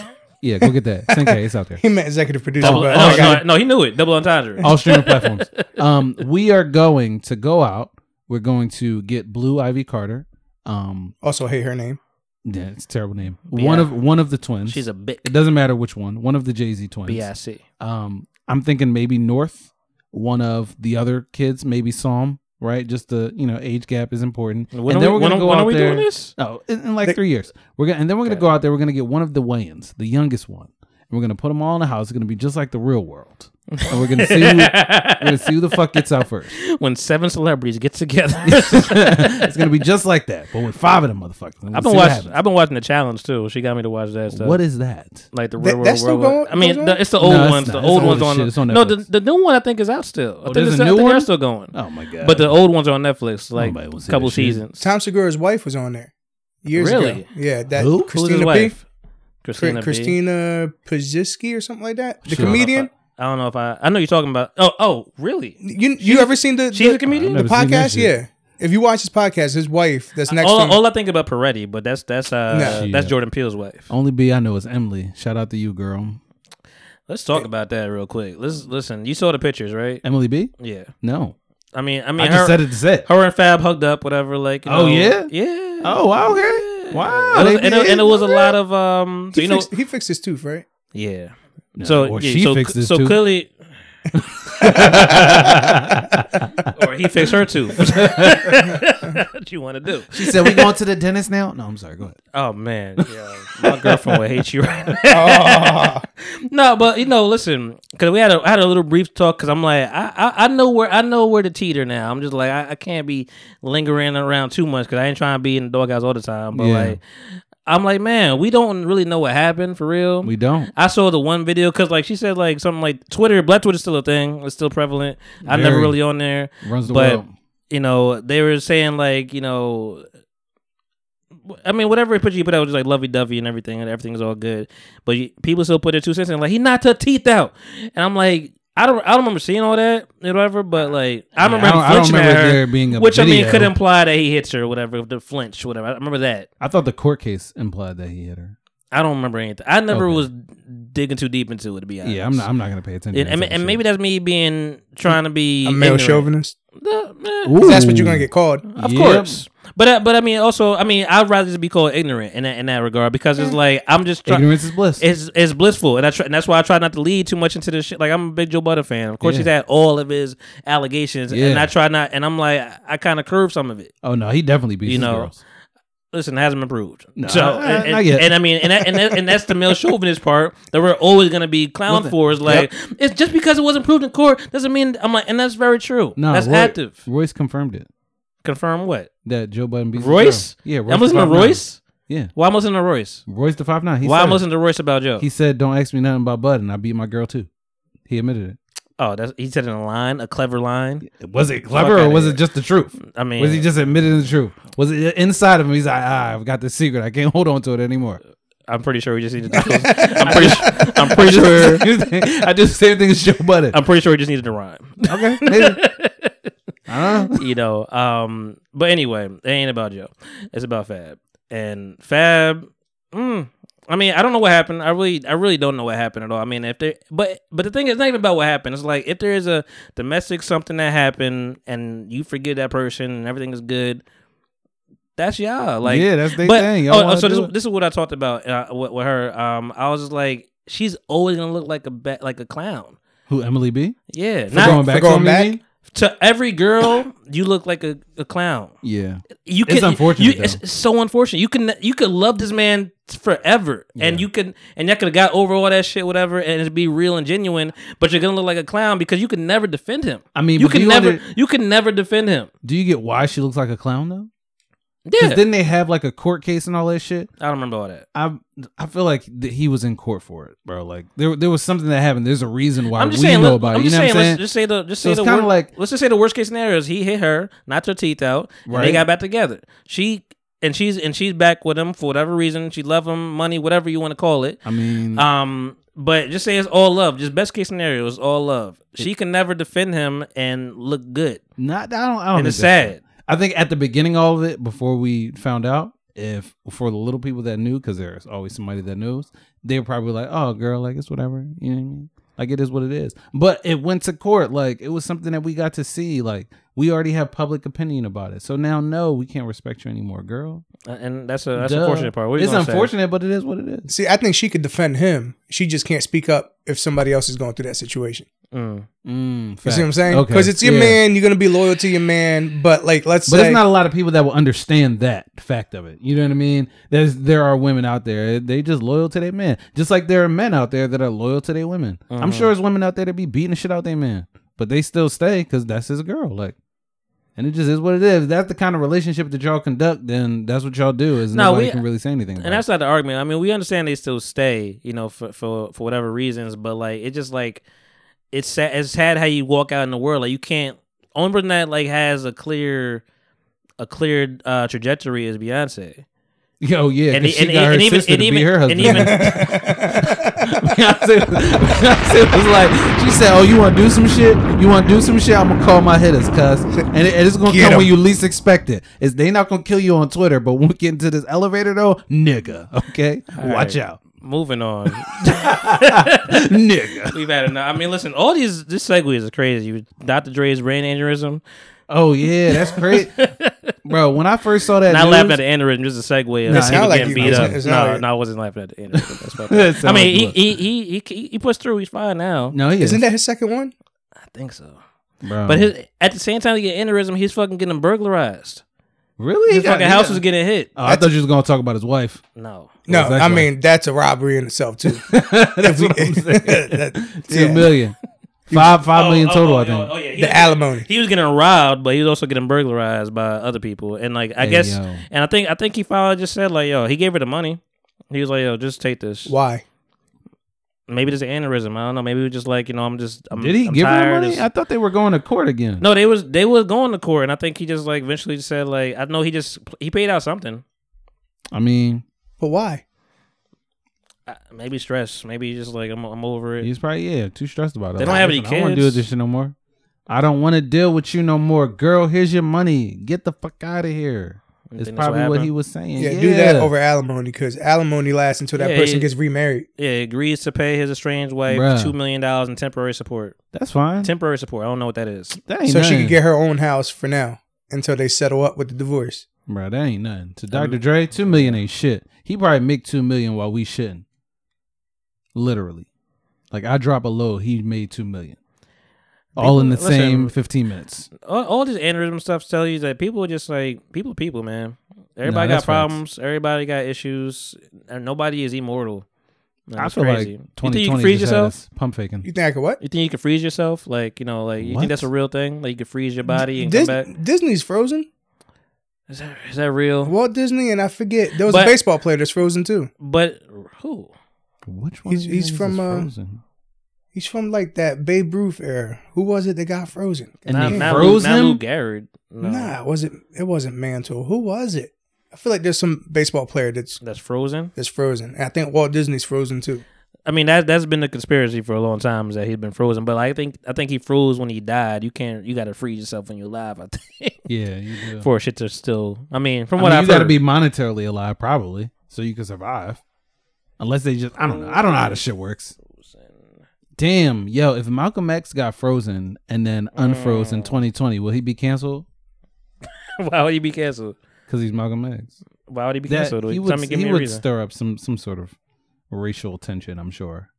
yeah go get that 10k it's out there
He meant executive producer,
double- oh,
but
no,
I got
no, no, he knew it. Double entendre.
all streaming platforms. Um, we are going to go out. We're going to get Blue Ivy Carter. Um,
also hate her name.
yeah, it's a terrible name. One of one of the twins.
She's a big
It doesn't matter which one. One of the Jay Z twins.
BIC.
Um, I'm thinking maybe North. One of the other kids, maybe Psalm. Right. Just the you know age gap is important. and
When are
then
we,
we're gonna
when,
go
when
out
are we
there.
doing this?
Oh, in, in like
They-
three years. We're gonna and then we're gonna
Okay.
go out there. We're gonna get one of the Wayans, the youngest one. And we're gonna put them all in a house. It's gonna be just like the real world. And we're gonna see. Who, we're gonna see who the fuck gets out first.
when seven celebrities get together.
it's gonna be just like that, but with five of them motherfuckers. And we'll
I've
see what
been watching.
happens.
I've uh, been watching the challenge too. She got me to watch that stuff.
what is that?
like the
That-
real world?
that's still
world, world.
going-
I mean,
goes
the,
on?
it's the
No,
old
it's
ones.
not.
The
It's
old
old
ones
as
on.
shit. It's on
no, the,
Netflix. Oh,
the new one I think is out still. I think
there's
it's-
a
I
new
think they're
one?
still going.
Oh my god!
But the old ones are on Netflix, like
Nobody will see
couple
that shit.
seasons.
Tom Segura's wife was on there years
Really?
ago. Yeah, that
Who? Who's his
Who's
Christina
his
P.
wife?
Cri-
Christina. B.
Christina Paziski or something like that. The
Sure.
comedian.
I don't know if I. I know you're talking about. Oh, oh, really?
You you ever seen the
She's
the-
a comedian.
I
the
Never seen that
podcast?
shit.
Yeah. If you watch his podcast, his wife that's next
all,
to him.
all I think about Peretti, but that's that's uh
No. Oh.
that's
Yeah.
Jordan Peele's wife.
only B I know is Emily. Shout out to you, girl.
Let's talk about that real quick. Let's listen. You saw the pictures, right?
Emily B?
Yeah.
No,
I mean, I
I
mean,
just
her,
said it to say.
her and Fab hugged up, whatever. Like, you
Oh,
know,
yeah?
yeah.
Oh wow, okay, wow.
Oh,
It was-
they
and,
did.
it, and it was a lot of um. So
he,
you know,
fixed, he fixed his tooth, right?
yeah.
No,
So
or
yeah,
she
so,
fixed this
so
too.
clearly, or he fixed her too. what you want to do?
she said, "We going to the dentist now?" No, I'm sorry. Go ahead.
Oh man, Yo, my girlfriend would hate you right now. Oh. no, but you know, listen, because we had a I had a little brief talk because I'm like I, I I know where I know where to teeter now. I'm just like I, I can't be lingering around too much because I ain't trying to be in the doghouse all the time. But
Yeah.
like I'm like man, we don't really know what happened for real.
We don't.
I saw the one video because like she said like something like Twitter, Black Twitter's still a thing. It's still prevalent. I'm never
Very.
really on there
Runs the
but
world.
you know they were saying like you know I mean, whatever picture you put out was just like lovey dovey and everything, and everything's all good. But you, people still put their two cents in, like he knocked her teeth out, and I'm like, I don't, I don't remember seeing all that, or whatever. But like, I remember
I
him
don't- I don't
flinching
remember
at her,
there being a
which I mean
video.
could imply that he hits her, or whatever, the flinch, whatever. I remember that.
I thought the court case implied that he hit her.
I don't remember anything. I never
Okay.
was digging too deep into it, to be honest.
Yeah, I'm not. I'm not gonna pay attention.
And,
to
and,
that
and
shit.
maybe that's me being trying to be
A male
ignorant.
chauvinist.
Uh, eh.
Ooh.
That's what you're gonna get called.
Of
Yep.
course. But uh, but I mean also I mean I'd rather just be called ignorant in that, in that regard because it's like I'm just trying
Ignorance is bliss.
it's it's blissful and I try, and that's why I try not to lead too much into this shit. Like I'm a big Joe Butter fan. Of course
Yeah.
he's had all of his allegations and
Yeah.
I try not and I'm like I kind of curve some of it.
oh no, he definitely beats
You
his
know,
girls.
Listen, it hasn't been proved.
No,
so
I- I-
and, and,
not yet.
and I mean and that, and, that, and that's the male chauvinist part that we're always gonna be clowned
Wasn't-
for is like it's just because it wasn't proved in court doesn't mean I'm like and that's very true.
No,
that's
Roy-
active.
Royce confirmed it
Confirm what?
that Joe Budden beats his
Royce?
girl. Yeah,
I'm
the
listening to
5'9".
Royce.
Yeah,
Why am I listening to Royce?
Royce the five nine. He
Why
said
I'm
it.
listening to Royce about Joe?
He said, "Don't ask me nothing about Bud," and I beat my girl too. He admitted it.
oh, that's he said in a line, a clever line.
Was it clever
outta
or was
here.
it just the truth?
I mean,
Was he just admitting the truth? Was it inside of him? He's like, ah, I've got this secret. I can't hold on to it anymore.
I'm pretty sure we just needed. I'm pretty. su- I'm pretty sure.
I do the same thing as Joe Budden.
I'm pretty sure we just needed to rhyme.
okay, maybe. I don't know.
You know. Um. But anyway, it ain't about Joe. It's about Fab and Fab. Mm. I mean, I don't know what happened. I really, I really don't know what happened at all. I mean, if there, but, but the thing is, it's not even about what happened. It's like if there is a domestic something that happened and you forgive that person and everything is good, that's y'all. Like,
Yeah, that's they
but,
thing. Y'all
Oh,
wanna
so this,
do it.
this is what I talked about uh, with, with her. Um, I was just like, she's always gonna look like a ba- like a clown.
Who Emily B?
Yeah,
For going
not,
back
going
to Emily
back?
B?
to every girl, you look like a, a clown.
Yeah.
you
It's
can,
unfortunate,
You,
though.
it's so unfortunate. You can you could love this man forever, and you can and that could have got over all that shit, whatever, and it'd be real and genuine. But you're gonna look like a clown because you can never defend him.
I mean,
you
but do
can
you
never
under-
you can never defend him.
Do you get why she looks like a clown though?
Yeah,
Because then they have like a court case and all that shit.
I don't remember all that.
I I feel like that he was in court for it, bro. Like there there was something that happened. There's a reason why
I'm
we
just saying.
know
let-
about
I'm
it. You
just
know
saying.
what I'm saying?
Let's just say the just
So
say
it's
the
kinda
wor-
like-
let's just say the worst case scenario is he hit her, knocked her teeth out, and
Right.
they got back together. She and she's and she's back with him for whatever reason. She love him, money, whatever you want to call it.
I mean,
Um, but just say it's all love. Just best case scenario is all love. She can never defend him and look good.
not I don't. I don't
And
think
it's
that's
sad.
right. I think at the beginning all of it, before we found out, if for the little people that knew, because there's always somebody that knows, they were probably like, "Oh, girl, like it's whatever." You know what I mean? Like it is what it is. But it went to court. Like it was something that we got to see. Like we already have public opinion about it. So now, no, we can't respect you anymore, girl.
Uh, And that's a that's
Duh.
the unfortunate part. What you
it's
gonna say?
unfortunate, but it is what it is.
See, I think she could defend him. She just can't speak up if somebody else is going through that situation.
Mm.
Mm,
You see what I'm saying?
Okay.
Because it's your
Yeah.
man. You're gonna be loyal to your man. But like, let's
But
say
there's not a lot of people that will understand that fact of it. You know what I mean? There's there are women out there eh, they just loyal to their men, just like there are men out there that are loyal to their women.
Uh-huh.
I'm sure there's women out there that be beating the shit out their man, but they still stay because that's his girl. Like, and it just is what it is. If that's the kind of relationship that y'all conduct. Then that's what y'all do. Is
No,
nobody
we-
can really say anything. About
And that's not the argument. I mean, we understand they still stay, you know, for for for whatever reasons. But like, it's just like it's sad. It's sad how you walk out in the world. Like you can't. Only person that like has a clear a clear uh, trajectory is Beyonce.
it. yo yeah,
And e,
and, she
and-
got
and
her
even-
sister
and
to be
even-
her
and
husband.
even-
Beyonce, Beyonce was like, she said, "Oh, you want to do some shit? You want to do some shit? I'm gonna call my hitters, cuz, and, it- and it's gonna
Get
come
'em.
when you least expect it. It's they not gonna kill you on Twitter, but when we get into this elevator, though, nigga, okay, watch out,
Moving on.
nigga.
We've had enough. I mean, listen, all these this segue is crazy. You- Dr. Dre's brain aneurysm.
Oh yeah, that's crazy, bro. When I first saw that,
Not
news,
laughing at the aneurysm, just a segue. Of
It
people
sound
like
getting
you-
beat
it
up.
sound- it sound
No,
like-
no, I wasn't laughing at the aneurysm. That's fucked
It
up. I
sound
mean, he,
like
he, he he he pushed through. He's fine now.
no, he
isn't
is,
that his second one?
I think so.
bro.
But his, at the same time, he get aneurysm. He's fucking getting burglarized.
really,
His
He got-
fucking
he
house
got-
was getting hit.
Oh, I thought you was gonna talk about his wife.
No.
No,
Well, that's
I
why.
mean that's a robbery in itself too.
That's what I'm saying.
That-
Two
yeah.
million, five five million total,
oh,
I think.
Oh, yeah. He,
The alimony.
he was getting robbed, but he was also getting burglarized by other people. And like, I
Hey,
guess,
yo.
and I think I think he finally just said like, yo, he gave her the money. He was like, yo, just take this.
Why?
maybe there's an aneurysm. I don't know. Maybe it was just like you know, I'm just. I'm,
Did he
Mm, I'm
give her
tired.
money?
It's-
I thought they were going to court again.
no, they was they was going to court, and I think he just like eventually just said like I know he just he paid out something.
I mean,
But why?
Uh, Maybe stress. Maybe he's just like I'm I'm over it.
he's probably yeah too stressed about it.
They don't
Like,
have any
"Listen, I don't want to do
kids."
this shit no more. I don't want to deal with you no more, girl. Here's your money. Get the fuck out of here.
You
It's
think that's
probably what, he
happened?
was saying.
Yeah, do that over alimony because alimony lasts until that
Yeah,
person
he-
gets remarried.
Yeah, he agrees to pay his estranged wife
Bruh.
two million dollars in temporary support.
That's fine.
Temporary support. I don't know what that is.
that ain't
so
nothing.
she could get her own house for now until they settle up with the divorce.
Bro, that ain't nothing. To Dr. Dre, two million ain't shit. He probably make two million while we shouldn't. Literally, like I drop a low, he made two million. All in the
People-
same
listen.
fifteen minutes.
All, all this aneurysm stuff tell you that people are just like people. are People, man. Everybody
that's facts.
got problems. Everybody got issues. And nobody is immortal. Like,
I
it's
feel
crazy.
like
you
twenty
think you can
twenty
freeze yourself?
pump faking.
You think I could what?
You think you can freeze yourself? Like, you know, like you
What?
think that's a real thing? Like you could freeze your body and
Dis-
come back?
Disney's frozen.
Is that is that real?
Walt Disney and I forget there was
But-
a baseball player that's frozen too.
But who?
Which one?
He's-
of you
he's
niggas is
from, uh,
Frozen?
He's from like that Babe Ruth era. Who was it that got frozen?
And
not,
they
not
froze
Lou, not Lou
him?
Gehrig. No.
Nah, it wasn't it wasn't Mantle. Who was it? I feel like there's some baseball player that's
That's frozen.
that's frozen. And I think Walt Disney's frozen too.
I mean that that's been the conspiracy for a long time is that he's been frozen. But I think I think he froze when he died. You can't you gotta freeze yourself when you're alive, I think.
Yeah, you do.
for shit to still I mean, from
I
what
mean,
I've
you got to
heard.
be monetarily alive, probably. so you can survive. Unless they just, I don't know. I don't know how this shit works. Damn, yo, if Malcolm X got frozen and then unfroze
Mm.
in 2020, will he be canceled?
Why would he be canceled?
Because he's Malcolm X.
Why would he be
That-
canceled?
he
Tell
would,
me, give
he
me a
would
reason.
stir up some, some sort of racial tension, I'm sure.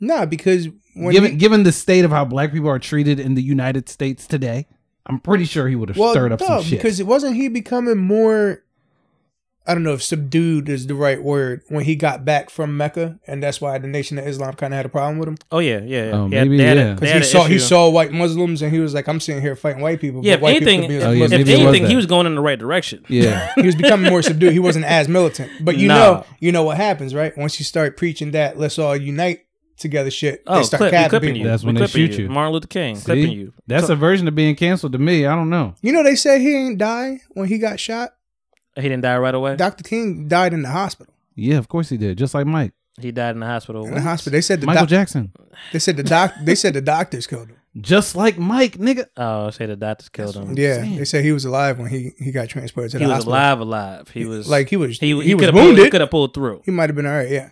Nah, because when
given
you-
given the state of how black people are treated in the United States today, I'm pretty sure he would have stirred up
no,
some shit.
Because it wasn't he becoming more I don't know if subdued is the right word when he got back from Mecca, and that's why the Nation of Islam kind of had a problem with him
oh yeah, yeah, yeah.
Oh,
They had-
maybe,
they had a-
yeah. 'Cause
they had
because he
an
saw he
issue.
saw white Muslims and he was like, "I'm sitting here fighting white people."
Yeah, if
but white
anything,
people could
if,
be
Oh, yeah,
if
Muslims.
maybe it was
anything,
that.
he was going in the right direction.
yeah,
he was becoming more subdued. He wasn't as militant, but you
Nah.
know, you know what happens, right? Once you start preaching that, let's all unite together, shit.
Oh,
they start
clip, we
capping
clipping
people.
you.
That's
We
when they
clipping
shoot you.
Martin Luther King
See?
clipping you.
That's a version of being canceled to me. I don't know.
You know, they say he ain't die when he got shot.
He didn't die right away.
Dr. King died in the hospital.
Yeah, of course he did. Just like Mike,
He died in the hospital.
In the hospital, they said the
Michael
doc-
Jackson.
they said the doc they said the doctors killed him.
Just like Mike, nigga.
Oh, say the doctors killed him.
Yeah, they said he was alive when he, he got transported to the
He was
hospital.
alive, alive. He was
Like he was
he,
he,
he,
was
could
wounded.
Could have pulled through.
he might have been all right. Yeah,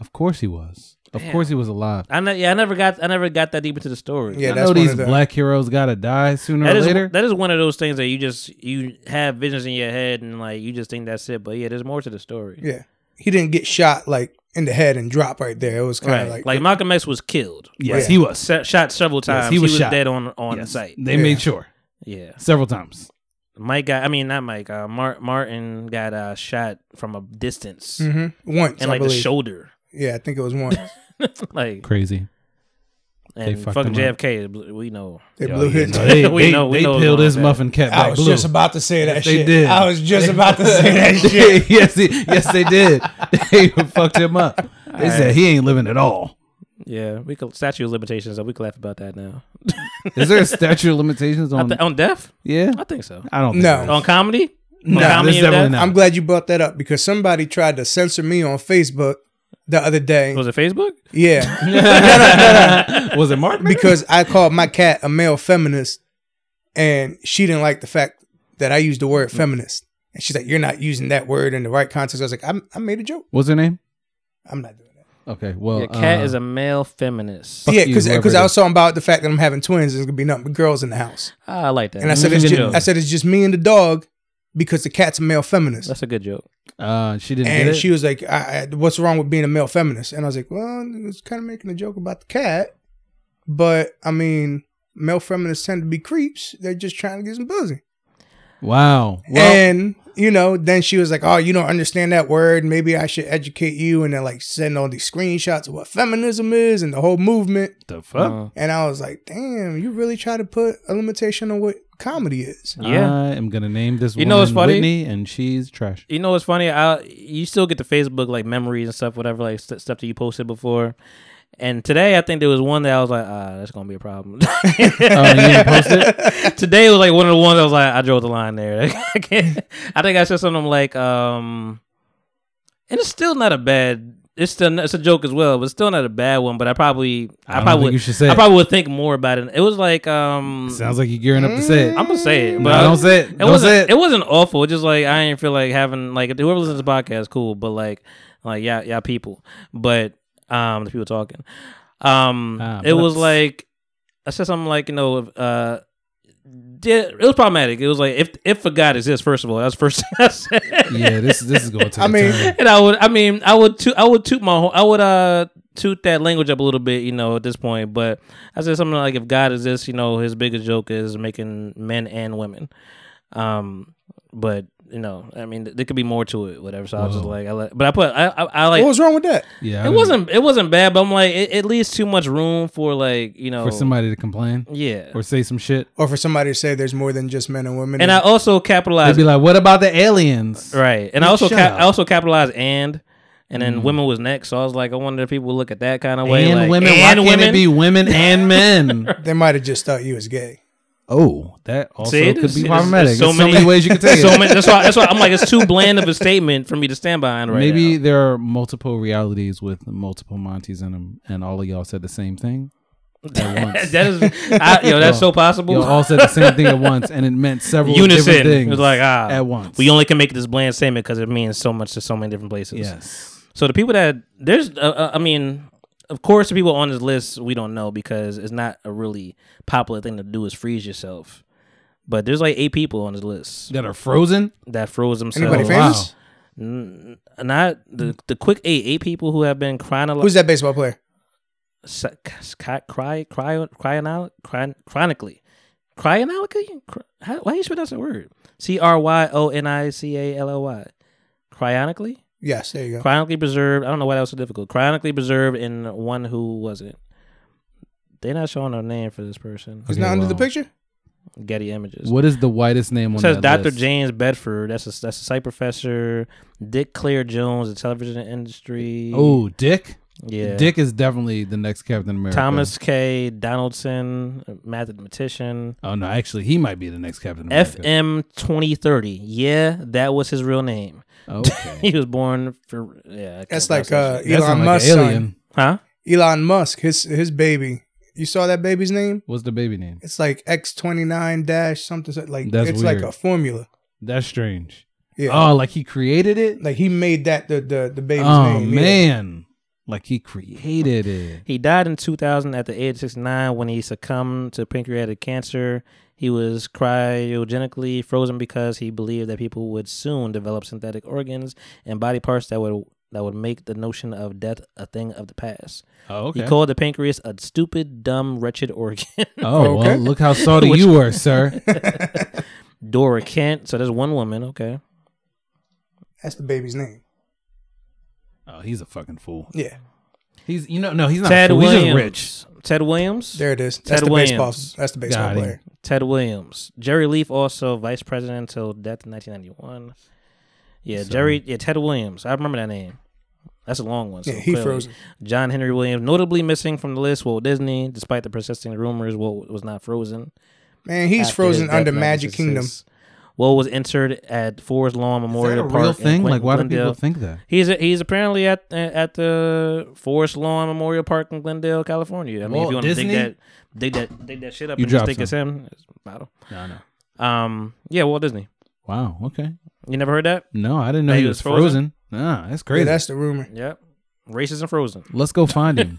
Of course he was. Of course he was alive.
I ne- yeah, I never got I never got that deep into the story.
yeah.
I
That's
know
one
these
of the,
black heroes gotta die sooner
That
or
is
later.
that is one of those things that you just you have visions in your head and like you just think that's it. But yeah, there's more to the story.
Yeah, he didn't get shot like in the head and drop right there. It was kind
Right.
of
Like,
like
Malcolm X was killed.
yes,
Yeah.
he was.
Se- shot several times.
he
he
was
was,
shot.
dead on on
Yes.
sight.
They
Yeah.
made sure
Yeah.
several times.
Mike got I mean not Mike, uh, Mar- Martin got uh, shot from a distance and
Mhm. once
like
I
the
believe.
shoulder.
Yeah, I think it was once.
like
Crazy.
and
fucked
fucking
him up.
JFK, we know.
They blew his.
They,
We
they-
know- we
they
know
peeled
about
his
that.
muffin cap
I
back
was
blue.
just about to say that
Yes, they
shit.
did.
I was just about to say that shit.
yes, they, yes, they did. They fucked him up. They said he ain't living at all.
Yeah, we could statute of limitations. We could laugh about that now.
Is there a statute of limitations
I
on?
thi- on death,
yeah,
I think so.
I don't. Think
No.
there is.
On comedy, On
No,
comedy
there's
and
definitely
death?
not.
I'm glad you brought that up because somebody tried to censor me on Facebook the other day.
Was it Facebook?
Yeah,
Was it Mark?
because I called my cat a male feminist, and she didn't like the fact that I used the word feminist. And she's like, "You're not using that word in the right context." I was like, I'm, "I made a joke.
What's her name?
I'm not doing that."
Okay, well,
Your cat
uh,
is a male feminist.
Fuck
yeah,
you,
because
whoever it
I
is.
was talking about the fact that I'm having twins. There's gonna be nothing but girls in the house.
Ah, I like that.
And I said,
That's
it's
a good
just, I
joke.
said it's just me and the dog because the cat's a male feminist.
That's a good joke.
Uh, she didn't get
And
it.
she was like, I, I, "What's wrong with being a male feminist?" And I was like, "Well, it's kind of making a joke about the cat, but I mean, male feminists tend to be creeps. They're just trying to get some pussy."
wow.
and you know, then she was like, "Oh, you don't understand that word. Maybe I should educate you." And then like send all these screenshots of what feminism is and the whole movement.
the fuck?
Uh, Um,
And I was like, "Damn, you really try to put a limitation on what comedy is."
Yeah.
I am gonna name this.
You
woman
know what's funny?
Whitney, and she's trash.
You know what's funny? I you still get the Facebook like memories and stuff, whatever, like st- stuff that you posted before. And today, I think there was one that I was like, ah, that's gonna be a problem.
Oh, you didn't post it.
today was like one of the ones I was like, I drew the line there. I can't. I think I said something like, um, and it's still not a bad. It's still not- it's a joke as well, but it's still not a bad one. But I probably
I
I,
don't
probably
think you should say
I
it.
probably would think more about it. It was like um,
Sounds like you're gearing up to say it.
I'm gonna say it, Mm. but
No,
I-
don't say it.
It
Don't
wasn't.
say it.
wasn't awful. It's just like I didn't feel like having like whoever listens to the podcast, cool. But like, like yeah, yeah, people. But um, the people talking. Um,
Ah,
it was
blips.
like I said something like you know uh. Did, it was problematic. It was like if if a god exists, first of all, that's the first thing I said.
Yeah, this this is going to.
I mean,
And I would, I mean, I would toot, I would toot my, whole- I would uh toot that language up a little bit, you know, at this point. But I said something like, if God exists, you know, his biggest joke is making men and women. Um, but you know, I mean, there could be more to it, whatever. So I was just
Whoa.
like, I let, but I put, I, I, I like.
What was wrong with that?
yeah, I
it
didn't-
wasn't. It wasn't bad, but I'm like, it, it leaves too much room for like, you know,
for somebody to complain
Yeah,
or say some shit.
Or for somebody to say there's more than just men and women.
and I also capitalized.
They'd be like, "What about the aliens?"
Right. And I
Man,
also
shut
cap-
up.
I also capitalized and and then women was next. So I was like, I wonder if people would look at that kind of way.
Mm. and
like,
women.
And
why can't it be women and men?
they might have just thought you was gay.
oh, that also
See,
could
there's-
be
there's-
problematic.
there's
so,
so
many,
many-
ways you could take it.
so many, that's why that's why I'm like it's too bland of a statement for me to stand behind right
Maybe
now.
there are multiple realities with multiple Monties in them, and all of y'all said the same thing. at once.
that is, I, yo, that's so possible.
Y'all all said the same thing at once, and it meant several different
Unison. It
things.
was like ah,
at once.
We only can make this bland statement because it means so much to so many different places.
yes.
So the people that there's, uh, uh, I mean, of course, the people on this list we don't know because it's not a really popular thing to do is freeze yourself. But there's like eight people on this list
That are frozen.
that froze themselves.
Anybody famous?
Not
Mm.
the the quick eight eight people who have been crying a lot.
Who's that baseball player?
s- c- cry, cry, cryo- cryonol- cryon- chronically, cryonolically. Cry, how, why do you spell that word? C R Y O N I C A L L Y. Cryonically,
Yes, there you go.
cryonically preserved. I don't know why that was so difficult. Cryonically preserved in one who was it? They're not showing no name for this person.
He's not
Okay,
under the
wow.
picture.
Getty Images.
What is the whitest name on
It says
that
Dr.
list?
James Bedford. That's a that's a site professor. Dick Claire Jones, the television industry.
Oh, Dick.
yeah.
Dick is definitely the next Captain America.
Thomas K. Donaldson, mathematician.
Oh no, actually, he might be the next Captain America.
FM 2030. Yeah, that was his real name.
Okay.
He was born for yeah. I can't
That's like uh,
pronounce that shit.
That sound
Elon
like
Musk.
an
Son.
huh?
Elon Musk. His his baby. You saw that baby's name?
What's the baby name?
It's like X twenty nine dash something. so- Like
That's
it's like
weird.
a formula.
That's strange.
Yeah.
Oh, like he created it.
Like he made that the the the baby's
oh
name. yeah.
man, like he created it.
He died in 2000 at the age of 69 when he succumbed to pancreatic cancer. He was cryogenically frozen because he believed that people would soon develop synthetic organs and body parts that would that would make the notion of death a thing of the past.
Oh,
He called the pancreas a stupid, dumb, wretched organ.
Oh
Okay.
well, look how salty you were, sir.
Dora Kent. So there's one woman. Okay.
That's the baby's name.
Oh, he's a fucking fool.
Yeah.
He's you know no, he's not.
Ted
a fool.
Williams.
He's just rich.
Ted Williams.
There it is.
Ted
That's the
Williams.
baseball. That's the baseball
Got him.
player.
Ted Williams. Jerry Leaf also vice president until death in 1991. Yeah, Jerry. Yeah, Ted Williams. I remember that name. That's a long one. So
Yeah, he
clearly.
frozen.
John Henry Williams, notably missing from the list, Walt Disney, despite the persisting rumors, Walt was not frozen.
Man, he's
after his
frozen
death
under
in
Magic Kingdom.
1966. Walt was interred at Forest Lawn
Is
Memorial
that a
Park.
real
in
thing?
Glen-
Like, why do people
Glendale.
think that?
He's he's apparently at at the Forest Lawn Memorial Park in Glendale, California. I mean, if
Walt
you want to dig
Disney?
that, dig that, dig that shit up,
You
and just
dropped
think it's him. It's bottle.
No, no.
Um, yeah, Walt Disney.
Wow. Okay.
You never heard that?
No, I didn't know
That
he was frozen. Nah, that's
Yeah,
crazy.
that's the rumor.
Yep. Racism frozen.
Let's go find him.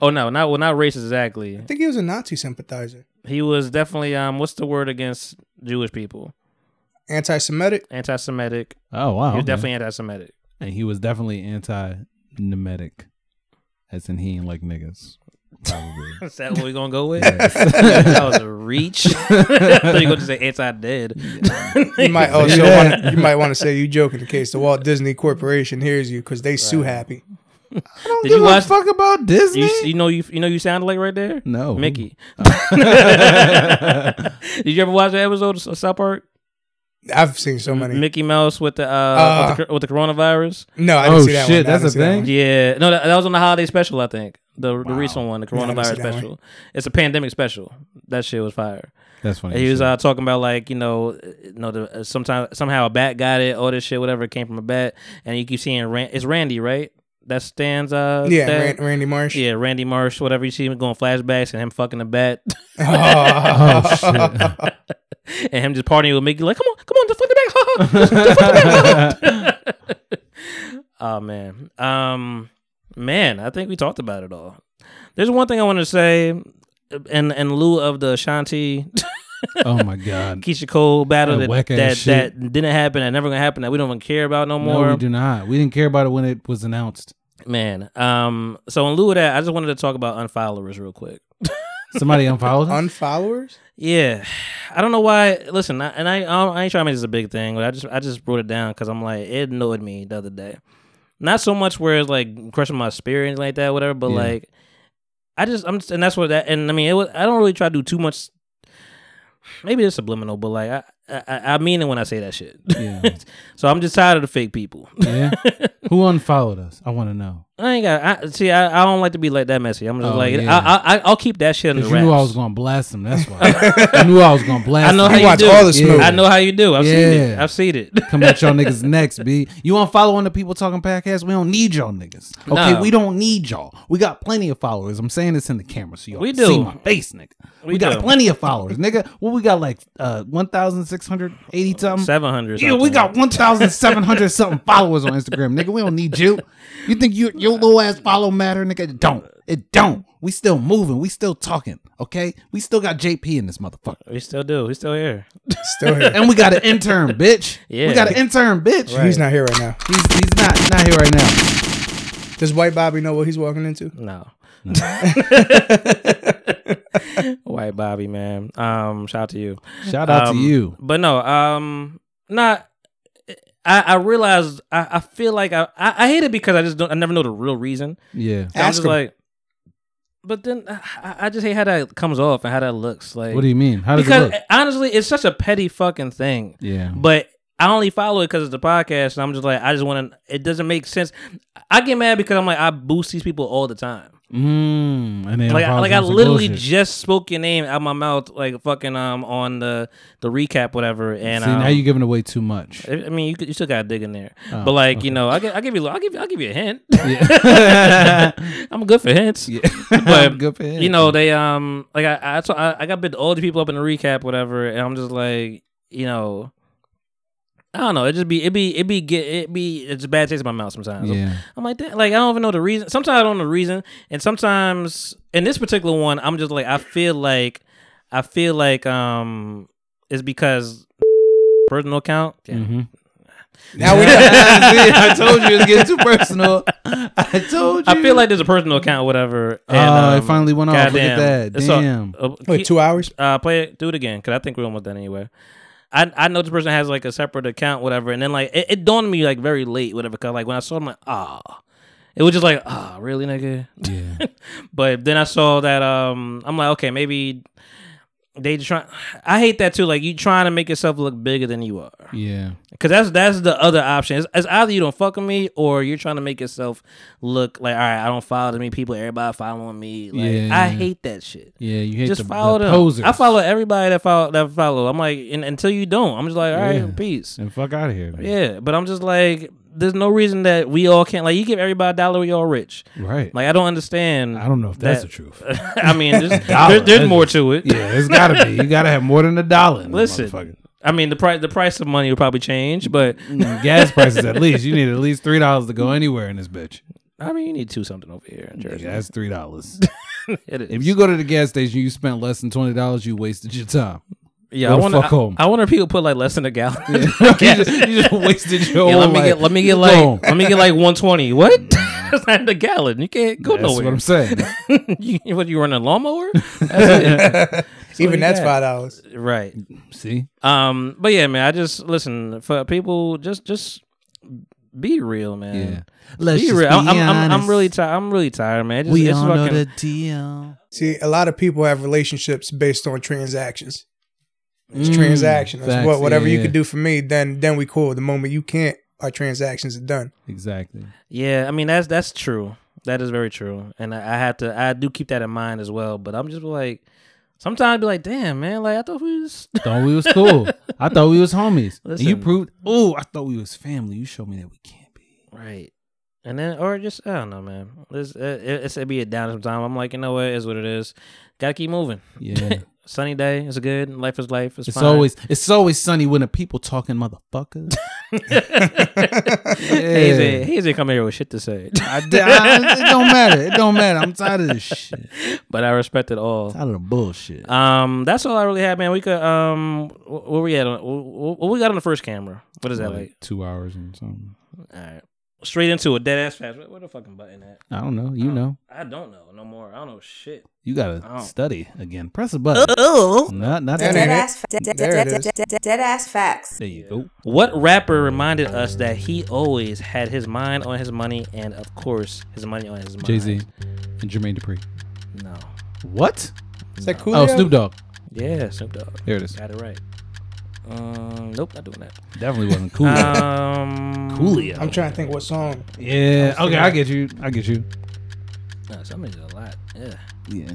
Oh no, not well, not racist exactly.
I think he was a Nazi sympathizer.
He was definitely um, what's the word against Jewish people?
Anti-Semitic.
Anti-Semitic.
Oh wow.
he was
okay.
definitely anti-Semitic.
and he was definitely anti-Nemetic, as in he ain't like niggas. Probably.
Is that what we're gonna go with? that was a reach. I thought you were gonna say anti-dead.
You might also
Yeah.
wanna, you might want to say you joking in case the Walt Disney Corporation hears you because they sue happy.
I don't
Did
give
you
a
watch-
fuck about Disney.
you, you know you you know you sounded like right there.
no,
Oh,
Mickey. Did you ever watch the episode of South Park?
I've seen so many.
Mickey Mouse with the uh,
Uh.
with, the, with the coronavirus.
no, I didn't
Oh,
see that
shit,
one. No, I
that's
didn't
a
see that
thing?
one.
Yeah, no, that, that was on the holiday special. I think the the recent one, the
I didn't see
coronavirus
that one.
special. It's a pandemic special. That shit was fire.
That's funny.
he was
shit.
uh, talking about like you know, uh, you know, the, uh, sometimes somehow a bat got it, all this shit, whatever it came from a bat, and you keep seeing Ran- it's Randy, right? That stands uh
Yeah,
that-
Ran- Randy Marsh.
yeah, Randy Marsh, whatever you see him going flashbacks and him fucking a bat.
oh shit.
and him just partying with Mickey, like, come on, come on, just flip it back. Just flip it back. oh man. Um man, I think we talked about it all. There's one thing I want to say in in lieu of the Shanti
Oh my god.
Keisha Cole battle
That
that that,
whack-ass
that,
shit.
didn't happen, that never gonna happen, that we don't even care about no more.
No, we do not. We didn't care about it when it was announced.
man. Um so in lieu of that, I just wanted to talk about unfollowers real quick.
Somebody unfollowed us.
Unfollowers? Yeah.
Yeah, I don't know why. Listen, I, and I, I ain't trying to make this a big thing, but I just, I just wrote it down because I'm like, it annoyed me the other day. Not so much where it's like crushing my spirit and like that, whatever, but
Yeah.
like, I just, I'm, just, and that's what that, and I mean, it was, I don't really try to do too much. Maybe it's subliminal, but like, I, I, I mean it when I say that shit.
yeah.
so I'm just tired of the fake people.
Yeah. Who unfollowed us? I want to know.
I ain't got. I, see, I, I don't like to be like that messy. I'm just
Oh,
like,
yeah.
I, I, I'll keep that shit in the
Because you knew I was
wraps.
gonna blast him. That's why. I knew I was gonna blast.
I know
him.
how
You
you
watch
do.
all this movie.
I know how you do. I've seen it.
Yeah.
I've seen it.
Come at y'all niggas next, b. You want to follow on the people talking podcast? We don't need y'all niggas. Okay,
No.
we don't need y'all. We got plenty of followers. I'm saying this in the camera so y'all
We
can see
do.
my face, nigga. We,
We
got
do.
plenty of followers, nigga. What we got like uh 1,680 something.
Seven hundred.
Yeah, we got 1,700 something followers on Instagram, nigga. We don't need you. You think you, your little ass follow matter, nigga? It don't. It don't. We still moving. We still talking. Okay? We still got JP in this motherfucker.
We still do. We still here.
Still here.
And we got an intern, bitch.
Yeah.
We got an intern, bitch.
He's not here right now.
He's, he's not he's not here right now.
Does White Bobby know what he's walking into?
No. White Bobby, man. Um, shout out to you.
Shout out
Um,
to you.
But no, um, not. I I realized I, I feel like I, I I hate it because I just don't I never know the real reason.
Yeah.
So I'm
Ask
just
him.
like. But then I- I, I just hate how that comes off and how that looks like.
What do you mean? How does
because
it look?
honestly, it's such a petty fucking thing.
Yeah.
But I only follow it because it's the podcast, and I'm just like, I just want to. It doesn't make sense. I get mad because I'm like, I boost these people all the time.
Mm, and then
Like, I, like I literally just spoke your name out my mouth, like fucking um on the the recap, whatever. And
See,
um,
now you're giving away too much.
I I mean, you, could- you still gotta dig in there,
Oh,
but like
okay.
you know, I will give you, I will give, I give you a hint.
Yeah.
I'm good for hints.
Yeah.
But,
Good for him.
you know they um like I I, so I I got bit all the people up in the recap whatever and I'm just like you know I don't know it just be it be it be get it be it's a bad taste in my mouth sometimes I'm,
Yeah.
I'm like that like I don't even know the reason sometimes I don't know the reason and sometimes in this particular one I'm just like I feel like I feel like um it's because personal account
Mhm.
Now we
See, I told you it's getting too personal. I told you.
I feel like there's a personal account whatever
Oh,
and
it
um,
finally went off. Look at
goddamn.
that.
It's all-
Damn.
uh,
Wait,
keep-
two hours?
uh, play it, do it again, because I think we're almost done anyway. I I know this person has like a separate account, whatever, and then like it, it dawned on me like very late, whatever, because like when I saw him, like ah, it was just like ah, really nigga.
yeah.
But then I saw that um, I'm like okay, maybe they try. I hate that too. Like you trying to make yourself look bigger than you are,
Yeah.
because that's that's the other option. It's, it's either you don't fuck with me or you're trying to make yourself look like all right, I don't follow as many people. Everybody following me. Like
Yeah.
I hate that shit
Yeah. You hate
just
the,
follow
the
them.
posers.
I follow everybody that follow that follow. I'm like, and, until you don't, I'm just like, all right,
Yeah.
peace.
And fuck out of here. man.
Yeah, but I'm just like, there's no reason that we all can't. Like, you give everybody a dollar, we all rich.
Right.
Like, I don't understand.
I don't know if that's
that-
the truth.
I mean, there's,
Dollar,
there- there's
that's
more
just-
to it.
Yeah, it's gotta be. You gotta have more than a dollar. In this
Listen.
motherfucker.
I mean, the price the price of money will probably change, but
gas prices at least. You need at least three dollars to go anywhere in this bitch.
I mean, you need two something over here in Jersey.
Yeah, that's three dollars.
It is.
if you go to the gas station, you spent less than twenty dollars. You wasted your time.
yeah,
go
I
to
wonder.
fuck home.
I, I wonder if people put like less than a gallon. Yeah,
you, just, you just wasted your.
let
whole
me
life.
get let me get
Go home.
like let me get like 120. What? That's not a gallon. You can't go
That's
nowhere.
what I'm saying.
you, what you run a lawnmower? That's
Even that's
got.
five dollars.
it. right.
See,
Um, but yeah, man, I just listen for people. Just just be real, man.
Let's
Be
just
real. I'm,
be
I'm, I'm, I'm
honest.
really tired. I'm really tired, man. It Just,
we
it's
all know
fucking,
the deal.
See, a lot of people have relationships based on transactions. It's
Mm,
transactions.
facts,
What whatever
yeah,
you
yeah.
can do for me, then then we cool. The moment you can't, our transactions are done.
Exactly.
Yeah, I mean that's that's true. That is very true, and I, I have to. I do keep that in mind as well. But I'm just like, sometimes I be like, damn, man. Like I thought we was.
Thought we was cool. I thought we was homies. And you
Listen.
proved. Oh, I thought we was family. You showed me that we can't be.
Right. And then, or just I don't know, man. It's it, it's it be a down sometime. I'm like, you know what? It is what it is. Gotta keep moving.
Yeah.
Sunny day is good. Life is life. It's,
It's
fine.
always it's always sunny when the people talking motherfuckers.
Hazy, Hazy come here with shit to say,
I d- I- it don't matter. It don't matter. I'm tired of this shit. Uh,
but I respect it all.
Tired of the bullshit.
Um, that's all I really had, man. We could um, wh- where we at? On, wh- wh- what we got on the first camera? What is that like?
two hours and something.
All right, straight into it, dead ass fast. Where, where the fucking button at?
I don't know. You know.
I don't know no more. I don't know shit.
You gotta
Oh.
study again. Press a button.
Oh.
Not not
There
that.
it
ass, fa- dead,
There it
dead,
is.
dead, dead, dead ass facts.
There you go.
What rapper reminded us that he always had his mind on his money and, of course, his money on his mind?
Jay Z and Jermaine Dupri.
No.
What?
Is that cool?
Oh, Snoop Dogg.
Yeah, Snoop Dogg.
There it is.
Got it right. Um, nope, not doing that.
Definitely wasn't cool.
Um,
Coolio.
I'm trying to think what song.
yeah. Okay, I get you. I get you.
Nah, somebody's a lot. Yeah.
Yeah.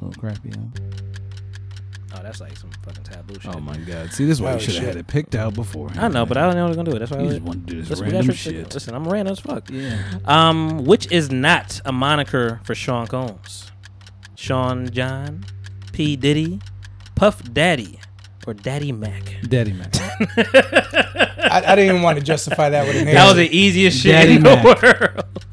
Oh crappy. Yeah.
Oh, that's like some fucking taboo shit.
Oh my god. See, this is why
Oh,
you should have
shit.
had it picked out before.
I know, but I don't know what I'm gonna do. That's why
You
I
just wanna do this
Listen, we
random
got-
shit.
Listen, I'm random as fuck.
Yeah.
Um, which is not a moniker for Sean Combs, Sean John, P Diddy, Puff Daddy, or Daddy Mac.
Daddy Mac.
I, I didn't even want to justify that with a name.
That was the easiest shit
Daddy
in the
Mac.
world.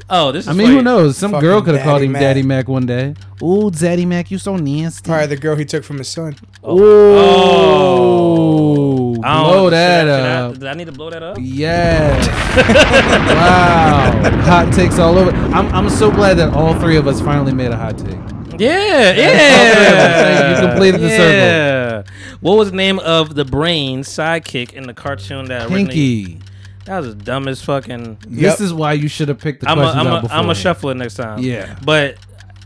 oh, this is.
I mean, who
like-
knows? Some
Fucking
girl could have called
Daddy
him
Mac.
Daddy Mac one day. Ooh, Daddy Mac, you so nasty.
probably the girl he took from his son.
Oh,
I don't-
blow
should I-
that
should I-
up.
did I need to blow that up?
Yes. wow. Hot takes all over. I'm, I'm so glad that all three of us finally made a hot take.
Yeah,
yeah.
yeah.
You completed the circle.
circle. What was the name of the brain sidekick in the cartoon that originally?
Pinky.
That was the dumbest fucking.
This is why you should have picked the
I'm a,
questions
I'm
out
a,
before.
I'm a shuffle it next time.
Yeah.
But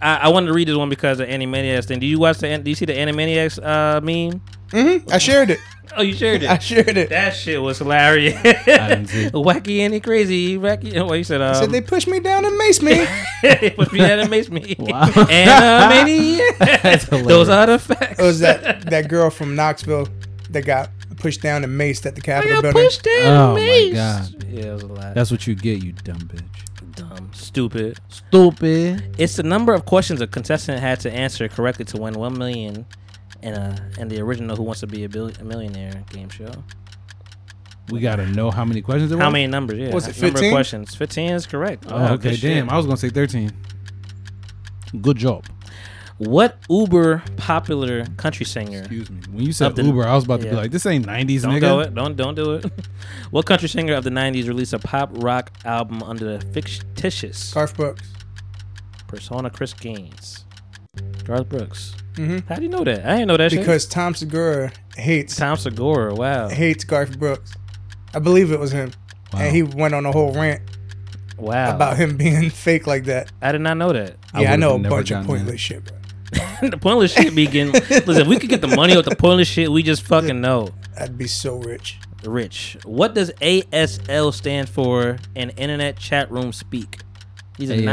I, I wanted to read this one because of Animaniacs thing. Do you watch the? An- Do you see the Animaniacs uh, meme?
Mm-hmm. I shared it.
Oh, you shared
I
it.
shared it.
that shit was hilarious.
didn't see it.
Wacky and crazy. Wacky. Well, you said. Um,
I said they pushed me down and maced me.
it would be animates me. Animaniacs.
hilarious.
Those
Oh,
are the facts.
It was that that girl from Knoxville that got pushed down and maced at the
I
Capitol
got
building.
pushed down.
Oh my
maced.
god.
Yeah, it was a lot.
That's what you get, you dumb bitch.
dumb, stupid.
Stupid.
It's the number of questions a contestant had to answer correctly to win one million, in a in the original Who Wants to Be a, Bill- a Millionaire game show.
We gotta know how many questions there
How
were?
many numbers? Yeah,
Was it
number of
15?
questions? Fifteen is correct.
Oh,
Wow,
okay,
good shit.
damn. I was gonna say thirteen. Good job.
What uber popular country singer?
Excuse me. When you said
Up the-
Uber, I was about to be
yeah.
like, this ain't nineties,
Don't
nigga.
do it. Don't don't do it. what country singer of the '90s released a pop rock album under the fictitious
Garth Brooks.
persona Chris Gaines? Garth Brooks.
Mhm.
How do you know that? I didn't know that shit.
Because Tom Segura hates
Tom Segura. Wow.
hates Garth Brooks. I believe it was him.
Wow. Oh.
And he went on a whole rant
Wow.
about him being fake like that.
I did not know that.
I
yeah, I
would've
know a
never
bunch of
gotten
pointless
that.
shit, bro.
the pointless shit be getting. listen, if we could get the money with the pointless shit, we just fucking know.
I'd be so rich.
Rich. What does ASL stand for in Internet Chat Room Speak? These are
ASL?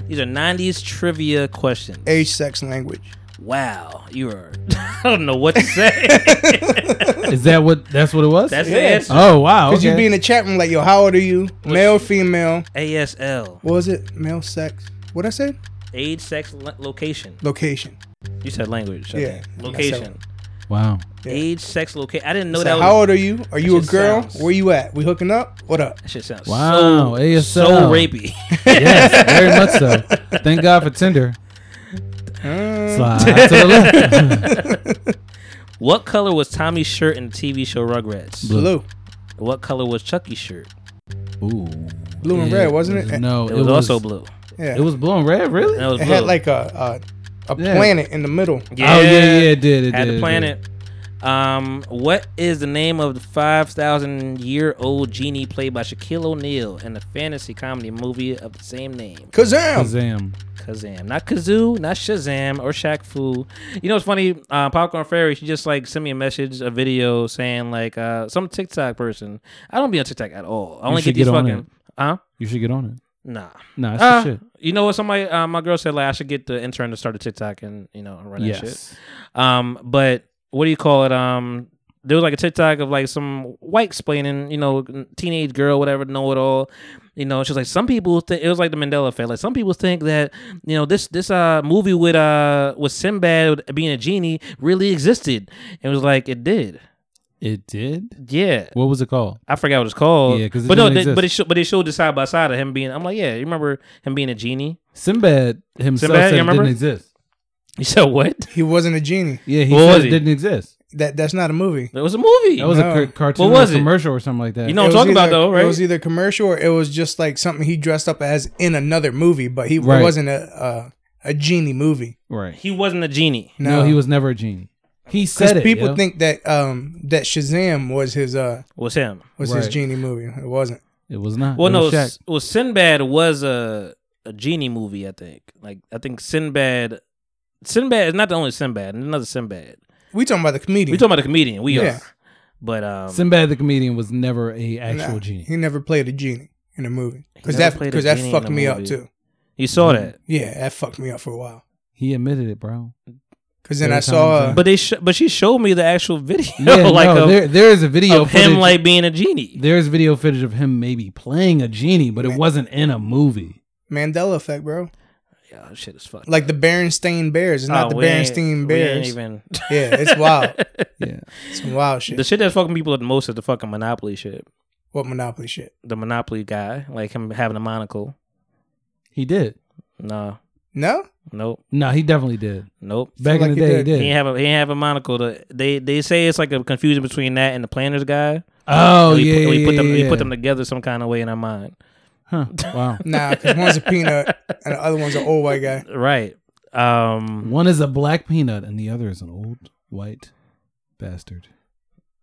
90s. These are 90s trivia questions.
Age, sex, language.
Wow, you are. I don't know what to say.
Is that what? That's what it was.
That's
Yeah.
the answer.
oh wow.
Because
Okay.
you'd be in the chat room like, yo, how old are you? Male, female.
ASL.
What was it? Male, sex. What I said?
Age, sex, lo- location.
Location.
You said language. I
Yeah,
think.
I said
Location.
wow.
Yeah.
Age, sex, location. I didn't know
So
that was.
how old are you? Are you a
shit
girl?
sounds-
Where you at? We hooking up? What up?
that shit sounds
Wow,
so,
ASL.
so rapey.
Yes, very much so. Thank God for Tinder.
Mm,
Slide to the left.
what color was Tommy's shirt in the TV show Rugrats?
Blue.
Blue.
What color was Chucky's shirt?
Ooh.
Blue and red, wasn't it?
No,
It was, also blue.
Yeah.
It was blue and red, really?
And it was
It
blue.
had like a a, a
Yeah.
planet in the middle.
Oh yeah, yeah, it did. It did,
Had
it
the
did.
planet. Um, what is the name of the five thousand year old genie played by Shaquille O'Neal in the fantasy comedy movie of the same name?
Oh.
Kazam.
Shazam.
Kazam, not Kazoo, not Shazam or Shaq Fu. You know what's funny? Uh, Popcorn Fairy, she just like sent me a message, a video saying like uh, some TikTok person. I don't be on TikTok at all. I only
should
get these
get on it.
fucking. Huh?
You should get on it.
Nah.
Nah, that's
Uh,
the shit.
You know what? Somebody, uh, my girl said like I should get the intern to start a TikTok and you know run that shit.
Yes.
Um, but what do you call it? Um, there was like a TikTok of like some white explaining, you know, teenage girl, whatever, know it all. You know, she's like, some people think it was like the Mandela effect. Like some people think that you know this this uh movie with uh with Sinbad being a genie really existed. It was like it did.
It did.
Yeah,
What was it called?
I forgot what it's called.
Yeah, 'cause it
but no,
didn't
they, but it
exist.
showed, but it showed the side by side of him being. I'm like, yeah, you remember him being a genie?
Sinbad himself said
Sinbad, you
it
remember?
didn't exist.
You said what?
He wasn't a genie.
Yeah, he
What
said
was
it
he?
didn't exist.
That that's not a movie.
It was a movie.
That was
No.
a car- cartoon
What was
or
it?
commercial or something like that.
you know
It
what I'm
was
talking about
either-
though, right?
It was either commercial or it was just like something he dressed up as in another movie, but he it
Right.
wasn't a, a a genie movie.
right?
he wasn't a genie.
No,
No,
he was never a genie. He
Because
said it.
people
yo.
think that um that Shazam was his uh
Was him?
was his
Right.
genie movie. It wasn't.
it was not.
Well,
It
no,
was Shaq.
S- well, Sinbad was a a genie movie. I think. Like, I think Sinbad, Sinbad is not the only Sinbad. Another Sinbad.
We talking about the comedian.
We talking about a comedian. We
Yeah.
are. But um,
Sinbad the comedian was never a actual
Nah,
genie.
He never played a genie in a movie because
never
that
played a
because that
genie in
fucked
a
me up
movie.
too.
you saw that.
Yeah, that fucked me up for a while.
He admitted it, bro.
Because then
Every
I saw
time-
uh,
But they, sh- but she showed me the actual video,
Yeah,
like
no,
of,
there, there is a video
of
footage.
him like being a genie.
there is video footage of him maybe playing a genie, but it wasn't in a movie.
Mandela effect, bro.
Yeah, shit is fucked.
Like the Berenstain Bears. It's not
Oh,
the
we ain't-
Berenstain
we ain't
Bears.
even-
Yeah, it's wild.
Yeah,
Some wild shit.
the shit that's fucking people up the most is the fucking Monopoly shit.
what Monopoly shit?
The Monopoly guy, like him having a monocle.
he did.
Nah,
No,
nope,
No, he definitely did.
nope.
Back
like
in the
he
day,
did.
he did.
He ain't have a he ain't have a monocle. The- they they say it's like a confusion between that and the planners guy.
Oh
we
yeah,
put,
yeah,
we put them
yeah,
we put them
yeah.
together some kind of way in our mind.
Huh. Wow.
nah, because one's a peanut and the other one's an old white guy.
Right. Um,
One is a black peanut, and the other is an old white bastard.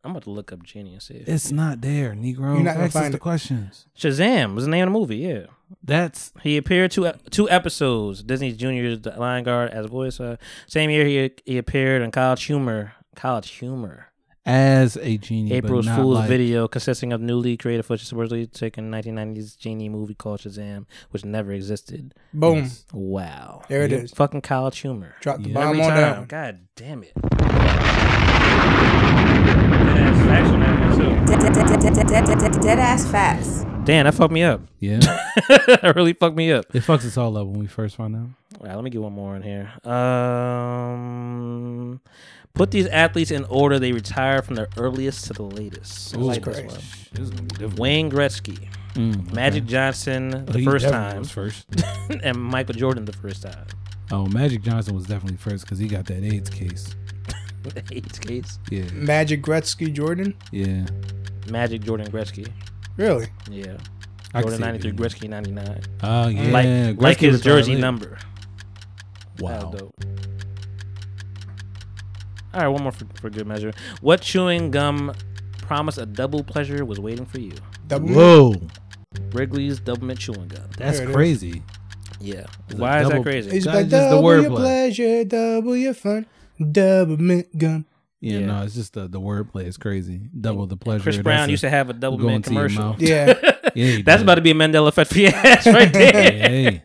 I'm about to look up genie and see. If,
It's not there, Negro.
You're not gonna
Ask us
find
the
it.
questions.
Shazam was the name of the movie. Yeah.
That's
He appeared two two episodes. Disney's Junior's The Lion Guard as a voice. Uh, same year he he appeared on College Humor. College Humor.
as a genie.
April's
but not
Fool's
like-
video consisting of newly created footage supposedly taken 1990s genie movie called Shazam, which never existed.
Boom,
Wow.
there it is.
Fucking College Humor.
Drop the
Yeah.
bomb
Every
on that.
time.
one.
God damn it. Dead
Dead ass facts.
Damn, that fucked me up.
Yeah,
that really fucked me up.
it fucks us all up when we first find out.
All right, let me get one more in here. Um, put these athletes in order. They retire from the earliest to the latest. I like this one. Wayne Gretzky,
Mm,
Magic Johnson the first time,
first.
and Michael Jordan the first time.
Oh, Magic Johnson was definitely first because he got that AIDS case.
Eight skates.
Yeah,
Magic Gretzky Jordan.
yeah.
Magic Jordan Gretzky.
Really?
Yeah.
I can
Jordan
see it
93,
being-
Gretzky 99.
Oh yeah,
like like
Gretzky
his
retired
jersey
later.
number.
Wow.
Wow. Dope. All right, one more for, for good measure. What chewing gum promised a double pleasure was waiting for you?
Double.
Whoa,
Wrigley's Double Mint Chewing Gum.
that's
There it is.
crazy.
Yeah.
It's a
Why is that
double-
crazy?
It's
That
like
is just the
double your
wordplay.
pleasure, double your fun, double mint gum.
Yeah,
Yeah.
no, it's just the the wordplay is crazy. Double the pleasure.
Chris
that's
Brown
a-
used to have a double
going
mint
to your
commercial.
mouth.
Yeah,
Yeah, he
That's
did.
about to be a Mandela effect for your ass right there.
Hey,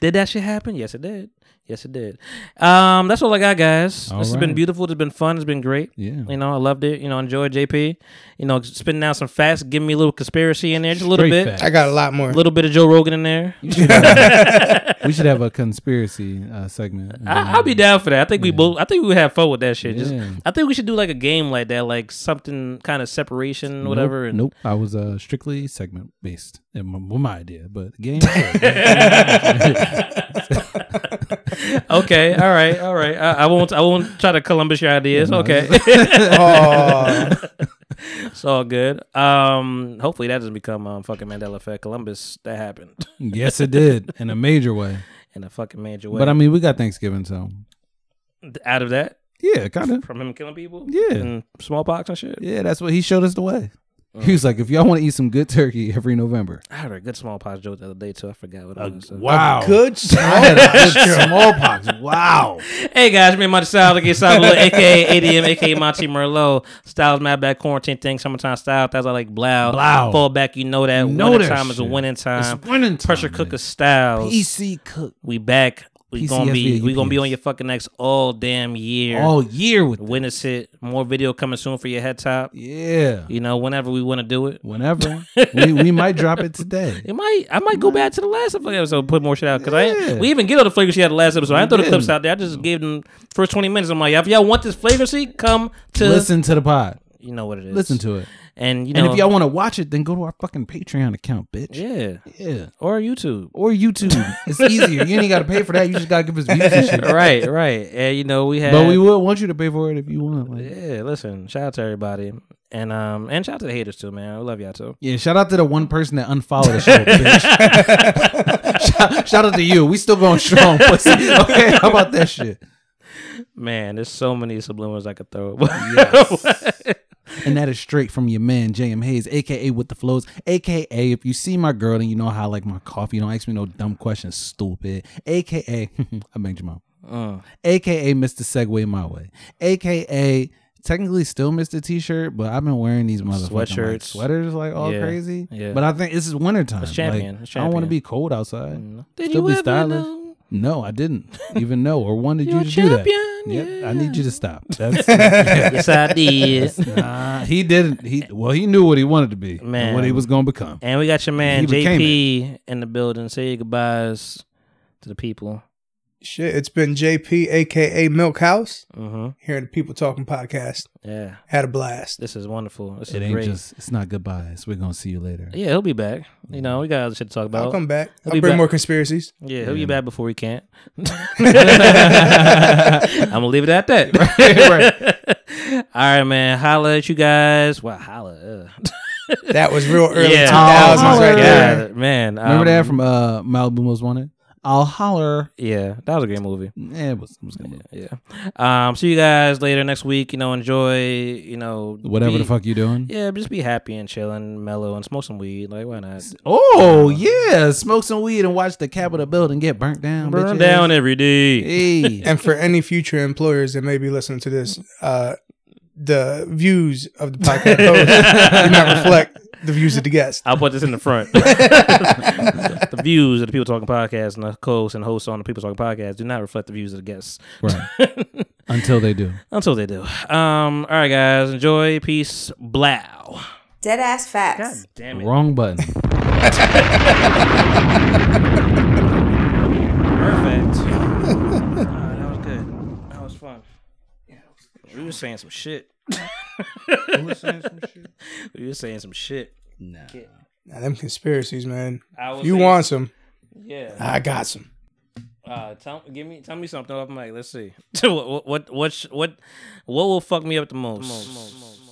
Did that shit happen? Yes, it did. Yes, it did. Um, that's all I got, guys.
All
this has
right.
been beautiful. It's been fun. It's been great.
Yeah.
You know, I loved it. You know, enjoyed JP. You know, spitting out some facts, giving me a little conspiracy in there, just a little
Straight
bit,
facts.
I got a lot more.
a little bit of Joe Rogan in there.
we should have a conspiracy uh, segment.
I, I'll be down for that. I think we both. I think we would have fun with that shit. Just,
Yeah.
I think we should do like a game like that, like something kind of separation, whatever.
Nope,
and-
nope. I was uh, strictly segment based. It was my idea, but the game.
Okay. All right. All right. I, I won't. I won't try to Columbus your ideas.
no,
okay.
Oh,
It's all good. Um, hopefully that doesn't become um fucking Mandela effect. Columbus, that happened
yes, it did in a major way.
in a fucking major way.
But I mean, we got Thanksgiving, so
out of that,
yeah, kind of.
from him killing people,
Yeah.
and smallpox and shit.
Yeah, that's what he showed us the way. He was like, if y'all want to eat some good turkey every November.
I heard a good smallpox joke the other day too. I forgot what it was. so-
Wow.
good.
I had a good smallpox. Wow.
Hey guys, me and Monty Styles, aka Sablo, aka ADM, aka Monty Merlot. Styles, my back quarantine thing, summertime style. That's I like blow.
Blow.
Fall back, you know that.
Know
winter
that
time is a
shit.
winning time.
It's winning time,
Pressure
man.
cooker styles.
EC Cook
We back. We
PCSV,
gonna be we gonna be
UPS.
on your fucking next all damn year.
all year with
Witness it. More video coming soon for your head top.
Yeah.
You know, whenever we want to do it.
Whenever. we, we might drop it today.
It might I might go back to the last episode and put more shit out because I
Yeah.
ain't- we even get all the flavor she had the last episode. I didn't throw the clips
didn't.
out there. I just gave them first twenty minutes. I'm like, if y'all want this flavor seat, come to
Listen to the pod.
You know what it is.
Listen to it.
and you know
And if y'all want to watch it, then go to our fucking Patreon account, bitch.
yeah
Yeah.
or YouTube.
Or YouTube. It's easier. You ain't got to pay for that. You just got to give us views and shit.
right, right, and you know we have.
But we will want you to pay for it if you want. Like,
yeah, listen. Shout out to everybody, and um, and shout out to the haters too, man. We love y'all too.
yeah, shout out to the one person that unfollowed the show, bitch. shout, shout out to you. We still going strong, pussy. Okay, how about that shit?
Man, there's so many subliminals I could throw.
And that is straight from your man, JM Hayes, aka With the Flows, aka If you see my girl and you know how I like my coffee, don't ask me no dumb questions, stupid, aka I banged your mom, aka Mr. Segway My Way, aka technically still missed a t-shirt, but I've been wearing these motherfucking like,
Sweatshirts.
sweaters like all
Yeah.
crazy.
Yeah.
But I think this is wintertime.
It's champion.
Like,
It's
I don't want
champion. Mm.
to be cold outside.
Did
Still
you
be
ever
stylish.
know?
No, I didn't even know or wanted you
You're
to do that.
champion,
I need you to stop. That's,
Yes, I did.
nah, he didn't. He well, he knew what he wanted to be, and
Man.
what he was going to become.
And we got your
He
man
became
JP in the building. Say your goodbyes to the people.
Shit, it's been JP, aka Milk House,
hmm
hearing the People Talking podcast.
Yeah,
Had a blast.
this is wonderful. This
It
is
ain't
great.
just. It's not goodbyes. We're gonna see you later.
Yeah, he'll be back. You know, we got other shit to talk
I'll
about.
come back.
I'll
I'll,
be
bring
back.
more conspiracies.
Yeah, he'll be back before he can't. I'm gonna leave it at that. All right, man. Holla at you guys. Well, holla. uh.
That was real early
Yeah.
2000s
Oh,
right
Yeah,
there.
man.
Remember
um,
that from uh, Malibu Most Wanted? I'll holler.
Yeah, that was a great movie.
Yeah, it was, it was gonna
Yeah. Um. See you guys later next week. You know, enjoy. You know,
whatever
be-
the fuck you doing.
Yeah, just be happy and chill and mellow and smoke some weed. Like, why not? Uh,
Oh yeah, smoke some weed and watch the Capitol building get burnt down.
Burn
bitches.
down every day.
Hey,
And for any future employers that may be listening to this, uh, the views of the podcast host do not reflect the views of the guest.
I'll put this in the front. the views of the people talking podcast and the co-hosts and hosts on the people talking podcast do not reflect the views of the guests
right. Until they do.
until they do. Um. All right, guys. Enjoy. Peace. Blow.
Dead ass facts.
Damn it.
Wrong button.
Perfect. Ah, that was good. That was fun. We were saying some shit. We were saying some shit.
Now, them conspiracies, man.
I was
If you
saying-
want some,
Yeah.
I got some.
Uh, tell give me tell me something. I'm like, let's see. what what what what sh- what what will fuck me up the most.